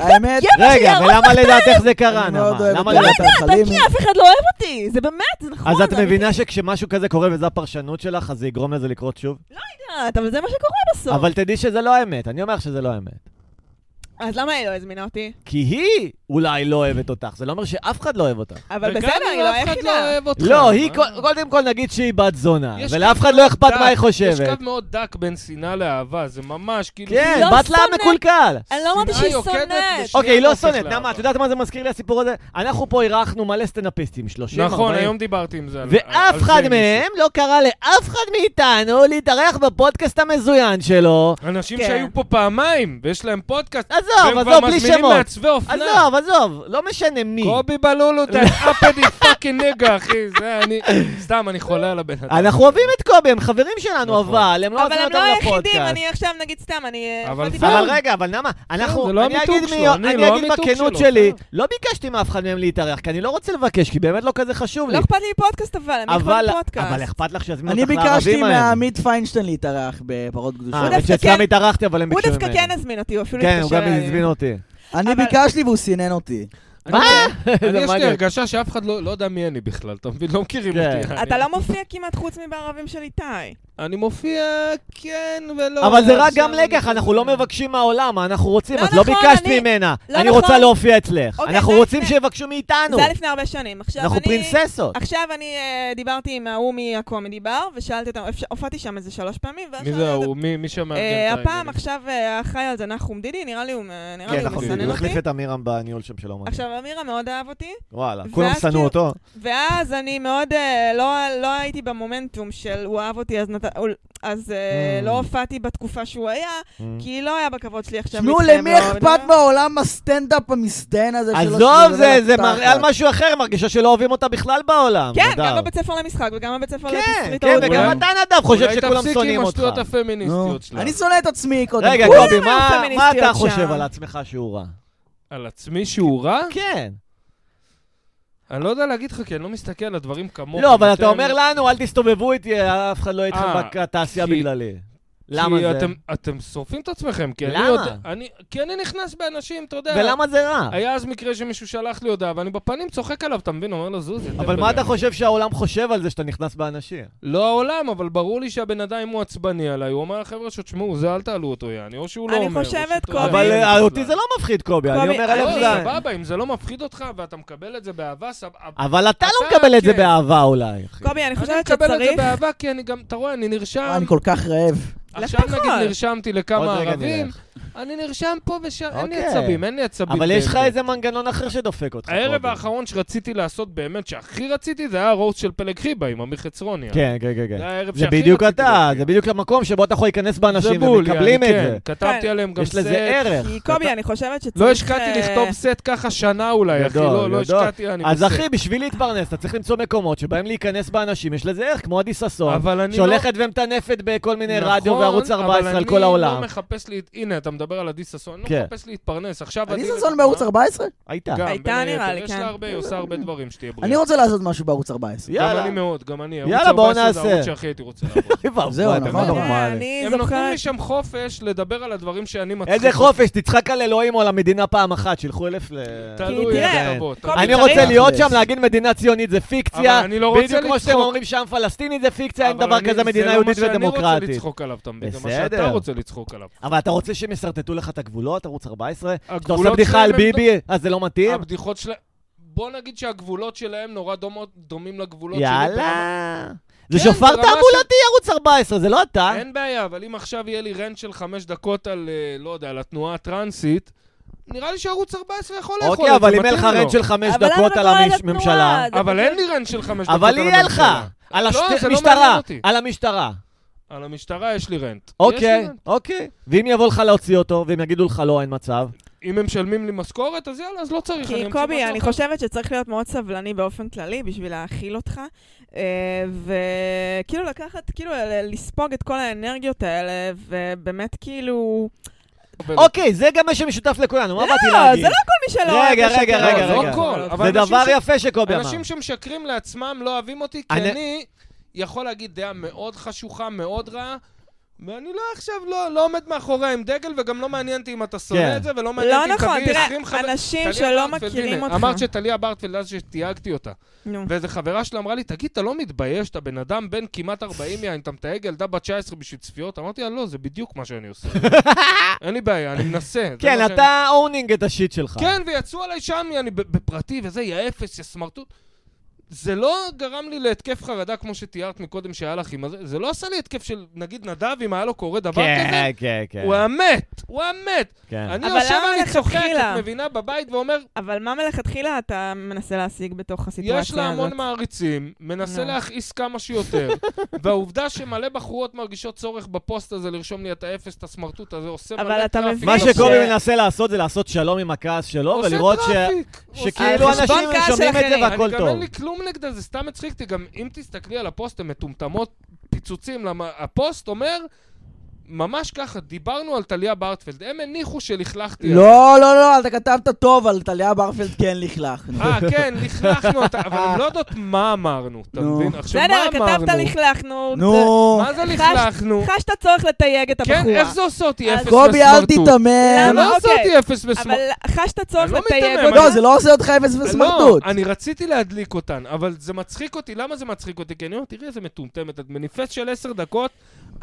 Speaker 1: האמת,
Speaker 2: רגע, ולמה לדעתך זה קרה,
Speaker 1: אני מאוד
Speaker 2: נעמה?
Speaker 1: אוהב
Speaker 2: למה לא?
Speaker 1: את
Speaker 2: לדעתך?
Speaker 1: אביתר חלימי.
Speaker 3: כי אף אחד לא אוהב אותי, זה באמת, זה נכון.
Speaker 2: אז את
Speaker 3: אני
Speaker 2: מבינה שכשמשהו כזה קורה וזו הפרשנות שלך, אז זה יגרום לזה לקרות שוב?
Speaker 3: יודעת, אבל זה מה שקורה בסוף.
Speaker 2: אבל תדעי שזה לא האמת, אני אומר לך שזה לא האמת.
Speaker 3: אז למה היא לא הזמינה אותי?
Speaker 2: כי היא אולי לא אוהבת אותך, זה לא אומר שאף אחד לא אוהב אותך.
Speaker 3: אבל
Speaker 4: וגם
Speaker 3: בסדר,
Speaker 4: אם
Speaker 3: היא לא
Speaker 4: אף אחד
Speaker 3: היחידה.
Speaker 4: לא אוהב אותך.
Speaker 2: לא, היא
Speaker 4: אה?
Speaker 2: קו- קודם כל נגיד שהיא בת זונה,
Speaker 4: יש
Speaker 2: ולאף
Speaker 4: קו
Speaker 2: אחד לא אכפת
Speaker 4: דק,
Speaker 2: מה היא
Speaker 4: יש
Speaker 2: חושבת.
Speaker 4: קו מאוד דק בין שנאה לאהבה, זה ממש כאילו...
Speaker 2: כן,
Speaker 3: לא
Speaker 2: בת לה
Speaker 3: שונאת.
Speaker 2: מקולקל.
Speaker 3: אני לא אמרתי
Speaker 4: שנאה
Speaker 3: שהיא
Speaker 4: יוקדת
Speaker 3: שונאת.
Speaker 4: בש-
Speaker 2: אוקיי, היא לא
Speaker 4: הופך
Speaker 2: שונאת,
Speaker 4: לאהבה.
Speaker 2: נעמה, את יודעת מה זה מזכיר לי הסיפור הזה? אנחנו פה אירחנו מלא סטנאפיסטים, 30, 40.
Speaker 4: נכון, היום דיברתי עם זה. על- על- על
Speaker 2: ואף
Speaker 4: זה
Speaker 2: אחד
Speaker 4: עם מישהו.
Speaker 2: מהם לא קרא לאף אחד מאיתנו להתארח בפודקאסט המזוין שלו.
Speaker 4: אנשים
Speaker 3: כן.
Speaker 4: שהיו פה פעמיים, ויש להם פודקאסט,
Speaker 2: עזוב,
Speaker 4: והם כבר
Speaker 2: עזוב, בלי
Speaker 4: מזמינים
Speaker 2: שמות.
Speaker 4: מעצבי אופנה.
Speaker 2: עזוב, עזוב, לא משנה מי.
Speaker 4: קובי בלולו, אתה אפדי פאקינג נגע, אחי, זה אני... סתם, אני חולה על הבן אדם.
Speaker 2: אנחנו אוהבים את קובי, הם חברים שלנו,
Speaker 4: נכון.
Speaker 2: אבל הם לא
Speaker 3: אבל
Speaker 2: עושים
Speaker 3: הם לא
Speaker 2: אותם
Speaker 3: היחידים,
Speaker 2: לפודקאסט.
Speaker 3: אני עכשיו נגיד סתם, אני... אה,
Speaker 4: אבל
Speaker 3: יכולתי-
Speaker 4: פאר.
Speaker 2: אבל רגע, אבל למה? אנחנו,
Speaker 4: זה לא
Speaker 2: אני
Speaker 4: המיתוג
Speaker 2: אגיד,
Speaker 4: שלו,
Speaker 2: מי,
Speaker 4: אני,
Speaker 2: אני
Speaker 4: לא
Speaker 2: אגיד
Speaker 4: המיתוג
Speaker 2: בכנות
Speaker 4: שלו, כן.
Speaker 2: שלי,
Speaker 4: בסדר.
Speaker 2: לא ביקשתי מאף אחד מהם להתארח, כי אני לא רוצה לבקש, כי באמת לא כזה חשוב לי.
Speaker 3: לא אכפת לי מפודקאסט אבל, אני אכפת
Speaker 2: אבל,
Speaker 3: לי מפודקאסט.
Speaker 2: אבל אכפת לך שיזמינו
Speaker 1: אני
Speaker 2: אותך
Speaker 1: ביקשתי
Speaker 2: לערבים האלה.
Speaker 1: מעמית פיינשטיין להתארח בפרות
Speaker 2: אה,
Speaker 1: קדושות.
Speaker 3: הוא
Speaker 2: האמת
Speaker 3: דווקא
Speaker 2: שאצלם
Speaker 3: כן-
Speaker 2: התארחתי, אבל הם
Speaker 3: הוא
Speaker 2: ביקשו
Speaker 3: דווקא
Speaker 2: ממני.
Speaker 3: כן הזמין אותי, הוא אפילו
Speaker 2: כן, הוא
Speaker 3: התקשר
Speaker 2: גם
Speaker 3: אליי.
Speaker 2: הזמין אותי.
Speaker 1: אני
Speaker 3: אבל-
Speaker 1: ביקשתי והוא סינן אותי.
Speaker 4: אני- כן. אני,
Speaker 2: זה
Speaker 4: יש לי
Speaker 2: מניאק.
Speaker 4: הרגשה שאף אחד לא לא יודע מי אני בכלל, אתה מבין? לא מכירים
Speaker 2: כן.
Speaker 4: אותי.
Speaker 3: אתה
Speaker 4: אני-
Speaker 3: לא מופיע כמעט חוץ מבערבים של איתי.
Speaker 4: אני מופיע, כן ולא.
Speaker 2: אבל זה רק
Speaker 4: עכשיו
Speaker 2: גם לקח, אנחנו לא מבקשים מהעולם מה אנחנו רוצים,
Speaker 3: לא
Speaker 2: אז לא
Speaker 3: נכון,
Speaker 2: ביקשת
Speaker 3: אני-
Speaker 2: ממנה.
Speaker 3: לא
Speaker 2: אני
Speaker 3: נכון.
Speaker 2: רוצה להופיע אצלך.
Speaker 3: אוקיי,
Speaker 2: אנחנו
Speaker 3: זה
Speaker 2: רוצים
Speaker 3: לפני-
Speaker 2: שיבקשו מאיתנו.
Speaker 3: זה היה לפני הרבה שנים. עכשיו
Speaker 2: אנחנו
Speaker 3: אני-
Speaker 2: פרינססות.
Speaker 3: עכשיו אני אה, דיברתי עם ההוא מהקומדי בר, ושאלתי אותם, אפשר- הופעתי שם איזה שלוש פעמים, ואז
Speaker 4: מי
Speaker 3: שאלתי
Speaker 4: זה כן,
Speaker 3: אותם-
Speaker 4: ההוא? מי מי שמארגן את
Speaker 3: אה,
Speaker 4: העניינים?
Speaker 3: הפעם עכשיו אה, האחראי על זה נחום דידי, נראה לי הוא אה, נראה לי
Speaker 2: כן,
Speaker 3: הוא
Speaker 2: נכון,
Speaker 3: מסנן
Speaker 2: הוא
Speaker 3: אותי.
Speaker 2: החליף את אמירם בניהול שם של האומנים.
Speaker 3: עכשיו, אמירה מאוד אהב אותי,
Speaker 2: וואלה,
Speaker 3: ואז
Speaker 2: כולם שנאו
Speaker 3: כאילו-
Speaker 2: אותו.
Speaker 3: ואז אני מאוד, אה, לא- לא הייתי במומנטום של הוא אהב אותי, אז נת- אול- אז אה,
Speaker 2: Mm.
Speaker 3: לא הופעתי בתקופה שהוא היה,
Speaker 4: Mm.
Speaker 3: כי לא היה בכבוד שלי עכשיו
Speaker 1: תשמעו,
Speaker 3: להתחייב
Speaker 1: למי
Speaker 3: לו,
Speaker 1: אכפת
Speaker 3: לא-
Speaker 1: מהעולם הסטנדאפ המזדיין הזה שלו?
Speaker 2: עזוב,
Speaker 1: שמדבר
Speaker 2: זה-
Speaker 1: על
Speaker 2: זה
Speaker 1: תחת?
Speaker 2: מראה על משהו אחר, מרגישה שלא אוהבים אותה בכלל בעולם.
Speaker 3: כן,
Speaker 2: נדב.
Speaker 3: גם בבית ספר למשחק וגם בבית ספר
Speaker 2: כן,
Speaker 3: לתסריט
Speaker 2: כן,
Speaker 3: ההוא.
Speaker 2: וגם
Speaker 4: אולי-
Speaker 2: אתה נדב חושב שכולם
Speaker 4: אולי תפסיקי
Speaker 2: שונאים
Speaker 4: עם
Speaker 2: אותך. לא.
Speaker 4: השטויות
Speaker 1: נו.
Speaker 4: הפמיניסטיות שלך.
Speaker 1: אני שונא את עצמי קודם.
Speaker 2: רגע,
Speaker 1: כל.
Speaker 2: קובי, מה-
Speaker 3: היו
Speaker 2: מה אתה
Speaker 3: פמיניסטיות
Speaker 2: חושב
Speaker 3: שם.
Speaker 2: על עצמך שהוא רע?
Speaker 4: על עצמי שהוא רע?
Speaker 2: כן.
Speaker 4: אני לא יודע להגיד לך, כי אני לא מסתכל על הדברים כמוך.
Speaker 2: לא, אבל
Speaker 4: אני
Speaker 2: אתה
Speaker 4: יותר-
Speaker 2: אומר לנו, אל תסתובבו איתי, אף אחד לא יהיה
Speaker 4: אה,
Speaker 2: איתכם בתעשייה
Speaker 4: כי-
Speaker 2: בגללי. למה
Speaker 4: כי
Speaker 2: זה?
Speaker 4: אתם- אתם שורפים את עצמכם, כי אני
Speaker 2: למה?
Speaker 4: יודע... אני- כי אני נכנס באנשים, אתה יודע.
Speaker 2: ולמה זה רע?
Speaker 4: היה אז מקרה שמישהו שלח לי הודעה, ואני בפנים צוחק עליו, אתה מבין? אומר לו, זוז, יותר
Speaker 2: אבל מה
Speaker 4: בגלל."
Speaker 2: אתה חושב שהעולם חושב על זה שאתה נכנס באנשים?
Speaker 4: לא העולם, אבל ברור לי שהבן אדם, אם הוא עצבני עליי, הוא אומר לחבר'ה שלו, תשמעו, זה אל תעלו אותו, יעני, או שהוא לא
Speaker 3: אני
Speaker 4: אומר. או
Speaker 3: חושבת,
Speaker 4: שאתה-
Speaker 3: קובי-
Speaker 2: אבל אה, אותי זה לא מפחיד, קובי, אני
Speaker 3: קובי,
Speaker 2: אומר
Speaker 3: אני-
Speaker 2: אלף
Speaker 4: לא,
Speaker 2: זין.
Speaker 4: סבבה, אם זה לא מפחיד אותך ואתה מקבל את זה באהבה, סבבה.
Speaker 2: אבל אתה לא
Speaker 4: אתה,
Speaker 2: מקבל את זה
Speaker 4: כן.
Speaker 2: באהבה אולי, אחי.
Speaker 3: קובי, אני
Speaker 4: אני
Speaker 3: חושבת
Speaker 4: מקבל את זה
Speaker 3: שצריך...
Speaker 4: באהבה, כי אני גם, אתה רואה, אני
Speaker 1: אה,
Speaker 4: נרשם,
Speaker 1: אני כל כך רעב.
Speaker 4: עכשיו
Speaker 3: לך
Speaker 4: נגיד
Speaker 3: תאכל.
Speaker 4: נרשמתי לכמה
Speaker 2: עוד רגע
Speaker 4: ערבים,
Speaker 2: נלך.
Speaker 4: אני נרשם פה ושם, אין לי
Speaker 2: אוקיי.
Speaker 4: עצבים, אין לי עצבים.
Speaker 2: אבל יש לך
Speaker 4: באמת.
Speaker 2: איזה מנגנון אחר שדופק אותך.
Speaker 4: הערב
Speaker 2: קובי.
Speaker 4: האחרון שרציתי לעשות באמת, שהכי רציתי, זה היה הרוסט של פלג חיבה עם אמיר חצרוני.
Speaker 2: כן, כן, כן,
Speaker 4: זה
Speaker 2: כן.
Speaker 4: היה הערב
Speaker 2: זה
Speaker 4: שהכי
Speaker 2: בדיוק
Speaker 4: רציתי
Speaker 2: אתה,
Speaker 4: להופיע.
Speaker 2: זה בדיוק למקום שבו אתה יכול להיכנס
Speaker 4: זה
Speaker 2: באנשים
Speaker 4: בול,
Speaker 2: ומקבלים את
Speaker 4: יעני,
Speaker 2: זה.
Speaker 4: כן. כתבתי
Speaker 3: כן.
Speaker 4: עליהם גם
Speaker 2: יש
Speaker 4: סט.
Speaker 2: לזה ערך.
Speaker 3: כי קובי, אני חושבת שצריך...
Speaker 4: לא השקעתי
Speaker 3: אה,
Speaker 4: לכתוב סט ככה שנה אולי, אחי,
Speaker 2: גדול,
Speaker 4: לא לא
Speaker 2: גדול.
Speaker 4: השקעתי, אני
Speaker 2: אז
Speaker 4: בסט.
Speaker 2: אחי, בשביל להתפרנס, אתה צריך למצוא מקומות שבהם להיכנס באנשים, יש לזה ערך, כמו עדי ששון,
Speaker 4: אבל אני לא...
Speaker 2: שהולכת ומטנפת בכל מיני
Speaker 4: נכון,
Speaker 2: רדיו וערוץ 14 על
Speaker 4: אבל
Speaker 2: כל
Speaker 4: אני לא
Speaker 2: העולם.
Speaker 4: מחפש לי... הנה, אתה מדבר לדבר על עדי ששון, אני
Speaker 2: כן.
Speaker 4: לא מחפש להתפרנס. עכשיו
Speaker 1: אני
Speaker 4: עדי...
Speaker 1: ששון
Speaker 4: לדוגמה,
Speaker 1: בערוץ 14?
Speaker 2: הייתה.
Speaker 4: גם,
Speaker 3: הייתה,
Speaker 4: בין
Speaker 3: נראה
Speaker 4: היתר.
Speaker 3: לי,
Speaker 4: יש
Speaker 3: כן.
Speaker 4: לה הרבה, היא עושה הרבה דברים, שתהיה בריאה.
Speaker 1: אני רוצה לעשות משהו בערוץ 14.
Speaker 4: גם
Speaker 2: יאללה.
Speaker 4: אני מאוד, גם אני.
Speaker 2: יאללה, בואו
Speaker 4: ערוץ 14 זה
Speaker 2: נעשה.
Speaker 4: הערוץ שהכי הייתי רוצה לעבוד.
Speaker 2: כבר,
Speaker 1: זהו,
Speaker 2: בואי, אתם
Speaker 1: נכון.
Speaker 2: לא נורמלים.
Speaker 3: אני
Speaker 4: הם נותנים
Speaker 3: זוכרת...
Speaker 4: לי שם חופש לדבר על הדברים שאני מצחיק.
Speaker 2: איזה
Speaker 4: אותי.
Speaker 2: חופש, תצחק על אלוהים או על המדינה פעם אחת, שילכו אלף ל...
Speaker 4: תלוי
Speaker 3: כי תראה,
Speaker 4: איזה אבות.
Speaker 3: כל
Speaker 2: אני
Speaker 3: צריך-
Speaker 2: רוצה להיות
Speaker 1: תכלס.
Speaker 2: שם, להגיד מדינה ציונית זה פיקציה,
Speaker 4: אבל אני לא רוצה
Speaker 2: בדיוק כמו שאתם
Speaker 4: לצחוק.
Speaker 2: אומרים שם פלסטינית זה פיקציה, אין
Speaker 4: אבל
Speaker 2: דבר
Speaker 4: אני-
Speaker 2: כזה מדינה יהודית
Speaker 4: זה לא מה שאני רוצה
Speaker 2: ודמוקרטית.
Speaker 4: לצחוק עליו, אתה מבין? זה מה
Speaker 2: בסדר.
Speaker 4: שאתה רוצה לצחוק עליו.
Speaker 2: אבל אתה רוצה שהם ישרטטו לך את הגבולות, ערוץ 14? אתה עושה
Speaker 4: הגבולות
Speaker 2: בדיחה על
Speaker 4: שלהם הם
Speaker 2: ביבי, אז זה לא מתאים?
Speaker 4: הבדיחות שלהם... בוא נגיד שהגבולות שלהם נורא דומות- דומים לגבולות שלי. ברמה-
Speaker 2: יאללה. זה
Speaker 4: כן,
Speaker 2: שופר
Speaker 4: ברמה של-
Speaker 2: תעמולתי ערוץ 14, זה לא אתה.
Speaker 4: אין בעיה, אבל אם עכשיו יהיה לי רנט של חמש דקות על, אה, לא יודע, על התנועה הטרנסית, נראה לי שערוץ 14 יכול לאכול את זה,
Speaker 2: אוקיי, אבל אם אין לך
Speaker 4: מתאים לו.
Speaker 2: רנט של חמש
Speaker 5: אבל למה
Speaker 2: דקות על
Speaker 5: אתה קורא
Speaker 2: הממשלה,
Speaker 5: לתנועה? זה
Speaker 4: אבל אין
Speaker 5: פשוט-
Speaker 4: לי רנט של חמש דקות
Speaker 2: אבל
Speaker 4: על הממשלה.
Speaker 2: יהיה לך, על
Speaker 4: לא,
Speaker 2: השתי-
Speaker 4: זה לא מעניין
Speaker 2: משטרה,
Speaker 4: אותי.
Speaker 2: על המשטרה.
Speaker 4: על המשטרה יש לי רנט. יש לי
Speaker 2: אוקיי,
Speaker 4: רנט.
Speaker 2: אוקיי. ואם יבוא לך להוציא אותו, והם יגידו לך לא, אין מצב.
Speaker 4: אם הם משלמים לי משכורת, אז יאללה, אז לא צריך. אני
Speaker 3: כי
Speaker 4: אמציא
Speaker 3: קובי,
Speaker 4: משהו
Speaker 3: אני
Speaker 4: אחר.
Speaker 3: חושבת שצריך להיות מאוד סבלני באופן כללי בשביל להאכיל אותך, אה, וכאילו לקחת, כאילו ל- לספוג את כל האנרגיות האלה, ובאמת כאילו...
Speaker 4: אבל-
Speaker 2: אוקיי, זה גם מה שמשותף לכולנו, מה באתי
Speaker 3: לא,
Speaker 2: להגיד?
Speaker 3: זה לא כל מי שלא אוהב
Speaker 2: רגע,
Speaker 3: לשקר,
Speaker 2: רגע,
Speaker 3: אבל
Speaker 2: רגע,
Speaker 3: זה
Speaker 2: רגע.
Speaker 4: לא כל,
Speaker 3: אבל
Speaker 4: אבל
Speaker 2: זה
Speaker 4: אנשים
Speaker 2: דבר
Speaker 4: ש-
Speaker 2: יפה שקובי אמר.
Speaker 4: אנשים שמשקרים לעצמם לא אוהבים אותי, כי
Speaker 2: אני-
Speaker 4: אני יכול להגיד דעה מאוד חשוכה, מאוד רעה. ואני לא עכשיו, לא, לא עומד מאחוריה עם דגל, וגם לא מעניין אותי אם אתה שונא
Speaker 2: כן.
Speaker 4: את זה, ולא מעניין
Speaker 3: לא
Speaker 4: אותי אם
Speaker 3: נכון,
Speaker 4: תביא 20 חבר...
Speaker 3: תראה, אנשים
Speaker 4: טליה
Speaker 3: שלא
Speaker 4: ברטפלד,
Speaker 3: מכירים
Speaker 4: הנה,
Speaker 3: אותך.
Speaker 4: אמרת שטליה ברטפלד, אז שתייגתי אותה.
Speaker 3: נו.
Speaker 4: ואיזה חברה שלה אמרה לי, תגיד, אתה לא מתבייש? אתה בן אדם בן כמעט 40 יין, אתה מתייג ילדה בת 19 בשביל צפיות? אמרתי לה, לא, זה בדיוק מה שאני עושה. אין לי בעיה, אני מנסה. זה מה
Speaker 2: כן,
Speaker 4: שאני-
Speaker 2: אתה אונינג את השיט שלך.
Speaker 4: כן, ויצאו עליי שם, אני ב- בפרטי וזה, יא אפס, יא סמרטוט. זה לא גרם לי להתקף חרדה כמו שתיארת מקודם שהיה לך עם הזה, זה לא עשה לי התקף של, נגיד, נדב, אם היה לו קורה דבר
Speaker 2: כן,
Speaker 4: כזה,
Speaker 2: כן, כן.
Speaker 4: הוא היה מת, הוא היה מת.
Speaker 2: כן.
Speaker 4: אני
Speaker 3: אבל
Speaker 4: יושב,
Speaker 3: למה
Speaker 4: אני צוחק,
Speaker 3: מלכתחילה?
Speaker 4: את מבינה, בבית ואומר,
Speaker 3: אבל מה מלכתחילה אתה מנסה להשיג בתוך הסיטואציה הזאת?
Speaker 4: יש לה המון מעריצים, מנסה
Speaker 3: נו.
Speaker 4: להכעיס כמה שיותר, והעובדה שמלא בחורות מרגישות צורך בפוסט הזה לרשום לי את האפס, את הסמרטוט הזה, עושה
Speaker 3: אבל
Speaker 4: מלא
Speaker 3: אתה
Speaker 4: טראפיק
Speaker 3: מבין
Speaker 2: מה
Speaker 4: לפוסט.
Speaker 2: שקובי מנסה לעשות זה לעשות שלום עם הכעס שלו,
Speaker 4: כאילו עושה
Speaker 2: ולראות ש-
Speaker 4: טראפיק, עושה
Speaker 2: שכאילו
Speaker 3: על חשבון
Speaker 2: אנשים
Speaker 3: כעס של
Speaker 2: שומעים את זה
Speaker 3: אחרים.
Speaker 2: והכל
Speaker 4: אני גם אין
Speaker 2: טוב.
Speaker 4: לי כלום נגדה, זה סתם הצחיק אותי. גם אם תסתכלי על הפוסט, הן מטומטמות פיצוצים. למה הפוסט אומר, ממש ככה, דיברנו על טליה בארטפלד. הם הניחו שלכלכתי. עליה.
Speaker 1: לא, לא, לא, אתה כתבת טוב על טליה ברפלד, כן לכלכנו.
Speaker 4: אה, כן, לכלכנו אותה, אבל הם לא יודעות מה אמרנו, אתה
Speaker 1: נו.
Speaker 4: מבין? עכשיו,
Speaker 3: בסדר,
Speaker 4: מה אמרנו?
Speaker 3: כתבת לכלכנו.
Speaker 1: נו,
Speaker 4: מה זה לכלכנו?
Speaker 3: זה- חשת צורך לתייג את
Speaker 4: כן,
Speaker 3: הבחורה. אה,
Speaker 4: איך זה עושה אותי
Speaker 3: אז-
Speaker 4: אפס בסמרטוט?
Speaker 1: קובי, אל
Speaker 4: זה
Speaker 1: תיתמם.
Speaker 3: למה?
Speaker 4: לא עושה
Speaker 3: אוקיי.
Speaker 4: אותי אפס בסמרטוט.
Speaker 3: אבל חשת צורך
Speaker 4: אני לא
Speaker 3: לתייג
Speaker 4: מתעמם,
Speaker 3: אותה.
Speaker 1: לא, זה לא עושה אותך אפס וסמרטוט.
Speaker 4: לא, אני רציתי להדליק אותן, אבל זה מצחיק אותי. למה זה מצחיק אותי? כי אני אומר, תראי איזה מטומטמת, את מניפסט של עשר דקות,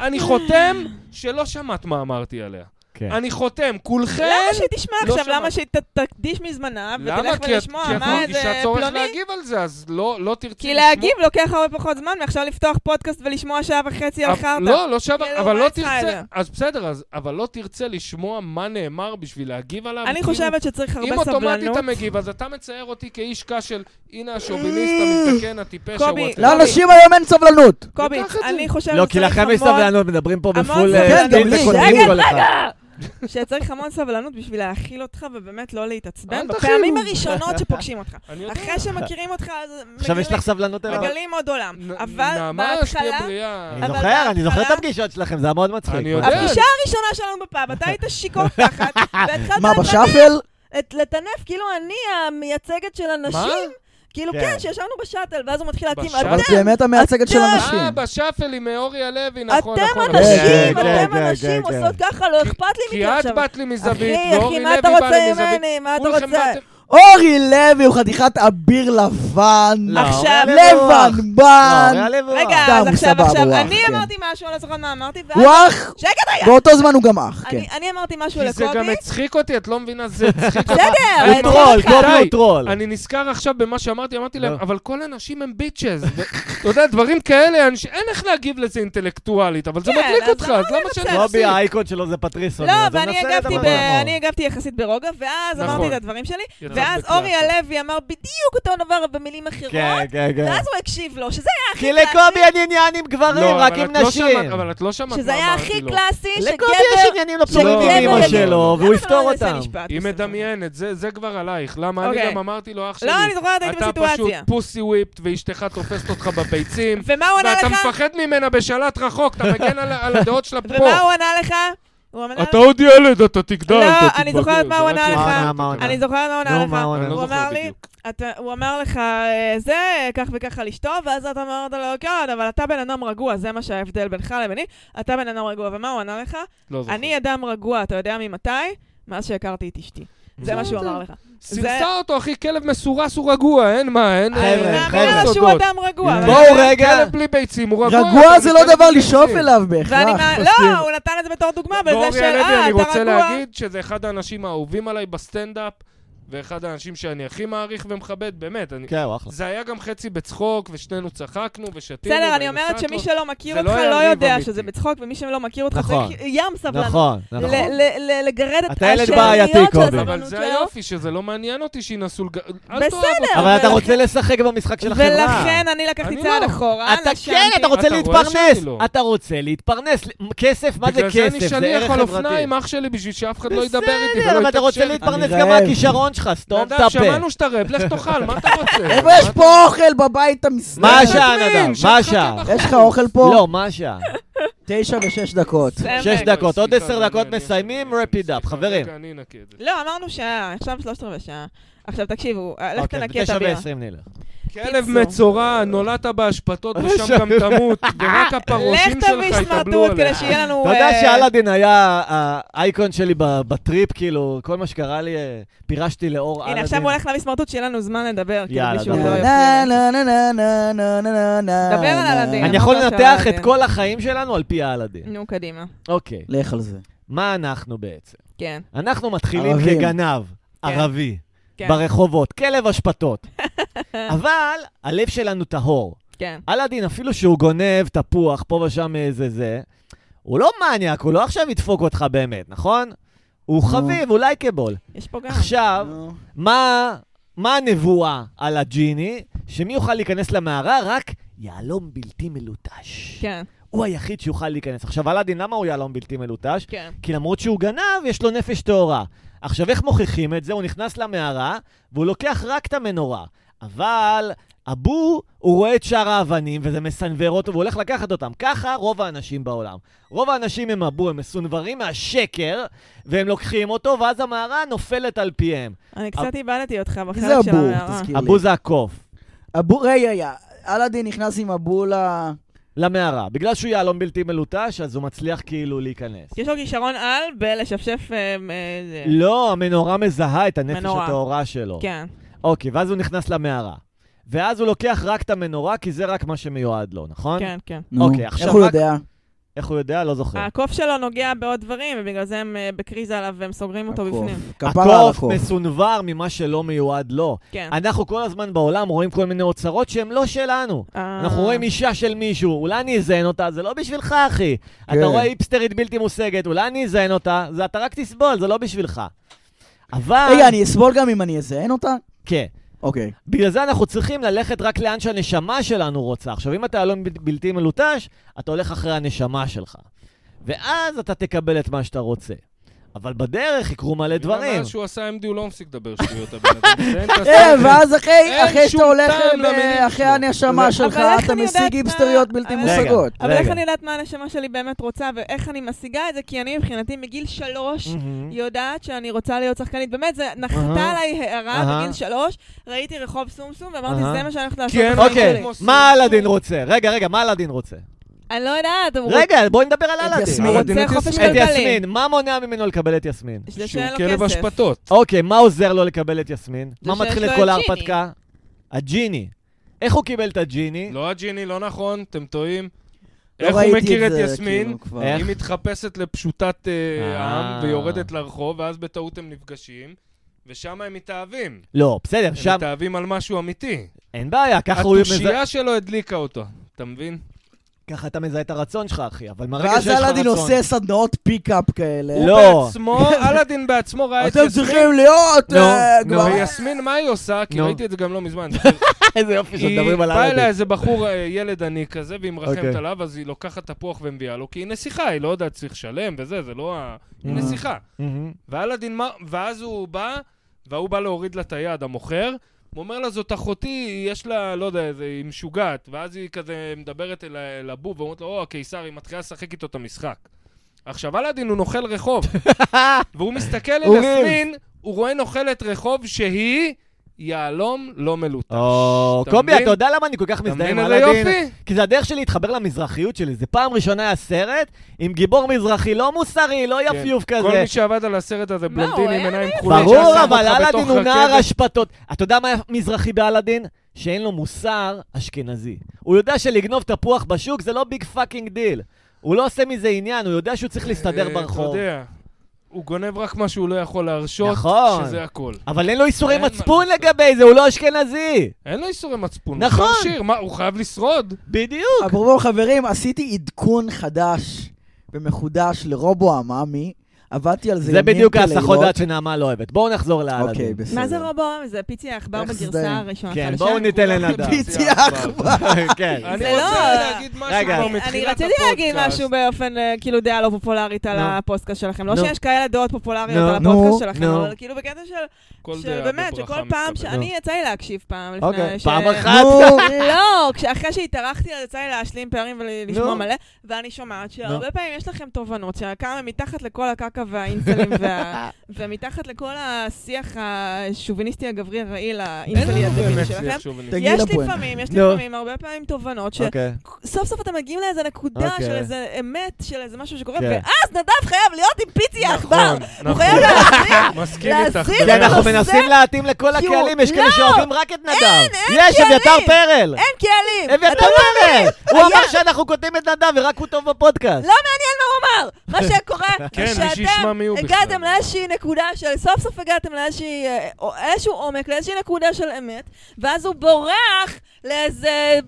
Speaker 4: אני חותם שלא שמעת מה אמרתי עליה.
Speaker 2: כן.
Speaker 4: אני חותם, כולכן...
Speaker 3: למה שהיא תשמע
Speaker 4: לא
Speaker 3: עכשיו?
Speaker 4: שמעת.
Speaker 3: למה שהיא ת- תקדיש מזמנה
Speaker 4: למה?
Speaker 3: ותלך
Speaker 4: כי את
Speaker 3: ולשמוע
Speaker 4: כי את
Speaker 3: מה
Speaker 4: מרגישה
Speaker 3: איזה
Speaker 4: צורך
Speaker 3: פלוני?
Speaker 4: להגיב על זה, אז לא לא תרצי
Speaker 3: כי
Speaker 4: לשמוע.
Speaker 3: להגיב לוקח הרבה פחות זמן מעכשיו לפתוח פודקאסט ולשמוע שעה וחצי על
Speaker 4: אבל-
Speaker 3: חרטא.
Speaker 4: לא, לא שווה,
Speaker 3: כאילו,
Speaker 4: אבל
Speaker 3: מה
Speaker 4: לא
Speaker 3: יש לך
Speaker 4: תרצה,
Speaker 3: אליה?
Speaker 4: אז בסדר, אז- אבל לא תרצה לשמוע מה נאמר בשביל להגיב עליו.
Speaker 3: אני
Speaker 4: כאילו,
Speaker 3: חושבת שצריך הרבה
Speaker 4: אם אוטומטית
Speaker 3: סבלנות.
Speaker 4: אתה מגיב, אז אתה מצייר אותי כאיש קש של הנה השוביניסט המזדקן, הטיפש,
Speaker 3: קובי,
Speaker 4: ה-whatever."
Speaker 3: לא,
Speaker 1: לאנשים היום אין סבלנות.
Speaker 3: קובי,
Speaker 4: לקח את זה.
Speaker 3: אני חושבת
Speaker 2: לא, כי
Speaker 3: שצריך
Speaker 2: לכם יש
Speaker 3: המון-
Speaker 2: סבלנות, מדברים פה
Speaker 3: המון
Speaker 2: בפול
Speaker 3: סבלנות.
Speaker 2: אה,
Speaker 1: כן, גם
Speaker 2: ספין
Speaker 1: לי.
Speaker 2: וקוטלים
Speaker 1: רגע,
Speaker 2: כל אחד.
Speaker 3: שצריך המון סבלנות בשביל להאכיל אותך ובאמת לא להתעצבן
Speaker 4: אל
Speaker 3: בפעמים
Speaker 4: תאכילו.
Speaker 3: הראשונות שפוגשים אותך.
Speaker 4: אני יודע.
Speaker 3: אחרי שמכירים אותך, אז
Speaker 2: עכשיו יש
Speaker 3: מגלים-
Speaker 2: לך סבלנות אליו?
Speaker 3: מגלים עוד עולם.
Speaker 4: נ-
Speaker 3: אבל
Speaker 4: נעמה, שתהיה
Speaker 3: בהתחלה, לא
Speaker 4: בריאה.
Speaker 2: אני
Speaker 3: אבל
Speaker 2: זוכר, אני זוכר את
Speaker 3: בהתחלה-
Speaker 2: הפגישות שלכם, זה היה מאוד מצחיק.
Speaker 4: אני
Speaker 2: מה
Speaker 4: יודע.
Speaker 2: זה?
Speaker 4: אבל
Speaker 3: הפגישה הראשונה שלנו בפאב, אתה היית שיכור תחת, והתחלת
Speaker 1: מה,
Speaker 3: לטנף-
Speaker 1: בשאפל?
Speaker 3: את- לטנף, כאילו אני המייצגת של
Speaker 4: מה?
Speaker 3: הנשים. כאילו,
Speaker 2: כן.
Speaker 3: כן, שישבנו בשאטל, ואז הוא מתחיל להקים,
Speaker 4: בשאטל?
Speaker 1: אבל
Speaker 3: אתם,
Speaker 1: את באמת המייצגת של
Speaker 3: אתם-
Speaker 1: הנשים.
Speaker 4: אה, בשאפל עם אוריה לוי, נכון,
Speaker 3: אתם
Speaker 4: נכון. נכון.
Speaker 2: כן,
Speaker 3: הנשים,
Speaker 2: כן,
Speaker 3: אתם
Speaker 2: כן,
Speaker 3: הנשים
Speaker 2: כן, כן.
Speaker 3: עושות ככה, לא אכפת לי
Speaker 4: כי
Speaker 3: מכם
Speaker 4: את
Speaker 3: עכשיו.
Speaker 4: באת לי מזווית,
Speaker 3: אחי,
Speaker 4: ואורי
Speaker 3: אחי, מה
Speaker 4: לוי
Speaker 3: אתה
Speaker 4: בא לי
Speaker 3: רוצה
Speaker 4: מזווית.
Speaker 3: ממני? מה אתה
Speaker 4: כולכם
Speaker 3: רוצה?
Speaker 4: באתם-
Speaker 1: אורי לוי הוא חתיכת אביר לבן.
Speaker 2: לא,
Speaker 3: עכשיו,
Speaker 2: אורי לוי הוא אח.
Speaker 1: לבנבן.
Speaker 2: לא, אורי לוי הוא אח.
Speaker 3: רגע,
Speaker 4: אה,
Speaker 1: סתם,
Speaker 3: אז עכשיו,
Speaker 1: סבבה,
Speaker 3: עכשיו,
Speaker 1: הוא אח,
Speaker 3: אני
Speaker 1: כן.
Speaker 3: אמרתי משהו, אני לא זוכרת מה אמרתי, ואז...
Speaker 1: הוא אח,
Speaker 3: שקט רגע!
Speaker 1: באותו זמן הוא גם אח, כן.
Speaker 3: אני- אני אמרתי משהו
Speaker 4: כי זה גם
Speaker 3: לקובי,
Speaker 4: הצחיק אותי, את לא מבינה, זה הצחיק אותי.
Speaker 3: בסדר,
Speaker 2: הוא
Speaker 3: אני
Speaker 2: טרול,
Speaker 3: צריכה-
Speaker 2: קובי הוא
Speaker 4: די.
Speaker 2: טרול.
Speaker 4: אני נזכר עכשיו במה שאמרתי, אמרתי להם,
Speaker 2: לא.
Speaker 4: אבל כל הנשים הם ביצ'ז. ו- אתה יודע, דברים כאלה, אנש- אין איך להגיב לזה אינטלקטואלית, אבל זה
Speaker 3: כן,
Speaker 4: מדליק
Speaker 3: אז
Speaker 4: אותך,
Speaker 3: למה
Speaker 4: אז למה
Speaker 3: לנצח?
Speaker 4: שאני
Speaker 2: קובי,
Speaker 4: אעשה?
Speaker 2: האייקון שלו זה פטריסון.
Speaker 3: לא,
Speaker 2: אז הוא
Speaker 3: ואני
Speaker 2: מנסה
Speaker 3: הגבתי,
Speaker 2: לדבר
Speaker 3: ב...
Speaker 2: כמוהו.
Speaker 3: אני הגבתי יחסית ברוגע, ואז
Speaker 4: נכון.
Speaker 3: אמרתי את הדברים שלי,
Speaker 4: יצאת
Speaker 3: ואז
Speaker 4: בקלאסה.
Speaker 3: אורי הלוי אמר בדיוק אותו דבר אבל במילים אחרות,
Speaker 2: כן, כן, כן.
Speaker 3: ואז הוא הקשיב לו, שזה היה
Speaker 2: כי
Speaker 3: הכי
Speaker 2: לקובי
Speaker 3: קלאסי,
Speaker 2: אין עניין עם גברים,
Speaker 4: לא,
Speaker 2: רק
Speaker 4: אבל
Speaker 2: עם
Speaker 4: את לא
Speaker 2: נשים.
Speaker 4: שמעת- אבל את לא שמעת מה אמרתי לו.
Speaker 3: שזה היה הכי קלאסי,
Speaker 2: לקובי יש
Speaker 3: שגבר...
Speaker 2: עניינים לפסולים
Speaker 3: שגבר
Speaker 2: עם אמא
Speaker 3: ולגבר.
Speaker 2: שלו, והוא
Speaker 3: למה
Speaker 2: יפתור
Speaker 3: לא נעשה
Speaker 2: אותם.
Speaker 3: משפט?
Speaker 4: היא מדמיינת, זה זה כבר עלייך. למה? אני
Speaker 3: אוקיי.
Speaker 4: גם אמרתי לו, אח שלי.
Speaker 3: לא, אני זוכרת, הייתי
Speaker 4: אתה פשוט
Speaker 3: בסיטואציה.
Speaker 4: פוסי וויפט, ואשתך תופסת אותך בביצים.
Speaker 3: ומה הוא ענה
Speaker 4: ואתה
Speaker 3: לך?
Speaker 4: מפחד ממנה בשלט רחוק, אתה מגן על, על הדעות שלה פה.
Speaker 3: ומה הוא ענה לך? הוא המנהל...
Speaker 4: אתה עוד ילד, אתה תגדל.
Speaker 3: לא,
Speaker 4: אתה
Speaker 3: אני
Speaker 4: תתבגר.
Speaker 3: זוכרת מה
Speaker 4: זה
Speaker 3: הוא
Speaker 4: רק לא
Speaker 3: ענה
Speaker 4: שלך.
Speaker 3: לך.
Speaker 2: מה עונה, מה עונה?
Speaker 3: אני זוכרת מה הוא
Speaker 2: נו,
Speaker 3: ענה
Speaker 2: מה הוא עונה?
Speaker 3: לך.
Speaker 4: אני לא
Speaker 3: הוא
Speaker 4: זוכר
Speaker 3: אמר לי,
Speaker 4: בדיוק.
Speaker 3: אתה- הוא אמר לך, אה, זה, כך וכך על אשתו, ואז אתה אמרת לו, כן, אבל אתה בן אדם רגוע, זה מה שההבדל בינך לביני. אתה בן אדם רגוע, ומה הוא ענה לך?
Speaker 4: לא זוכר.
Speaker 3: אני אדם רגוע, אתה יודע ממתי? מאז שהכרתי את אשתי. זה מה שהוא אמר לך.
Speaker 4: סירסה אותו, אחי, כלב מסורס הוא רגוע, אין מה, אין...
Speaker 2: חבר'ה,
Speaker 4: אין
Speaker 2: חבר'ה.
Speaker 3: ואמר לו לא, שהוא
Speaker 4: סודות.
Speaker 3: אדם רגוע.
Speaker 2: בואו
Speaker 3: ואני-
Speaker 2: רגע.
Speaker 4: כלב בלי ביצים, הוא רגוע.
Speaker 1: רגוע
Speaker 4: אבל
Speaker 1: זה
Speaker 4: הוא
Speaker 1: לא
Speaker 4: כלב
Speaker 1: דבר
Speaker 4: בלי
Speaker 1: לשאוף
Speaker 4: ביצים.
Speaker 1: אליו
Speaker 3: ואני...
Speaker 1: בהכרח.
Speaker 3: מה-
Speaker 4: מסכים.
Speaker 3: לא, הוא נתן את זה בתור דוגמה,
Speaker 4: דורי
Speaker 3: וזה של,
Speaker 4: הלוי,
Speaker 3: אה,
Speaker 4: אני
Speaker 3: אתה
Speaker 4: רוצה
Speaker 3: רגוע.
Speaker 4: להגיד שזה אחד האנשים האהובים עליי בסטנדאפ, ואחד האנשים שאני הכי מעריך ומכבד, באמת. אני-
Speaker 2: כן, הוא אחלה.
Speaker 4: זה היה גם חצי בצחוק, ושנינו צחקנו ושתינו.
Speaker 3: בסדר, אני
Speaker 4: והיינו
Speaker 3: אומרת
Speaker 4: סאטלות.
Speaker 3: שמי שלא מכיר
Speaker 4: זה
Speaker 3: אותך
Speaker 4: לא
Speaker 3: לא
Speaker 4: יריב
Speaker 3: יודע
Speaker 4: אמיתי.
Speaker 3: שזה בצחוק, ומי שלא מכיר אותך
Speaker 2: נכון.
Speaker 3: צריך ים סבלנות.
Speaker 2: נכון, נכון.
Speaker 3: ל- ל- ל- לגרד את
Speaker 2: אתה ילד
Speaker 3: השאריות
Speaker 2: בעייתי,
Speaker 3: של
Speaker 2: קובי.
Speaker 3: הסבלנות
Speaker 4: אבל זה
Speaker 3: שלו.
Speaker 4: היופי, שזה לא מעניין אותי שינסו לג... אל
Speaker 3: בסדר.
Speaker 4: תאהב אותי.
Speaker 2: אבל אתה
Speaker 3: ולכן-
Speaker 2: רוצה לשחק במשחק של החברה.
Speaker 3: ולכן אני לקחתי
Speaker 4: אני
Speaker 3: צעד
Speaker 4: לא.
Speaker 3: אחורה,
Speaker 2: אתה כן,
Speaker 3: נשמתי.
Speaker 2: אתה רוצה
Speaker 4: אתה רואה
Speaker 2: להתפרנס.
Speaker 4: שאני לא.
Speaker 2: אתה רוצה להתפרנס. כסף, מה זה
Speaker 4: בגלל
Speaker 2: כסף?
Speaker 4: אני
Speaker 2: זה
Speaker 4: שליח
Speaker 2: ערך
Speaker 4: על
Speaker 2: חברתי.
Speaker 4: אופניים, אח שלי, בשביל שאף אחד לא ידבר איתי
Speaker 2: בסדר, אבל
Speaker 4: ולא
Speaker 2: אתה רוצה
Speaker 4: יתקשר.
Speaker 2: להתפרנס
Speaker 1: אני
Speaker 2: גם
Speaker 1: רעב.
Speaker 2: מהכישרון שלך, סתום את
Speaker 4: נדב,
Speaker 2: הפה.
Speaker 4: שמענו שאתה רעב, לך תאכל, מה אתה רוצה?
Speaker 1: איפה יש פה אוכל בבית המסנן?
Speaker 2: מה
Speaker 4: אתה
Speaker 2: השעה,
Speaker 4: מזמין,
Speaker 2: נדב?
Speaker 4: שתחכה
Speaker 2: מה השעה?
Speaker 4: בחוץ.
Speaker 1: יש לך אוכל פה?
Speaker 2: לא, מה השעה?
Speaker 1: תשע ושש דקות.
Speaker 3: סמק.
Speaker 2: שש דקות, עוד
Speaker 4: סליחה, לא,
Speaker 2: עשר
Speaker 4: אני-
Speaker 2: דקות
Speaker 4: אני-
Speaker 2: מסיימים,
Speaker 4: אני-
Speaker 2: wrap it up,
Speaker 4: סליחה,
Speaker 2: חברים.
Speaker 4: רגע, אני אנקה את זה.
Speaker 3: לא, אמננו שעה, עכשיו שלושת רבעי שעה. עכשיו תקשיבו, אה, לך
Speaker 2: אוקיי,
Speaker 3: תנקה את
Speaker 2: בתשע
Speaker 3: הבירה.
Speaker 2: ועשרים נלך.
Speaker 4: כלב מצורע, נולדת באשפתות ושם גם תמות, ורק הפרושים
Speaker 3: לך תביא
Speaker 4: שלך יתאבלו
Speaker 3: סמרטוט
Speaker 4: עליך.
Speaker 3: כדי שיהיה לנו...
Speaker 2: אתה יודע
Speaker 3: אה,
Speaker 2: שאלאדין היה האייקון שלי ב- בטריפ, כאילו, כל מה שקרה לי, אה, פירשתי לאור אלאדין.
Speaker 3: הנה, עכשיו הוא הולך להביא סמרטוט, שיהיה לנו זמן לדבר, כאילו,
Speaker 2: אה, יאללה,
Speaker 3: מישהו לא
Speaker 2: דבר.
Speaker 3: יפריע.
Speaker 1: נה נה נה נה נה נה נה נה
Speaker 3: דבר על אלאדין.
Speaker 2: אני יכול
Speaker 3: אמרת
Speaker 2: לנתח את
Speaker 3: שאלאדין.
Speaker 2: כל החיים שלנו על פי אלאדין.
Speaker 3: נו, קדימה.
Speaker 2: אוקיי,
Speaker 1: לך על זה.
Speaker 2: מה אנחנו בעצם?
Speaker 3: כן,
Speaker 2: אנחנו מתחילים
Speaker 1: ערבים.
Speaker 2: כגנב,
Speaker 3: כן.
Speaker 2: ערבי,
Speaker 3: כן,
Speaker 2: ברחובות, כלב אשפתות. אבל הלב שלנו טהור.
Speaker 3: כן.
Speaker 2: אלאדין, אפילו שהוא גונב תפוח פה ושם איזה זה, הוא לא מניאק, הוא לא עכשיו ידפוק אותך באמת, נכון? הוא
Speaker 1: נו.
Speaker 2: חביב, הוא לייקבול.
Speaker 3: יש פה גם.
Speaker 2: עכשיו,
Speaker 1: נו.
Speaker 2: מה, מה הנבואה על הג'יני? שמי יוכל להיכנס למערה? רק יהלום בלתי מלוטש.
Speaker 3: כן,
Speaker 2: הוא היחיד שיוכל להיכנס. עכשיו, אלאדין, למה הוא יהלום בלתי מלוטש?
Speaker 3: כן.
Speaker 2: כי למרות שהוא גנב, יש לו נפש טהורה. עכשיו, איך מוכיחים את זה? הוא נכנס למערה, והוא לוקח רק את המנורה. אבל אבו, הוא רואה את שאר האבנים, וזה מסנוור אותו, והוא הולך לקחת אותם. ככה רוב האנשים בעולם. רוב האנשים הם אבו, הם מסונוורים מהשקר, והם לוקחים אותו, ואז המערה נופלת על פיהם.
Speaker 3: אני קצת איבדתי אותך בחלק
Speaker 1: זה
Speaker 3: של
Speaker 1: הבור,
Speaker 3: המערה.
Speaker 1: תזכיר לי.
Speaker 2: אבו זה הקוף.
Speaker 1: הבור, רגע, רגע. אלאדין נכנס עם הבול ה...
Speaker 2: למערה. בגלל שהוא יהלום בלתי מלוטש, אז הוא מצליח כאילו להיכנס.
Speaker 3: יש לו כישרון על בלשפשף... אה, אה, זה.
Speaker 2: לא, המנורה מזהה את הנפש
Speaker 3: מנורה.
Speaker 2: הטהורה שלו.
Speaker 3: כן.
Speaker 2: אוקיי, ואז הוא נכנס למערה. ואז הוא לוקח רק את המנורה, כי זה רק מה שמיועד לו, נכון?
Speaker 3: כן, כן.
Speaker 1: נו,
Speaker 2: אוקיי, עכשיו
Speaker 1: איך הוא
Speaker 2: רק-
Speaker 1: יודע?
Speaker 2: איך הוא יודע? לא זוכר.
Speaker 3: הקוף שלו נוגע בעוד דברים, ובגלל זה הם אה, בקריזה עליו והם סוגרים אותו
Speaker 1: הקוף.
Speaker 3: בפנים.
Speaker 1: כפרה על הקוף.
Speaker 2: מסונבר ממה שלא מיועד לו.
Speaker 3: כן.
Speaker 2: אנחנו כל הזמן בעולם רואים כל מיני אוצרות שהן לא שלנו.
Speaker 3: אה,
Speaker 2: אנחנו רואים אישה של מישהו, אולי אני אזיין אותה, זה לא בשבילך, אחי.
Speaker 1: כן.
Speaker 2: אתה רואה היפסטרית בלתי מושגת, אולי אני אזיין אותה, זה אתה רק תסבול, זה לא בשבילך. אבל...
Speaker 1: רגע, אני אסבול גם אם אני אזיין אותה?
Speaker 2: כן.
Speaker 1: אוקיי.
Speaker 2: בגלל זה אנחנו צריכים ללכת רק לאן שהנשמה שלנו רוצה. עכשיו, אם אתה יהלום בל- בלתי מלוטש, אתה הולך אחרי הנשמה שלך. ואז אתה תקבל את מה שאתה רוצה. אבל בדרך יקרו מלא דברים.
Speaker 4: מאז שהוא עשה MD הוא לא מפסיק לדבר שטויות, הבן אדם. זה אין את הסרט.
Speaker 1: אה, ואז אחרי
Speaker 4: אין
Speaker 1: אחרי
Speaker 4: שום
Speaker 1: שאתה הולך
Speaker 4: טעם
Speaker 1: אה,
Speaker 4: למילים
Speaker 1: אחרי
Speaker 4: שלו.
Speaker 1: הנשמה
Speaker 4: אבל
Speaker 1: שלך,
Speaker 3: איך
Speaker 1: אתה
Speaker 3: אני
Speaker 1: משיג
Speaker 3: יודעת מה- אה,
Speaker 1: היפסטריות בלתי
Speaker 3: רגע.
Speaker 1: מושגות.
Speaker 3: אבל איך
Speaker 2: רגע.
Speaker 3: אני יודעת מה הנשמה שלי באמת רוצה, ואיך אני משיגה את זה? כי אני מבחינתי מגיל שלוש
Speaker 2: מהמם.
Speaker 3: יודעת שאני רוצה להיות שחקנית. באמת, זה
Speaker 2: אהה.
Speaker 3: נחתה עליי הערה
Speaker 2: אהה.
Speaker 3: בגיל שלוש, ראיתי רחוב סומסום, ואמרתי,
Speaker 2: אהה.
Speaker 3: זה מה שאני הולכת לעשות
Speaker 4: כן,
Speaker 3: בחיים
Speaker 2: אוקיי,
Speaker 3: שלי.
Speaker 4: כמו
Speaker 2: מה
Speaker 4: סרסור.
Speaker 2: אלאדין רוצה? רגע, רגע, מה אלאדין רוצה?
Speaker 3: אני לא יודעת, הוא
Speaker 2: רגע, בואי נדבר על אלאדין.
Speaker 1: יסמין.
Speaker 3: הוא
Speaker 4: אלאדין
Speaker 3: רוצה
Speaker 4: את
Speaker 3: חופש
Speaker 4: יסמין.
Speaker 2: את
Speaker 3: כלכלי.
Speaker 2: יסמין, מה מונע ממנו לקבל את יסמין?
Speaker 3: זה
Speaker 4: שהוא כאילו
Speaker 3: שאין לו
Speaker 4: כלב
Speaker 3: כסף.
Speaker 4: אשפתות.
Speaker 2: אוקיי, מה עוזר לו לקבל את יסמין?
Speaker 3: זה
Speaker 2: מה
Speaker 3: שיש
Speaker 2: מתחיל
Speaker 3: לו
Speaker 2: את
Speaker 3: את
Speaker 2: כל
Speaker 3: ג'יני.
Speaker 2: ההרפתקה? הג'יני. איך הוא קיבל את הג'יני?
Speaker 4: לא הג'יני, לא נכון, אתם טועים.
Speaker 1: לא
Speaker 4: איך הוא
Speaker 1: ראיתי
Speaker 4: מכיר את
Speaker 1: זה,
Speaker 4: יסמין?
Speaker 1: כאילו, כבר.
Speaker 2: איך?
Speaker 4: היא מתחפשת לפשוטת אה,
Speaker 2: אה.
Speaker 4: העם ויורדת לרחוב, ואז בטעות הם נפגשים, ושם הם מתאהבים.
Speaker 2: לא, בסדר,
Speaker 4: הם
Speaker 2: שם
Speaker 4: מתאהבים על משהו אמיתי.
Speaker 2: אין בעיה, ככה הוא מזהה...
Speaker 4: התושייה שלו הדליקה אותו, אתה מבין?
Speaker 2: ככה אתה מזהה את הרצון שלך, אחי, אבל מהרגע שיש
Speaker 1: ואז
Speaker 2: לך רצון...
Speaker 1: אלאדין עושה סדנאות פיקאפ כאלה.
Speaker 2: לא.
Speaker 4: הוא בעצמו, אלאדין בעצמו ראה את
Speaker 1: אתם
Speaker 4: יסמין,
Speaker 1: צריכים להיות...
Speaker 2: נו,
Speaker 1: אה,
Speaker 2: נו.
Speaker 1: כבר-
Speaker 4: ויסמין, מה היא עושה? כי
Speaker 2: נו.
Speaker 4: ראיתי את זה גם לא מזמן.
Speaker 2: איזה יופי
Speaker 4: היא
Speaker 2: שמדברים על
Speaker 4: באה אליה
Speaker 2: אלאדין.
Speaker 4: איזה בחור, אה, ילד עני כזה, והיא מרחמת
Speaker 2: אוקיי.
Speaker 4: עליו, אז היא לוקחת תפוח ומביאה לו, כי היא נסיכה, היא לא יודעת צריך לשלם וזה, זה לא ה... היא
Speaker 2: אה.
Speaker 4: נסיכה.
Speaker 2: מהמם.
Speaker 4: ואלאדין, מה- ואז הוא בא, וההוא בא להוריד לה את היד, המוכר. הוא אומר לה, זאת אחותי, יש לה, לא יודע, איזה- היא משוגעת. ואז היא כזה מדברת אל ה- אל הבוב, ואומרת לו, או, הקיסר, היא מתחילה לשחק איתו את המשחק. עכשיו, אלאדין הוא נוכל רחוב, והוא מסתכל על
Speaker 2: אורי.
Speaker 4: יסמין, הוא רואה נוכלת רחוב שהיא יהלום לא מלוטש.
Speaker 2: או,
Speaker 4: אתה
Speaker 2: קובי,
Speaker 4: מבין?
Speaker 2: אתה יודע למה אני כל כך
Speaker 4: אתה
Speaker 2: מזדהה עם
Speaker 4: מבין איזה
Speaker 2: אלאדין?
Speaker 4: יופי?
Speaker 2: כי זה הדרך שלי להתחבר למזרחיות שלי. זה פעם ראשונה היה סרט עם גיבור מזרחי לא מוסרי, לא
Speaker 4: כן.
Speaker 2: יפיוף
Speaker 4: כל
Speaker 2: כזה.
Speaker 4: מי שעבד על הסרט הזה,
Speaker 3: מה, הוא
Speaker 4: בלונדין עם
Speaker 3: היה
Speaker 4: עיניים כחולות,
Speaker 2: ברור,
Speaker 4: ששם
Speaker 2: אבל
Speaker 4: אותך
Speaker 2: אלאדין
Speaker 4: בתוך
Speaker 2: הוא נער
Speaker 4: רכבת.
Speaker 2: אשפתות. אתה יודע מה מזרחי באלאדין? שאין לו מוסר אשכנזי. הוא יודע שלגנוב תפוח בשוק זה לא ביג פאקינג דיל. הוא לא עושה מזה עניין, הוא יודע שהוא צריך להסתדר
Speaker 4: אה,
Speaker 2: ברחוב.
Speaker 4: אתה יודע, הוא גונב רק מה שהוא לא יכול להרשות,
Speaker 2: נכון.
Speaker 4: שזה הכל.
Speaker 2: אבל אין לו איסורי
Speaker 4: אין מה
Speaker 2: מצפון
Speaker 4: לעשות.
Speaker 2: לגבי זה, הוא לא אשכנזי.
Speaker 4: אין לו איסורי מצפון.
Speaker 2: נכון.
Speaker 4: הוא עשיר, מה, הוא חייב לשרוד.
Speaker 2: בדיוק.
Speaker 1: אפרופו חברים, עשיתי עדכון חדש ומחודש לרובו עממי. עבדתי על זה
Speaker 2: זה
Speaker 1: ימים
Speaker 2: בדיוק
Speaker 1: כלילות.
Speaker 2: ההסחות דעת שנעמה לא אוהבת. בואו נחזור
Speaker 1: אוקיי,
Speaker 2: לאלאדין.
Speaker 1: בסדר.
Speaker 3: מה זה רובו עממי? זה פיצי העכבר
Speaker 1: איך
Speaker 3: בגרסה
Speaker 1: זה?
Speaker 3: הראשונה.
Speaker 2: כן,
Speaker 3: החדשה?
Speaker 2: בואו ניתן לנדב.
Speaker 1: פיצי העכבר.
Speaker 2: כן.
Speaker 4: אני
Speaker 3: זה
Speaker 4: רוצה
Speaker 3: לא-
Speaker 4: להגיד משהו
Speaker 2: רגע.
Speaker 4: כבר
Speaker 2: אני-
Speaker 4: מתחילת
Speaker 3: אני
Speaker 4: הפודקאסט.
Speaker 3: רציתי להגיד משהו באופן, אה, כאילו, דעה לא פופולרית על
Speaker 2: נו.
Speaker 3: הפוסטקאסט שלכם. לא
Speaker 2: נו.
Speaker 3: שיש כאלה דעות
Speaker 2: נו.
Speaker 3: פופולריות על
Speaker 1: נו,
Speaker 3: הפוסטקאסט שלכם,
Speaker 2: נו.
Speaker 3: אבל כאילו בקטע של...
Speaker 4: כל דעה
Speaker 3: שבאמת,
Speaker 4: בברכה
Speaker 3: שכל פעם
Speaker 4: מסתבר.
Speaker 3: שאני יצא לי להקשיב פעם
Speaker 2: אוקיי,
Speaker 3: לפני ש...
Speaker 2: פעם אחת.
Speaker 1: נו,
Speaker 3: לא, כש- אחרי שהתארחתי, אז יצא לי להשלים פערים ולשמוע
Speaker 2: נו.
Speaker 3: מלא, ואני שומעת
Speaker 2: נו.
Speaker 3: שהרבה פעמים יש לכם תובנות, שכמה מתחת לכל הקרקע והאינסלים, וה- ומתחת לכל השיח השוביניסטי הגברי הרעיל,
Speaker 4: אין
Speaker 3: האינסלי
Speaker 4: לנו
Speaker 3: הדבילי
Speaker 4: באמת
Speaker 3: שלכם.
Speaker 4: שיח שוביניסטי.
Speaker 1: תגיד
Speaker 3: יש
Speaker 1: לפואנטה.
Speaker 3: לפעמים, יש
Speaker 2: נו.
Speaker 3: לפעמים, הרבה פעמים תובנות, ש...
Speaker 2: אוקיי.
Speaker 3: סוף סוף אתם מגיעים לאיזה נקודה
Speaker 2: אוקיי.
Speaker 3: של איזה אמת, של איזה משהו שקורה,
Speaker 2: כן.
Speaker 3: ואז נדב חייב להיות עם פיצי העכבר.
Speaker 4: נכון,
Speaker 3: הוא
Speaker 4: נכון.
Speaker 3: חייב להחזיר.
Speaker 4: מסכים
Speaker 3: להזיז
Speaker 4: איתך.
Speaker 3: את
Speaker 2: כי
Speaker 4: באמת.
Speaker 2: כן, אנחנו
Speaker 3: זה- כן,
Speaker 2: מנסים להתאים לכל
Speaker 3: כי הוא-
Speaker 2: הקהלים, יש כאלה
Speaker 3: לא!
Speaker 2: שאוהבים רק את נדב.
Speaker 3: אין
Speaker 2: יש,
Speaker 3: קהלים!
Speaker 2: אביתר פרל!
Speaker 3: אין קהלים! אתה
Speaker 2: אביתר
Speaker 3: לא
Speaker 2: פרל! הוא
Speaker 3: היה-
Speaker 2: אמר שאנחנו קוטעים את נדב ורק הוא טוב בפודקאסט.
Speaker 3: לא מעניין מה הוא אמר! מה שקורה,
Speaker 4: כן,
Speaker 3: זה
Speaker 4: מי שישמע
Speaker 3: שאתם
Speaker 4: מי הוא
Speaker 3: הגעתם
Speaker 4: בכלל.
Speaker 3: לאיזושהי נקודה של, סוף סוף הגעתם לאיזושהי, אה, או- איזשהו עומק, לאיזושהי נקודה של אמת, ואז הוא בורח לאיזה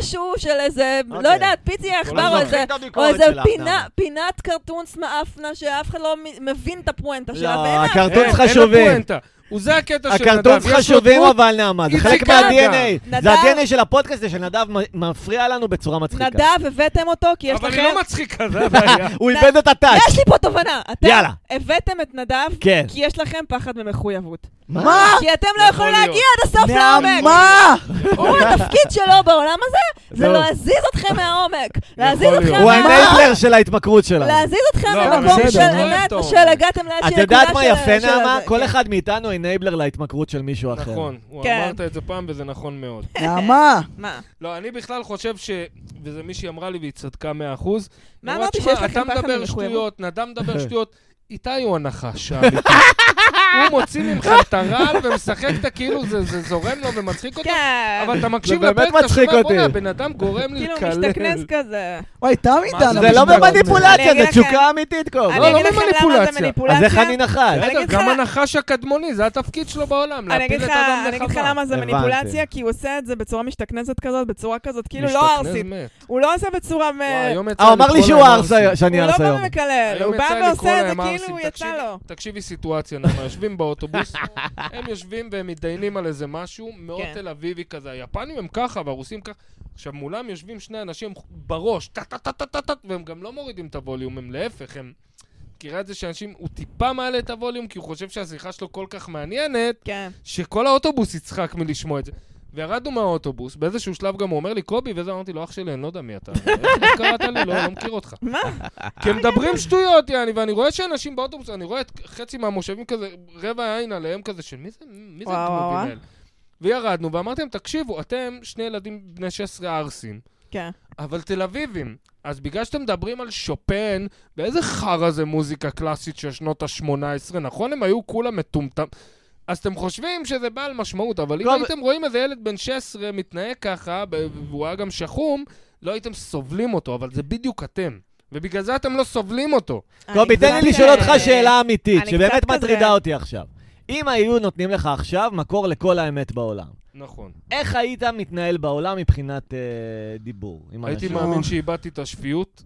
Speaker 3: משהו של איזה, לא
Speaker 2: אוקיי.
Speaker 3: יודעת, פיצי העכבר, או איזה... או איזה פינה, פינת קרטון סמאפנה שאף אחד לא מ- מבין את הפואנטה
Speaker 2: לא,
Speaker 3: שלה, ואין לה...
Speaker 4: אין,
Speaker 2: הקרטונס
Speaker 4: אה, אין
Speaker 2: חשובים.
Speaker 4: הפואנטה. הוא זה הקטע של נדב.
Speaker 2: הקרטונס
Speaker 4: יש לו
Speaker 2: חשובים
Speaker 4: דמות,
Speaker 2: אבל, נעמה, זה
Speaker 4: איציק
Speaker 2: חלק
Speaker 4: אדם.
Speaker 2: מה-DNA.
Speaker 3: נדב-
Speaker 2: זה ה-DNA של הפודקאסט, זה שנדב מ- מפריע לנו בצורה מצחיקה.
Speaker 3: נדב, הבאתם אותו, כי יש
Speaker 4: אבל
Speaker 3: לכם...
Speaker 4: היא לא מצחיקה, זה הבעיה.
Speaker 2: הוא איבד את הטאץ'.
Speaker 3: יש לי פה תובנה. אתם
Speaker 2: יאללה.
Speaker 3: הבאתם את נדב,
Speaker 2: כן.
Speaker 3: כי יש לכם פחד ממחויבות.
Speaker 1: מה?
Speaker 3: כי אתם לא
Speaker 4: אה, יכול
Speaker 3: יכולים
Speaker 4: להיות.
Speaker 3: להגיע עד הסוף לעומק.
Speaker 1: נעמה!
Speaker 3: הוא התפקיד שלו בעולם הזה, זה
Speaker 2: לא.
Speaker 3: להזיז אתכם מהעומק. להזיז
Speaker 4: יכול
Speaker 3: אתכם
Speaker 4: להיות.
Speaker 2: הוא
Speaker 3: מה-
Speaker 2: הנדלר של ההתמכרות שלנו.
Speaker 3: להזיז אתכם
Speaker 4: לא,
Speaker 1: אבל
Speaker 3: למקום
Speaker 1: בסדר,
Speaker 3: של
Speaker 1: לא
Speaker 3: אמת,
Speaker 4: טוב.
Speaker 3: של הגעתם לאיזושהי נקודה של...
Speaker 2: את יודעת מה יפה,
Speaker 3: של
Speaker 2: נעמה?
Speaker 3: הזה,
Speaker 2: כל
Speaker 3: כן.
Speaker 2: אחד מאיתנו אנייבלר להתמכרות של מישהו אחר.
Speaker 4: נכון, הוא
Speaker 3: כן.
Speaker 4: אמרת את זה פעם וזה נכון מאוד.
Speaker 1: נעמה!
Speaker 3: מה?
Speaker 4: לא, אני בכלל חושב ש... וזה מישהי אמרה לי והיא צדקה 100%.
Speaker 3: מה
Speaker 4: היא אמרה,
Speaker 3: אמרתי
Speaker 4: "תשמע,
Speaker 3: שיש לכם
Speaker 4: אתה
Speaker 3: פחד
Speaker 4: מדבר
Speaker 3: ממחויבות?"
Speaker 4: שטויות, נדם מדבר שטויות. איתי הוא הנחש האמיתי. הוא מוציא ממך את הרעל ומשחק את הכאילו זה זה זורם לו ומצחיק אותו.
Speaker 3: כן.
Speaker 4: אבל אתה מקשיב
Speaker 2: באמת
Speaker 4: לפרק, אתה
Speaker 2: מצחיק
Speaker 4: שומע,
Speaker 2: אותי."
Speaker 4: בוא'נה, הבן אדם גורם לי
Speaker 3: כאילו,
Speaker 4: לקלל.
Speaker 3: משתכנז כזה.
Speaker 1: וואי, תם איתנו.
Speaker 2: זה לא
Speaker 4: משתגע.
Speaker 3: אני
Speaker 2: במניפולציה,
Speaker 3: אגיד
Speaker 2: זה
Speaker 3: לכם-
Speaker 2: תשוקה אמיתית, קובי.
Speaker 3: אני
Speaker 4: לא
Speaker 3: אגיד לכם למה זה
Speaker 4: במניפולציה.
Speaker 3: מניפולציה.
Speaker 2: אז איך אני נחש?
Speaker 3: אני
Speaker 4: בסדר,
Speaker 3: אגיד
Speaker 4: גם
Speaker 3: לך-
Speaker 4: הנחש הקדמוני, זה התפקיד שלו בעולם,
Speaker 3: אני אגיד
Speaker 4: להפיל את
Speaker 3: לך-
Speaker 4: האדם
Speaker 3: אני אגיד לך
Speaker 4: לחווה.
Speaker 3: למה זה
Speaker 2: הבנתי.
Speaker 3: מניפולציה, כי הוא עושה את זה בצורה משתכנזת כזאת, בצורה כזאת, כאילו לא
Speaker 4: משתכנז
Speaker 3: ערסית.
Speaker 4: מת.
Speaker 3: הוא לא עושה בצורה... מ-
Speaker 4: וואי, היום יצא
Speaker 2: אה, הוא
Speaker 4: לי
Speaker 2: אמר לי
Speaker 4: לקרוא
Speaker 2: שהוא
Speaker 4: להם
Speaker 2: ארס
Speaker 4: ערסים.
Speaker 2: היום, שאני
Speaker 3: הוא
Speaker 2: ארס
Speaker 3: לא
Speaker 2: היום.
Speaker 3: בא ומקלל,
Speaker 4: היום
Speaker 3: הוא בא
Speaker 4: יצא לי לקרוא
Speaker 3: ועושה את
Speaker 4: להם
Speaker 3: זה כאילו
Speaker 4: ערסים.
Speaker 3: יצא לו.
Speaker 4: תקשיבי סיטואציה, נעמה, יושבים באוטובוס, הם יושבים והם מתדיינים על איזה משהו מאוד
Speaker 3: כן.
Speaker 4: תל אביבי כזה. היפנים הם ככה והרוסים ככה. עכשיו, מולם יושבים שני אנשים בראש, טה-טה-טה-טה-טה, והם גם לא מורידים את הווליום, הם להפך, הם... מכירה את זה שאנשים, הוא טיפה מעלה את הווליום כי הוא חושב שהשיחה שלו כל כך מעניינת,
Speaker 3: כן.
Speaker 4: שכל האוטובוס יצחק מלשמוע את זה. וירדנו מהאוטובוס, באיזשהו שלב גם הוא אומר לי, קובי, וזה אמרתי לו, אח שלי, אני לא יודע מי אתה. איך קראת לי? לא, לא מכיר אותך.
Speaker 3: מה?
Speaker 4: כי
Speaker 3: אה,
Speaker 4: הם מדברים שטויות, יעני, ואני רואה שאנשים באוטובוס, אני רואה את חצי מהמושבים כזה, רבע עין עליהם כזה, של מי זה, מי זה
Speaker 3: וואו, וואו,
Speaker 4: הדמובים
Speaker 3: וואו.
Speaker 4: האלה? וירדנו, ואמרתי להם, תקשיבו, אתם שני ילדים בני 16 ערסים,
Speaker 3: כן.
Speaker 4: אבל תל אביבים. אז בגלל שאתם מדברים על שופן, ואיזה חרא זה מוזיקה קלאסית של שנות ה-18, נכון? הם היו כולם מטומטם. אז אתם חושבים שזה בעל משמעות, אבל אם
Speaker 2: לא,
Speaker 4: הייתם רואים איזה ילד בן 16 מתנהג ככה, ב- והוא היה גם שחום, לא הייתם סובלים אותו, אבל זה בדיוק אתם. ובגלל זה אתם לא סובלים אותו.
Speaker 2: קובי,
Speaker 3: אני
Speaker 2: תן
Speaker 3: קצת,
Speaker 2: לי לשאול
Speaker 3: אה,
Speaker 2: אותך שאלה אמיתית,
Speaker 3: אני
Speaker 2: שבאמת
Speaker 3: קצת כזה-
Speaker 2: מטרידה אותי עכשיו. אם היו נותנים לך עכשיו מקור לכל האמת בעולם,
Speaker 4: נכון.
Speaker 2: איך היית מתנהל בעולם מבחינת אה, דיבור? עם
Speaker 4: הייתי
Speaker 2: אנשים?
Speaker 4: מאמין שאיבדתי את השפיות,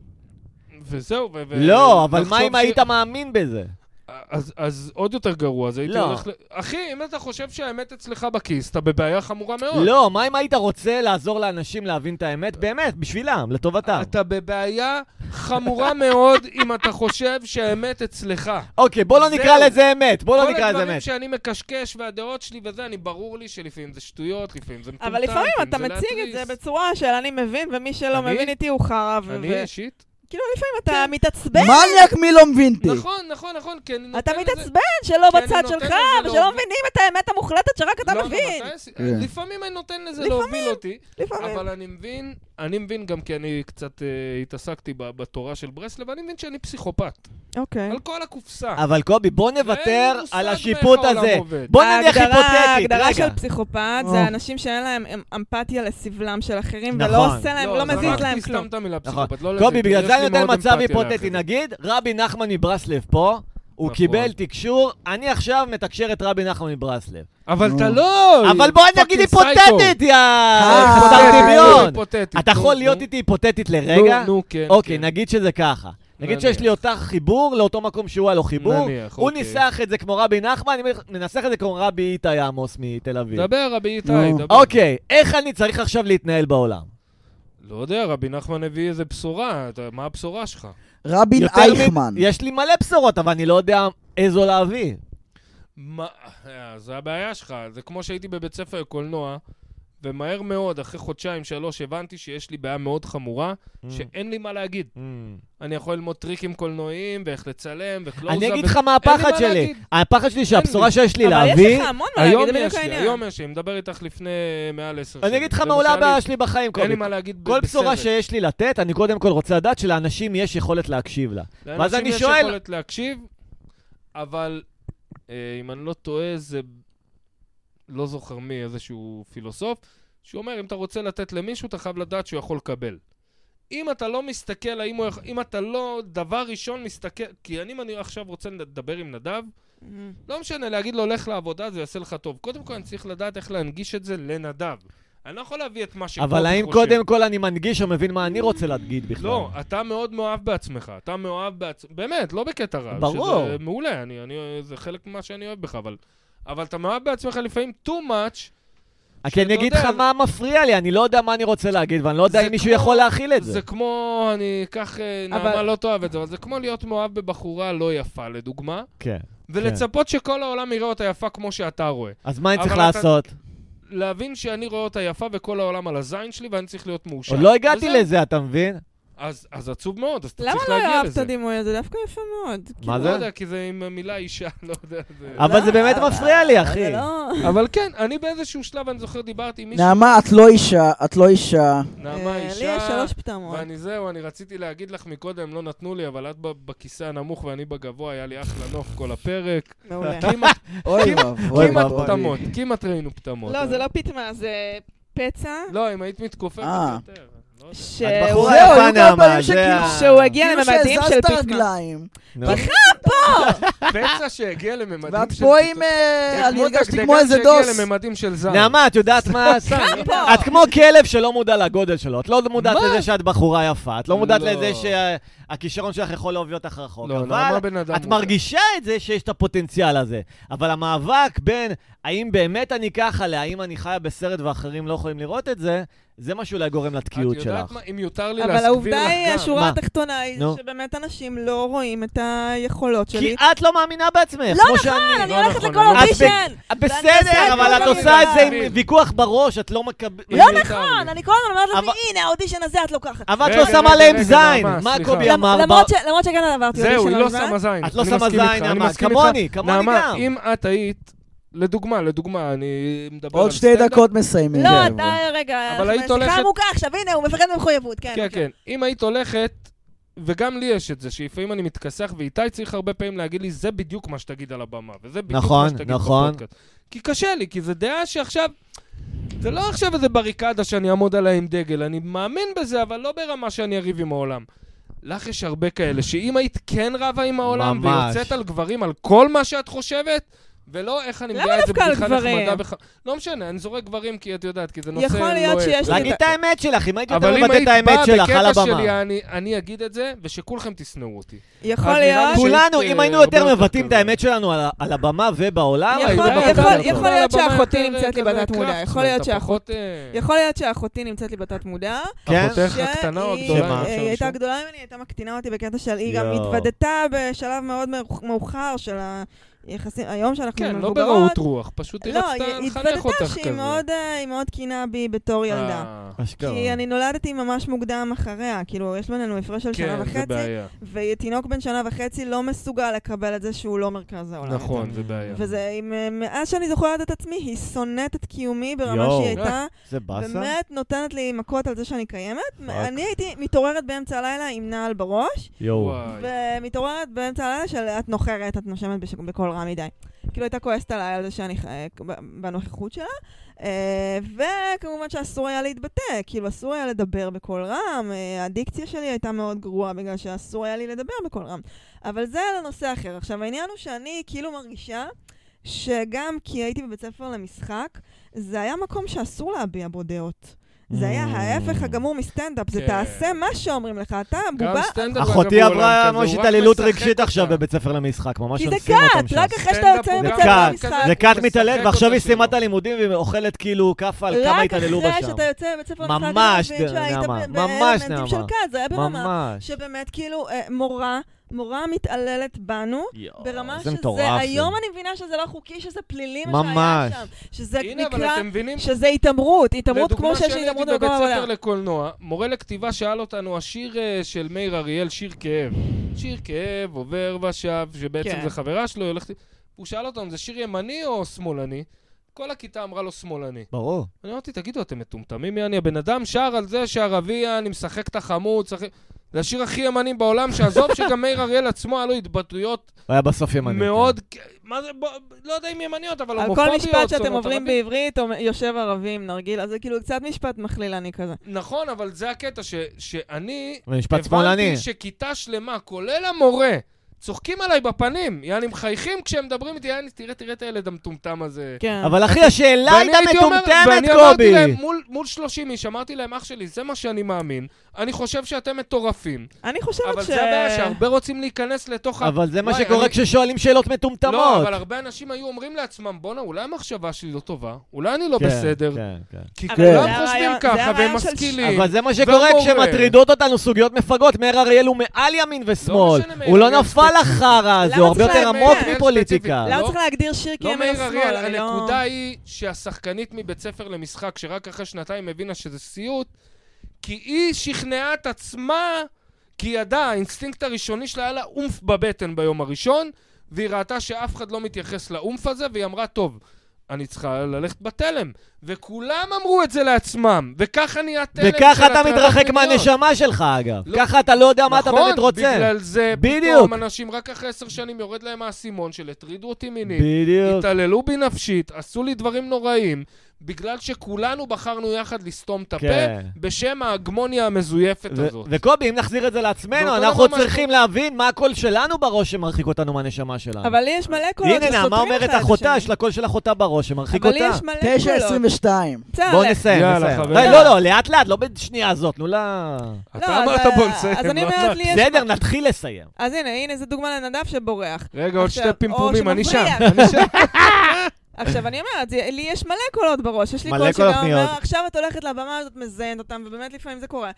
Speaker 4: וזהו. ו- ו-
Speaker 2: לא, אבל מה
Speaker 4: לחשוב
Speaker 2: אם
Speaker 4: ש-
Speaker 2: היית מאמין בזה?
Speaker 4: אז, אז עוד יותר גרוע, אז הייתי
Speaker 2: לא.
Speaker 4: הולך ל... אחי, אם אתה חושב שהאמת אצלך בכיס, אתה בבעיה חמורה מאוד.
Speaker 2: לא, מה אם היית רוצה לעזור לאנשים להבין את האמת? באמת, בשבילם, לטובתם.
Speaker 4: אתה בבעיה חמורה מאוד אם אתה חושב שהאמת אצלך.
Speaker 2: אוקיי, בוא לא
Speaker 4: זהו.
Speaker 2: נקרא לזה אמת, בוא לא
Speaker 4: כל
Speaker 2: נקרא לזה
Speaker 4: הדברים
Speaker 2: אמת.
Speaker 4: שאני מקשקש והדעות שלי וזה, אני ברור לי שלפעמים זה שטויות, לפעמים זה מטומטם,
Speaker 3: אבל לפעמים
Speaker 4: לפעמים
Speaker 3: אתה
Speaker 4: זה
Speaker 3: מציג את זה
Speaker 4: להתריס.
Speaker 3: בצורה של אני מבין, ומי שלא
Speaker 4: אני?
Speaker 3: מבין איתי הוא חרא. ו-
Speaker 4: אני כן.
Speaker 3: ו-
Speaker 4: אישית?
Speaker 5: כאילו, לפעמים אתה מתעצבן,
Speaker 1: מניאק מי לא מבין אותי.
Speaker 4: נכון, נכון, נכון, כי אני נותן
Speaker 5: אתה
Speaker 4: לזה-
Speaker 5: מתעצבן שלא
Speaker 4: כי אני
Speaker 5: בצד
Speaker 4: נותן
Speaker 5: שלך,
Speaker 4: לזה
Speaker 5: ושלא
Speaker 4: להוביל-
Speaker 5: מבינים את האמת המוחלטת שרק אתה
Speaker 4: לא, אבל
Speaker 5: מבין.
Speaker 4: מתי עשי-
Speaker 1: כן.
Speaker 4: לפעמים אני נותן לזה
Speaker 5: לפעמים.
Speaker 4: להוביל אותי,
Speaker 5: לפעמים.
Speaker 4: אבל אני מבין, אני מבין גם כי אני קצת אה, התעסקתי ב- בתורה של ברסלב, אני מבין שאני פסיכופת.
Speaker 3: אוקיי.
Speaker 4: על כל הקופסה.
Speaker 2: אבל קובי, בוא
Speaker 4: ואין
Speaker 2: נוותר
Speaker 4: לי מושג
Speaker 2: על
Speaker 4: באיך
Speaker 2: השיפוט
Speaker 4: העולם
Speaker 2: הזה.
Speaker 4: עובד.
Speaker 2: בוא נניח
Speaker 3: ההגדרה-
Speaker 2: היפותטית,
Speaker 3: ההגדרה
Speaker 2: רגע.
Speaker 3: של פסיכופת
Speaker 1: או.
Speaker 3: זה אנשים שאין להם אמ- אמפתיה לסבלם של אחרים,
Speaker 2: נכון.
Speaker 3: ולא עושה להם,
Speaker 4: לא
Speaker 3: לא מזיז להם
Speaker 4: זרקתי סתם
Speaker 3: כלום.
Speaker 4: את המילה
Speaker 2: נכון.
Speaker 4: פסיכופת, לא לזה.
Speaker 2: קובי, בגלל
Speaker 4: יש
Speaker 2: זה אני
Speaker 4: לי
Speaker 2: נותן
Speaker 4: מאוד
Speaker 2: מצב
Speaker 4: אמפתיה
Speaker 2: היפותטי.
Speaker 4: לאחרים.
Speaker 2: נגיד, רבי נחמן מברסלב פה, הוא
Speaker 4: נכון.
Speaker 2: קיבל תקשור, אני עכשיו מתקשר את רבי נחמן מברסלב.
Speaker 4: אבל
Speaker 1: נו.
Speaker 4: אתה לא...
Speaker 2: אבל בוא נגיד
Speaker 4: fucking psycho.
Speaker 2: היפותטית, יא
Speaker 1: אה,
Speaker 2: חסר
Speaker 1: היפותטית,
Speaker 2: דמיון.
Speaker 4: היפותטית,
Speaker 2: אתה
Speaker 4: נו,
Speaker 2: יכול
Speaker 4: נו.
Speaker 2: להיות איתי היפותטית
Speaker 4: נו,
Speaker 2: לרגע?
Speaker 4: נו, כן.
Speaker 2: אוקיי,
Speaker 4: כן.
Speaker 2: נגיד שזה ככה. נגיד
Speaker 4: נניח.
Speaker 2: שיש לי אותך חיבור לאותו מקום שהוא היה לו חיבור,
Speaker 4: נניח,
Speaker 2: הוא
Speaker 4: אוקיי.
Speaker 2: ניסח את זה כמו רבי נחמן, אני מנסח את זה כמו רבי איתי עמוס מתל אביב.
Speaker 4: דבר, רבי איתי,
Speaker 1: נו.
Speaker 4: דבר.
Speaker 2: אוקיי, איך אני צריך עכשיו להתנהל בעולם?
Speaker 4: לא יודע, רבי נחמן הביא איזה בשורה, אתה- מה הבשורה שלך?
Speaker 1: רבין
Speaker 2: יותר
Speaker 1: אייכמן.
Speaker 2: מ- יש לי מלא בשורות, אבל אני לא יודע איזו להביא.
Speaker 4: מה, אה, זה הבעיה שלך, זה כמו שהייתי בבית ספר לקולנוע, ומהר מאוד, אחרי חודשיים, שלוש, הבנתי שיש לי בעיה מאוד חמורה, שאין לי מה להגיד.
Speaker 2: Mm.
Speaker 4: אני יכול ללמוד טריקים קולנועיים, ואיך לצלם, וקלוזאפ.
Speaker 2: אני אגיד
Speaker 4: ו-
Speaker 2: לך מה
Speaker 4: לא, אין לי
Speaker 2: הפחד
Speaker 4: מה
Speaker 2: שלי.
Speaker 4: להגיד.
Speaker 2: הפחד שלי
Speaker 4: לי.
Speaker 2: שהבשורה שיש לי
Speaker 3: אבל יש
Speaker 2: להביא...
Speaker 3: לך המון מה
Speaker 4: היום
Speaker 3: להגיד, זה בדיוק
Speaker 4: יש לי,
Speaker 3: העניין.
Speaker 4: היום יש לי, מדבר איתך לפני אה, מעל עשר שנים.
Speaker 2: אני אגיד לך
Speaker 4: זה
Speaker 2: מה עולה
Speaker 4: שאני-
Speaker 2: הבעיה שלי בחיים,
Speaker 4: אין לי
Speaker 2: קובי.
Speaker 4: מה להגיד ב-
Speaker 2: כל בשורה
Speaker 4: בסרט.
Speaker 2: שיש לי לתת, אני קודם כל רוצה לדעת שלאנשים יש יכולת להקשיב לה. ואז אני
Speaker 4: לאנשים
Speaker 2: שואל-
Speaker 4: יש יכולת להקשיב, אבל אה, אם אני לא טועה, זה לא זוכר מי, איזשהו פילוסוף, שאומר, אם אתה רוצה לתת למישהו, אתה חייב לדעת שהוא יכול לקבל. אם אתה לא מסתכל, האם הוא יכול... אם אתה לא דבר ראשון מסתכל... כי אני, אם אני עכשיו רוצה לדבר עם נדב,
Speaker 3: אמ,
Speaker 4: לא משנה, להגיד לו, לך לעבודה, זה יעשה לך טוב. קודם כל, אני צריך לדעת איך להנגיש את זה לנדב. אני לא יכול להביא את מה שקובי חושב.
Speaker 2: אבל האם קודם כל אני מנגיש או מבין מה אני רוצה להגיד בכלל?
Speaker 4: לא, אתה מאוד מאוהב בעצמך. אתה מאוהב בעצמך, באמת, לא בקטע רע.
Speaker 2: ברור.
Speaker 4: שזה מעולה, אני, אני, זה חלק ממה שאני אוהב בך, אבל... אבל אתה מאוהב בעצמך לפעמים too much.
Speaker 2: כי אני
Speaker 4: שאתה
Speaker 2: אגיד לך
Speaker 4: יודע,
Speaker 2: מה מפריע לי, אני לא יודע מה אני רוצה להגיד, ואני לא יודע
Speaker 4: זה
Speaker 2: אם מישהו
Speaker 4: כמו-
Speaker 2: יכול להכיל את זה.
Speaker 4: זה כמו, אני אקח, אה,
Speaker 3: אבל-
Speaker 4: נעמה לא תאהב את זה, אבל זה כמו להיות מאוהב בבחורה לא יפה, לדוגמה,
Speaker 2: כן.
Speaker 4: ולצפות שכל העולם יראה אותה יפה כמו שאתה רואה.
Speaker 2: אז מה אני צריך
Speaker 4: אבל אתה-
Speaker 2: לעשות?
Speaker 4: להבין שאני רואה אותה יפה וכל העולם על הזין שלי ואני צריך להיות מאושר.
Speaker 2: עוד לא הגעתי
Speaker 4: וזה-
Speaker 2: לזה, אתה מבין?
Speaker 4: אז, אז עצוב מאוד, אז אתה
Speaker 3: למה
Speaker 4: צריך
Speaker 3: לא
Speaker 4: להגיע
Speaker 3: אהבת את
Speaker 4: לזה.
Speaker 3: הדימוי הזה? דווקא יפה מאוד.
Speaker 2: מה
Speaker 4: לא
Speaker 2: זה?
Speaker 4: יודע, אה, כי זה עם המילה אישה, לא יודע. זה...
Speaker 2: אבל זה באמת
Speaker 5: אבל-
Speaker 2: מפריע לי,
Speaker 5: אבל
Speaker 2: אחי.
Speaker 5: זה לא-
Speaker 4: אבל כן, אני באיזשהו שלב, אני זוכר, דיברתי עם מישהו,
Speaker 1: נעמה, את לא אישה, את לא אישה.
Speaker 4: נעמה
Speaker 3: אה, לי
Speaker 4: אישה,
Speaker 3: יש שלוש פטמות.
Speaker 4: ואני זהו, אני רציתי להגיד לך מקודם, לא נתנו לי, אבל את ב- בכיסא הנמוך ואני בגבוה, היה לי אחלה נוף כל הפרק.
Speaker 3: מעולה.
Speaker 4: כמעט
Speaker 1: אוי
Speaker 4: כמעט-
Speaker 1: ואבוי.
Speaker 4: כמעט
Speaker 1: ואבוי.
Speaker 4: פטמות, כמעט ראינו פטמות.
Speaker 3: לא, זה לא פטמה, זה פצע.
Speaker 4: לא, אם היית מתכופפת
Speaker 1: אה.
Speaker 4: יותר. לא יודע.
Speaker 3: שהוא
Speaker 2: את בחורה
Speaker 1: זהו, היו
Speaker 2: יפה,
Speaker 1: כמה
Speaker 2: נעמה,
Speaker 1: פעמים
Speaker 2: זה
Speaker 1: שכאילו-
Speaker 2: ה...
Speaker 3: שהוא הגיע
Speaker 1: כאילו
Speaker 3: לממדים של
Speaker 1: שהזזת
Speaker 3: פטמה.
Speaker 1: רגליים.
Speaker 2: נו.
Speaker 4: פצע שהגיע לממדים של...
Speaker 1: ואת פה עם...
Speaker 4: פטמות.
Speaker 1: אה,
Speaker 4: זה
Speaker 1: אני
Speaker 4: כמו
Speaker 1: הרגשתי
Speaker 4: דגדגן
Speaker 1: כמו איזה דוס.
Speaker 4: שהגיע לממדים של זעם.
Speaker 2: נעמה, אה, את יודעת מה? את כמו כלב שלא מודע לגודל שלו. את לא מודעת
Speaker 4: מה?
Speaker 2: לזה שאת בחורה יפה, את לא מודעת
Speaker 4: לא.
Speaker 2: לזה שהכישרון שלך יכול להוביל אותך רחוק.
Speaker 4: לא,
Speaker 2: אבל
Speaker 4: נעמה בן אדם...
Speaker 2: את
Speaker 4: מודע.
Speaker 2: מרגישה את זה שיש את הפוטנציאל הזה. אבל המאבק בין האם באמת אני ככה להאם אני חיה בסרט ואחרים לא יכולים לראות את זה, זה מה שאולי גורם לתקיעות
Speaker 4: את יודעת
Speaker 2: שלך.
Speaker 4: מה, אם יותר לי
Speaker 3: אבל
Speaker 4: להסביר לך
Speaker 3: העובדה היא,
Speaker 4: גם.
Speaker 3: השורה
Speaker 2: מה?
Speaker 3: התחתונה היא
Speaker 2: נו.
Speaker 3: שבאמת אנשים לא רואים את היכולות
Speaker 2: כי
Speaker 3: שלי.
Speaker 2: את לא מאמינה בעצמך,
Speaker 5: לא
Speaker 2: כמו שאני. אה,
Speaker 5: אני
Speaker 4: לא
Speaker 5: הולכת
Speaker 4: נכון,
Speaker 5: לכל
Speaker 4: אני-
Speaker 5: אודישן!
Speaker 2: בסדר, אבל את עושה את זה עם ויכוח בראש, את לא מקבלת...
Speaker 4: לא
Speaker 5: נכון, אני כל הזמן אומרת לעצמי,
Speaker 2: אבל-
Speaker 5: הנה האודישן הזה את לוקחת.
Speaker 2: אבל את
Speaker 4: רגע,
Speaker 2: לא
Speaker 4: רגע,
Speaker 2: שמה להם
Speaker 4: רגע,
Speaker 2: זין.
Speaker 4: נעמה,
Speaker 2: מה
Speaker 4: סליחה.
Speaker 2: קובי אמר?
Speaker 5: למרות ש- למרות שכן עברתי
Speaker 4: זהו,
Speaker 5: אודישן
Speaker 4: היא לא
Speaker 5: לא מזמן.
Speaker 4: שמה זין.
Speaker 2: את לא
Speaker 4: אני
Speaker 2: שמה
Speaker 4: מסכים
Speaker 2: זין,
Speaker 4: איתך, אני
Speaker 2: נעמה,
Speaker 4: מסכים איתך.
Speaker 2: כמוני, כמוני
Speaker 4: נעמה,
Speaker 2: גם.
Speaker 4: אם את היית, לדוגמה, לדוגמה, אני מדבר על
Speaker 1: עוד שתי
Speaker 4: סטנדאפ.
Speaker 1: דקות מסיימים.
Speaker 5: לא,
Speaker 1: חבר'ה.
Speaker 5: אתה, רגע,
Speaker 4: אבל היית
Speaker 5: שיחה
Speaker 4: הולכת-
Speaker 5: עמוקה עכשיו, הנה, הוא מפחד ממחויבות, כן.
Speaker 4: כן,
Speaker 5: בבקשה.
Speaker 3: אוקיי.
Speaker 4: כן. אם היית הולכת, וגם לי יש את זה, שלפעמים אני מתכסח, ואיתי צריך הרבה פעמים להגיד לי, זה בדיוק מה שתגיד על הבמה, וזה בדיוק
Speaker 2: נכון,
Speaker 4: מה שתגיד
Speaker 2: נכון.
Speaker 4: בפודקאסט. כי קשה לי, כי זו דעה שעכשיו... זה לא עכשיו איזה בריקדה שאני אעמוד עליה עם דגל, אני מאמין בזה, אבל לא ברמה שאני אריב עם העולם. לך יש הרבה כאלה, שאם היית כן רבה עם העולם,
Speaker 2: ממש.
Speaker 4: ויוצאת על גברים, על כל מה שאת חושבת, ולא איך אני
Speaker 3: למה
Speaker 4: מביאה את זה
Speaker 3: דווקא על
Speaker 4: בדיחה
Speaker 3: גברים?
Speaker 4: נחמדה וח... לא משנה, אני זורק גברים כי את יודעת, כי זה נושא
Speaker 3: יכול להיות
Speaker 4: לוהט.
Speaker 3: שיש לי...
Speaker 2: להגיד את האמת שלך, אם היית יותר
Speaker 4: אבל אם
Speaker 2: מבטאת את
Speaker 4: היית
Speaker 2: האמת
Speaker 4: באה
Speaker 2: שלך על
Speaker 4: בקטע
Speaker 2: הבמה.
Speaker 4: שלי, אני- אני אגיד את זה, ושכולכם תשנאו אותי.
Speaker 3: יכול
Speaker 4: אז נראה לי
Speaker 3: להיות...
Speaker 2: כולנו,
Speaker 4: שהיית,
Speaker 2: אם היינו
Speaker 4: אה,
Speaker 2: יותר
Speaker 4: הרבה יותר
Speaker 2: מבטאים את
Speaker 4: כזה.
Speaker 2: האמת שלנו על ה- על הבמה ובעולם,
Speaker 3: יכול-
Speaker 2: היינו
Speaker 4: אתה
Speaker 2: במקום
Speaker 4: יודע,
Speaker 3: יכול-
Speaker 4: אתה
Speaker 2: יותר
Speaker 3: יכול
Speaker 2: טוב.
Speaker 4: על
Speaker 3: להיות
Speaker 4: הבמה
Speaker 3: שאחותי
Speaker 4: יותר אה,
Speaker 3: נמצאת לי
Speaker 4: כזה
Speaker 3: בתת מודע,
Speaker 4: קראפט,
Speaker 3: יכול להיות
Speaker 4: אתה פחות,
Speaker 3: שאחות-
Speaker 4: אה,
Speaker 3: יכול להיות שאחותי נמצאת לי בתת מודע.
Speaker 2: כן?
Speaker 4: אחותך
Speaker 3: שהיא-
Speaker 4: הקטנה או
Speaker 2: שמה?
Speaker 4: הגדולה?
Speaker 3: אה, היא
Speaker 4: אפשר
Speaker 3: הייתה
Speaker 4: לשאול?
Speaker 3: גדולה ממני, היא הייתה מקטינה אותי בקטע של היא גם
Speaker 2: יואו.
Speaker 3: התוודתה בשלב מאוד מאוח- מאוחר של ה... יחסים, היום שאנחנו
Speaker 4: כן, לא
Speaker 3: מבוגרות...
Speaker 4: ברעות רוח, פשוט היא
Speaker 3: לא,
Speaker 4: רצתה
Speaker 3: היא- היא
Speaker 4: לחנך אותך
Speaker 3: התוודתה
Speaker 4: כזה.
Speaker 3: שהיא מאוד, אה, היא מאוד קינה בי בתור ילדה.
Speaker 4: אה,
Speaker 2: אשכרה.
Speaker 3: כי אני נולדתי ממש מוקדם אחריה, כאילו, יש בינינו הפרש של שנה
Speaker 4: כן, זה
Speaker 3: וחצי,
Speaker 4: בעיה.
Speaker 3: ותינוק בן שנה וחצי לא מסוגל לקבל את זה שהוא לא מרכז העולם.
Speaker 4: נכון, זה בעיה.
Speaker 3: וזה, עם- אה, מאז שאני זוכרת את עצמי, היא שונאת את קיומי ברמה
Speaker 2: יואו.
Speaker 3: שהיא הייתה
Speaker 2: זה באסה?
Speaker 3: באמת נותנת לי מכות על זה שאני קיימת.
Speaker 2: פאק.
Speaker 3: אני הייתי מתעוררת באמצע הלילה עם נעל בראש,
Speaker 2: יואו.
Speaker 4: וואי.
Speaker 3: ומתעוררת באמצע הלילה של את נוחרת, את נושמת בש- בקול רע מדי. כאילו הייתה כועסת עליי על זה שאני חייק בנוכחות שלה, אה, וכמובן שאסור היה להתבטא, כאילו אסור היה לדבר בקול רם, אה, הדיקציה שלי הייתה מאוד גרועה בגלל שאסור היה לי לדבר בקול רם. אבל זה לנושא אחר. עכשיו העניין הוא שאני כאילו מרגישה שגם כי הייתי בבית ספר למשחק, זה היה מקום שאסור להביע בו דעות. זה היה
Speaker 2: Mm.
Speaker 3: ההפך הגמור מסטנדבוט, זה
Speaker 4: כן.
Speaker 3: תעשה מה שאומרים לך, אתה
Speaker 4: גם
Speaker 3: בובה
Speaker 4: סטנדאפ, אגב,
Speaker 2: אחותי
Speaker 4: בעולם
Speaker 2: עברה
Speaker 4: כזה, הוא
Speaker 2: ממש
Speaker 4: רק
Speaker 2: התעללות
Speaker 4: משחק
Speaker 2: רגשית עכשיו
Speaker 4: אותה.
Speaker 2: בבית ספר למשחק, ממש
Speaker 3: כי זה
Speaker 2: אונסים אותם
Speaker 3: קאט,
Speaker 2: שם.
Speaker 3: רק אחרי שאתה
Speaker 4: סטנדאפ
Speaker 3: יוצא
Speaker 4: הוא
Speaker 3: מבית
Speaker 4: גם
Speaker 3: ספר
Speaker 2: קאט.
Speaker 3: למשחק.
Speaker 2: זה כת
Speaker 4: משחק
Speaker 2: מתעלל,
Speaker 4: אותה
Speaker 2: ועכשיו היא
Speaker 4: שלו.
Speaker 2: סיימה את הלימודים והיא אוכלת כאילו כאפה על כמה
Speaker 3: רק
Speaker 2: התעללו בה
Speaker 3: אחרי
Speaker 2: שם.
Speaker 3: שאתה יוצא מבית ספר למשחק,
Speaker 2: ממש,
Speaker 3: אתה מבין שהיית
Speaker 2: נעמה,
Speaker 3: ב-
Speaker 2: ממש,
Speaker 3: באלמנטים
Speaker 2: נעמה.
Speaker 3: של קאט, זה היה ברמה
Speaker 2: ממש.
Speaker 3: שבאמת כאילו אה, מורה, מורה מתעללת בנו.
Speaker 2: יואו,
Speaker 3: ברמה
Speaker 2: זה
Speaker 3: שזה,
Speaker 2: מטורף,
Speaker 3: היום
Speaker 2: זה.
Speaker 3: אני מבינה שזה לא חוקי, שזה פלילי מה שהיה
Speaker 2: ממש.
Speaker 3: שם. שזה
Speaker 4: הנה, אבל
Speaker 3: נקרא,
Speaker 4: אתם מבינים?
Speaker 3: שזה התעמרות, התעמרות כמו שיש
Speaker 4: לדוגמה,
Speaker 3: התעמרות
Speaker 4: כשאני הייתי
Speaker 3: במקום
Speaker 4: בבית ספר
Speaker 3: העבודה.
Speaker 4: לקולנוע, מורה לכתיבה שאל אותנו, השיר אה, של מאיר אריאל, שיר כאב. שיר כאב, עובר ושב, שבעצם
Speaker 3: כן.
Speaker 4: זה חברה שלו, היא הולכת... הוא שאל אותנו, זה שיר ימני או שמאלני? כל הכיתה אמרה לו שמאלני.
Speaker 2: ברור.
Speaker 4: אני אמרתי, תגידו, אתם מטומטמים, יעני? הבן אדם שר על זה שערבי, אני משחק את החמוד, שחק... זה השיר הכי ימני בעולם, שעזוב שגם מאיר אריאל עצמו, היה לו התבטאויות
Speaker 2: הוא היה בסוף ימני. כן.
Speaker 4: מאוד... מה זה, בוא, לא יודע אם ימניות, אבל
Speaker 3: על
Speaker 4: הומופוביות.
Speaker 3: כל משפט
Speaker 4: זאת
Speaker 3: שאתם
Speaker 4: אומרת,
Speaker 3: עוברים
Speaker 4: ערבים.
Speaker 3: בעברית, או- יושב ערבי עם נרגיל, אז זה כאילו קצת משפט מכלילני כזה.
Speaker 4: נכון, אבל זה הקטע, ש, שאני
Speaker 2: כן. ומשפט שמאלני.
Speaker 4: הבנתי שכיתה שלמה, כולל המורה, צוחקים עליי בפנים, יעני מחייכים כשהם מדברים איתי, יעני, תראה, תראה את הילד המטומטם הזה.
Speaker 3: כן.
Speaker 2: אבל אחי, השאלה
Speaker 4: ואני
Speaker 2: לא הייתה
Speaker 4: הייתי אומר-
Speaker 2: מטומטמת,
Speaker 4: ואני אמרתי
Speaker 2: קובי.
Speaker 4: להם, מול, מול 30 איש, אמרתי להם, אח שלי, זה מה שאני מאמין, אני חושב שאתם מטורפים,
Speaker 3: אני חושבת ש...
Speaker 4: אבל זה הבעיה שהרבה רוצים להיכנס לתוך ה...
Speaker 2: אבל זה מה
Speaker 4: וואי,
Speaker 2: שקורה
Speaker 4: אני-
Speaker 2: כששואלים שאלות
Speaker 4: לא,
Speaker 2: מטומטמות.
Speaker 4: אבל הרבה אנשים היו אומרים לעצמם, בואנה, אולי המחשבה שלי לא טובה, אולי אני לא
Speaker 2: כן,
Speaker 4: בסדר,
Speaker 2: כן, כן.
Speaker 4: כי
Speaker 3: אבל
Speaker 4: כולם
Speaker 3: זה
Speaker 4: חושבים
Speaker 3: הרעיון- זה
Speaker 4: ככה
Speaker 3: הרעיון
Speaker 4: והם
Speaker 3: של-
Speaker 4: משכילים.
Speaker 2: אבל זה מה שקורה
Speaker 4: והמורה.
Speaker 2: כשמטרידות אותנו סוגיות מפגות. מאיר אריאל הוא מעל ימין ושמאל.
Speaker 4: משנה, מאיר
Speaker 2: הוא לא
Speaker 4: אריאל
Speaker 2: נפל לחרא הזה,
Speaker 3: למה
Speaker 2: הוא הרבה
Speaker 3: צריך
Speaker 2: יותר
Speaker 3: להם-
Speaker 2: עמוק
Speaker 4: כן,
Speaker 2: מפוליטיקה.
Speaker 4: ספציפית.
Speaker 3: למה
Speaker 4: לא-
Speaker 3: צריך להגדיר שיר
Speaker 4: לא
Speaker 3: כימין
Speaker 4: מאיר
Speaker 3: השמאל?
Speaker 4: אריאל,
Speaker 3: אני לא-
Speaker 4: הנקודה היא שהשחקנית מבית ספר למשחק, שרק אחרי שנתיים הבינה שזה סיוט, כי היא שכנעה את עצמה, כי היא ידעה, האינסטינקט הראשוני שלה היה לה אומף בבטן ביום הראשון, והיא ראתה שאף אחד לא מתייחס לאומף הזה, והיא אמרה, טוב, אני צריכה ללכת בתלם. וכולם אמרו את זה לעצמם, וככה נהיה תלם של
Speaker 2: וככה אתה
Speaker 4: הטרדות
Speaker 2: מתרחק
Speaker 4: מיניות.
Speaker 2: מהנשמה שלך, אגב.
Speaker 4: לא-
Speaker 2: ככה אתה לא יודע מה אתה
Speaker 4: נכון,
Speaker 2: באמת רוצה.
Speaker 4: בגלל זה
Speaker 2: בדיוק.
Speaker 4: פתאום אנשים רק אחרי עשר שנים יורד להם האסימון של הטרידו אותי מינית,
Speaker 2: בדיוק.
Speaker 4: התעללו בי נפשית, עשו לי דברים נוראים, בגלל שכולנו בחרנו יחד לסתום את
Speaker 2: כן.
Speaker 4: הפה, בשם ההגמוניה המזויפת
Speaker 2: ו-
Speaker 4: הזאת.
Speaker 2: וקובי, אם נחזיר את זה לעצמנו,
Speaker 4: ואותו
Speaker 2: אנחנו
Speaker 4: דבר מה
Speaker 2: צריכים להבין מה הקול שלנו בראש שמרחיק אותנו מהנשמה שלנו.
Speaker 3: אבל לי יש מלא קולות
Speaker 2: אה. הנה, נעמה
Speaker 3: שסותרים
Speaker 2: אומרת
Speaker 3: אחד את
Speaker 2: אחותה,
Speaker 3: השני.
Speaker 2: יש לה קול של אחותה בראש שמרחיק
Speaker 3: אבל לי
Speaker 2: אותה.
Speaker 3: יש מלא קולות.
Speaker 1: 922.
Speaker 3: בסדר,
Speaker 2: בואו נסיים,
Speaker 4: יאללה,
Speaker 2: נסיים.
Speaker 4: חברים.
Speaker 2: די, לא, לא, לאט לאט, לא בשנייה הזאת, תנו לה...
Speaker 3: לא, אז- אז
Speaker 2: כן,
Speaker 3: אני אומרת לי יש...
Speaker 2: בסדר, נתחיל לסיים.
Speaker 3: אז הנה, הנה, זו דוגמה לנדב שבורח.
Speaker 4: רגע, עוד
Speaker 3: עכשיו,
Speaker 4: שתי
Speaker 3: או
Speaker 4: פמפומים, אני שם.
Speaker 3: שמפריע.
Speaker 4: אני שם.
Speaker 3: עכשיו, אני אומרת, זה- לי יש מלא קולות בראש. יש לי
Speaker 2: מלא
Speaker 3: קול
Speaker 2: קולות
Speaker 3: שגם אומר,
Speaker 2: מאוד.
Speaker 3: עכשיו את הולכת לבמה הזאת, מזיינת אותם, ובאמת לפעמים זה קורה.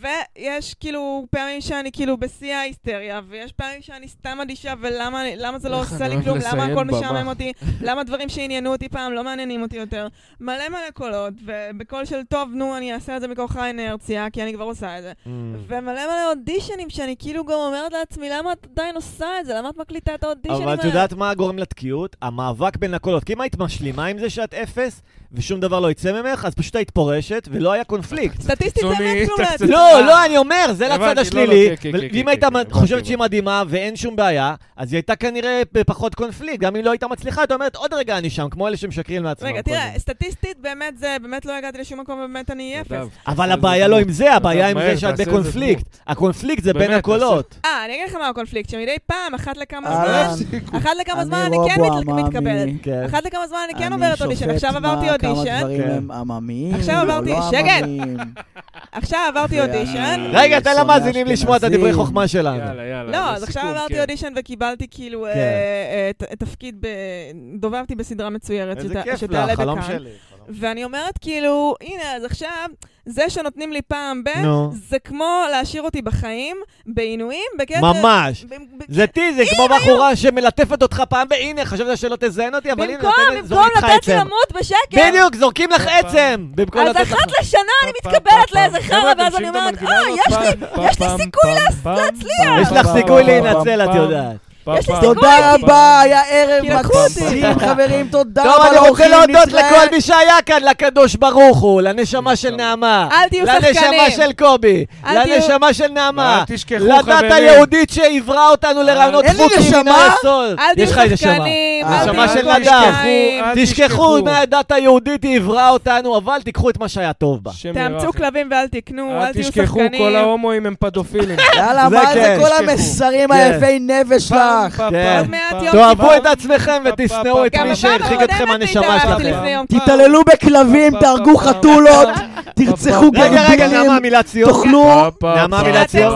Speaker 3: ויש כאילו פעמים שאני כאילו בשיא ההיסטריה, ויש פעמים שאני סתם אדישה, ולמה למה זה לא
Speaker 4: איך אני
Speaker 3: עושה לי
Speaker 4: אוהב
Speaker 3: כלום, למה
Speaker 4: לסיים
Speaker 3: הכל
Speaker 4: במה.
Speaker 3: משעמם אותי, למה דברים שעניינו אותי פעם לא מעניינים אותי יותר. מלא מלא קולות, ובקול של טוב, נו, אני אעשה את זה מכוח האינרציה, כי אני כבר עושה את זה.
Speaker 2: Mm.
Speaker 3: ומלא מלא אודישנים שאני כאילו גם אומרת לעצמי, למה את עדיין עושה את זה? למה את מקליטה את האודישנים האלה?
Speaker 2: אבל את יודעת מה גורם לתקיעות? המאבק בין הקולות. כי אם היית משלימה עם זה שאת אפס, ושום דבר לא יצא ממך, אז פשוט היית פורשת, ולא היה קונפליקט.
Speaker 3: סטטיסטית זה
Speaker 4: קיצוני,
Speaker 3: באמת כלום
Speaker 4: אתה
Speaker 3: להצביע.
Speaker 2: לא, לא, אני אומר, זה
Speaker 4: הבנתי,
Speaker 2: לצד
Speaker 4: לא,
Speaker 2: השלילי.
Speaker 4: לא, כן, כן,
Speaker 2: ו-
Speaker 4: כן,
Speaker 2: ואם
Speaker 4: כן,
Speaker 2: היית
Speaker 4: כן,
Speaker 2: מ-
Speaker 4: הבנתי,
Speaker 2: חושבת
Speaker 4: הבנתי.
Speaker 2: שהיא מדהימה ואין שום בעיה, אז היא הייתה כנראה ב- פחות קונפליקט. גם אם לא הייתה מצליחה, הייתה אומרת, עוד רגע אני שם, כמו אלה שמשקרים לעצמם.
Speaker 3: רגע,
Speaker 2: כל
Speaker 3: תראה,
Speaker 2: הזמן.
Speaker 3: סטטיסטית באמת זה, באמת לא הגעתי לשום מקום ובאמת אני אהיה אפס.
Speaker 2: אבל הבעיה לא עם זה, הבעיה עם
Speaker 4: מהר,
Speaker 2: זה שאת
Speaker 4: תעשה את זה
Speaker 2: בקונפליקט. הקונפליקט זה בין
Speaker 4: באמת,
Speaker 2: הקולות.
Speaker 3: אה, אני אגיד לך מה הקונפליקט, שמדי פעם, אחת לכמה
Speaker 1: אהלן,
Speaker 2: אה,
Speaker 3: זמן, אחת לכמה זמן אני כן
Speaker 1: רובו
Speaker 3: מת- מתקבלת.
Speaker 1: עממי.
Speaker 2: כן.
Speaker 3: אחת לכמה זמן אני כן
Speaker 1: אני
Speaker 3: עוברת אודישן,
Speaker 1: שופט
Speaker 3: עכשיו
Speaker 1: מה- כמה
Speaker 3: עברתי אודישן,
Speaker 1: דברים
Speaker 2: כן.
Speaker 1: הם עממיים,
Speaker 3: עכשיו
Speaker 1: או
Speaker 3: עברתי-
Speaker 1: לא
Speaker 3: שקט.
Speaker 1: עממיים.
Speaker 3: עכשיו עברתי
Speaker 1: ואני-
Speaker 3: אודישן.
Speaker 2: רגע, תן
Speaker 1: שונא
Speaker 2: למאזינים לשמוע את
Speaker 1: אשכנזים.
Speaker 2: הדברי חוכמה שלנו.
Speaker 4: יאללה, יאללה.
Speaker 3: לא, אז
Speaker 4: לסיכום,
Speaker 3: עכשיו
Speaker 4: כן.
Speaker 3: עברתי אודישן וקיבלתי כאילו אה,
Speaker 2: כן.
Speaker 3: אה, ת- תפקיד, ב- דובבתי בסדרה מצוירת שת- שתעלה בכאן.
Speaker 2: שלי. חלום
Speaker 3: ואני אומרת, כאילו, הנה, אז עכשיו, זה שנותנים לי פעם ב,
Speaker 2: נו.
Speaker 3: זה כמו להשאיר אותי בחיים, בעינויים, בקטע...
Speaker 2: ממש.
Speaker 3: ב- ב-
Speaker 2: זה טי, זה כמו בחורה שמלטפת אותך פעם, והנה, חשבת שלא תזיין אותי, אבל הנה,
Speaker 5: במקום,
Speaker 2: נותנת-
Speaker 5: במקום
Speaker 2: זורקים לך
Speaker 5: לתת לי
Speaker 2: עצם.
Speaker 5: למות בשקט,
Speaker 2: בדיוק, זורקים לך
Speaker 4: פעם.
Speaker 2: עצם! במקום
Speaker 5: אז
Speaker 2: לתת לך...
Speaker 5: אחת לשנה אני מתקבלת לאיזה חרא, ואז אני אומרת, אה, יש לי... יש לי
Speaker 4: סיכוי להצליח!
Speaker 2: יש לך סיכוי להינצל, את יודעת.
Speaker 5: יש לי סיכוי.
Speaker 1: תודה רבה, היה ערב
Speaker 3: כי לקחו אותי.
Speaker 1: מקסים, חברים, תודה
Speaker 2: טוב,
Speaker 1: רבה
Speaker 2: אני רוצה
Speaker 1: לאורחים,
Speaker 2: להודות
Speaker 1: נתראה.
Speaker 2: לכל מי שהיה כאן, לקדוש ברוך הוא, לנשמה של נעמה.
Speaker 3: אל תהיו
Speaker 2: לנשמה
Speaker 3: שחקנים.
Speaker 2: של קובי,
Speaker 3: אל תהיו-
Speaker 2: לנשמה של נעמה,
Speaker 4: אל תשכחו,
Speaker 2: לדת
Speaker 4: חברים.
Speaker 2: היהודית שעיברה אותנו לרעיונות
Speaker 1: אין לי
Speaker 2: חוקים מן
Speaker 1: נשמה?
Speaker 2: היסוד.
Speaker 3: אל
Speaker 2: יש לך
Speaker 3: תהיו
Speaker 2: נשמה.
Speaker 3: שחקנים,
Speaker 1: אה,
Speaker 3: אל
Speaker 2: נשמה
Speaker 3: תהיו
Speaker 2: של אדם.
Speaker 3: פוליטיקאים.
Speaker 4: אל
Speaker 2: תשכחו
Speaker 4: תשכחו.
Speaker 2: מהדת היהודית, היא עיברה אותנו, אבל תיקחו את מה שהיה טוב בה.
Speaker 4: השם
Speaker 3: תאמצו
Speaker 4: ירחם.
Speaker 3: כלבים ואל תקנו, אל
Speaker 4: אה, אל
Speaker 3: תהיו
Speaker 4: תשכחו,
Speaker 3: שחקנים.
Speaker 4: כל ההומואים הם פדופילים.
Speaker 1: יאללה,
Speaker 2: זה
Speaker 1: מה זה
Speaker 2: כן,
Speaker 1: כל
Speaker 4: תשכחו.
Speaker 1: המסרים
Speaker 2: כן.
Speaker 1: היפי נפש
Speaker 4: פעם,
Speaker 1: שלך?
Speaker 4: פעם,
Speaker 2: כן.
Speaker 4: פעם,
Speaker 3: עוד מעט
Speaker 4: פעם.
Speaker 3: יום
Speaker 2: תאהבו
Speaker 4: פעם,
Speaker 2: את עצמכם
Speaker 4: פעם,
Speaker 2: ותשנאו
Speaker 4: פעם,
Speaker 2: את
Speaker 4: פעם.
Speaker 2: מי
Speaker 3: בפעם
Speaker 2: שהרחיק
Speaker 3: הקודמת
Speaker 2: אתכם הנשמה
Speaker 3: התאהבתי
Speaker 2: שלכם.
Speaker 3: לפני יום.
Speaker 1: תתעללו בכלבים,
Speaker 4: פעם,
Speaker 1: תהרגו
Speaker 4: פעם,
Speaker 1: חתולות,
Speaker 4: פעם,
Speaker 1: תרצחו
Speaker 4: פעם.
Speaker 2: רגע, רגע,
Speaker 1: גרבינים,
Speaker 2: נעמה, מילת סיום.
Speaker 1: תאכלו
Speaker 4: פעם,
Speaker 2: נעמה,
Speaker 4: פעם,
Speaker 2: מילת
Speaker 4: פעם.
Speaker 2: סיום.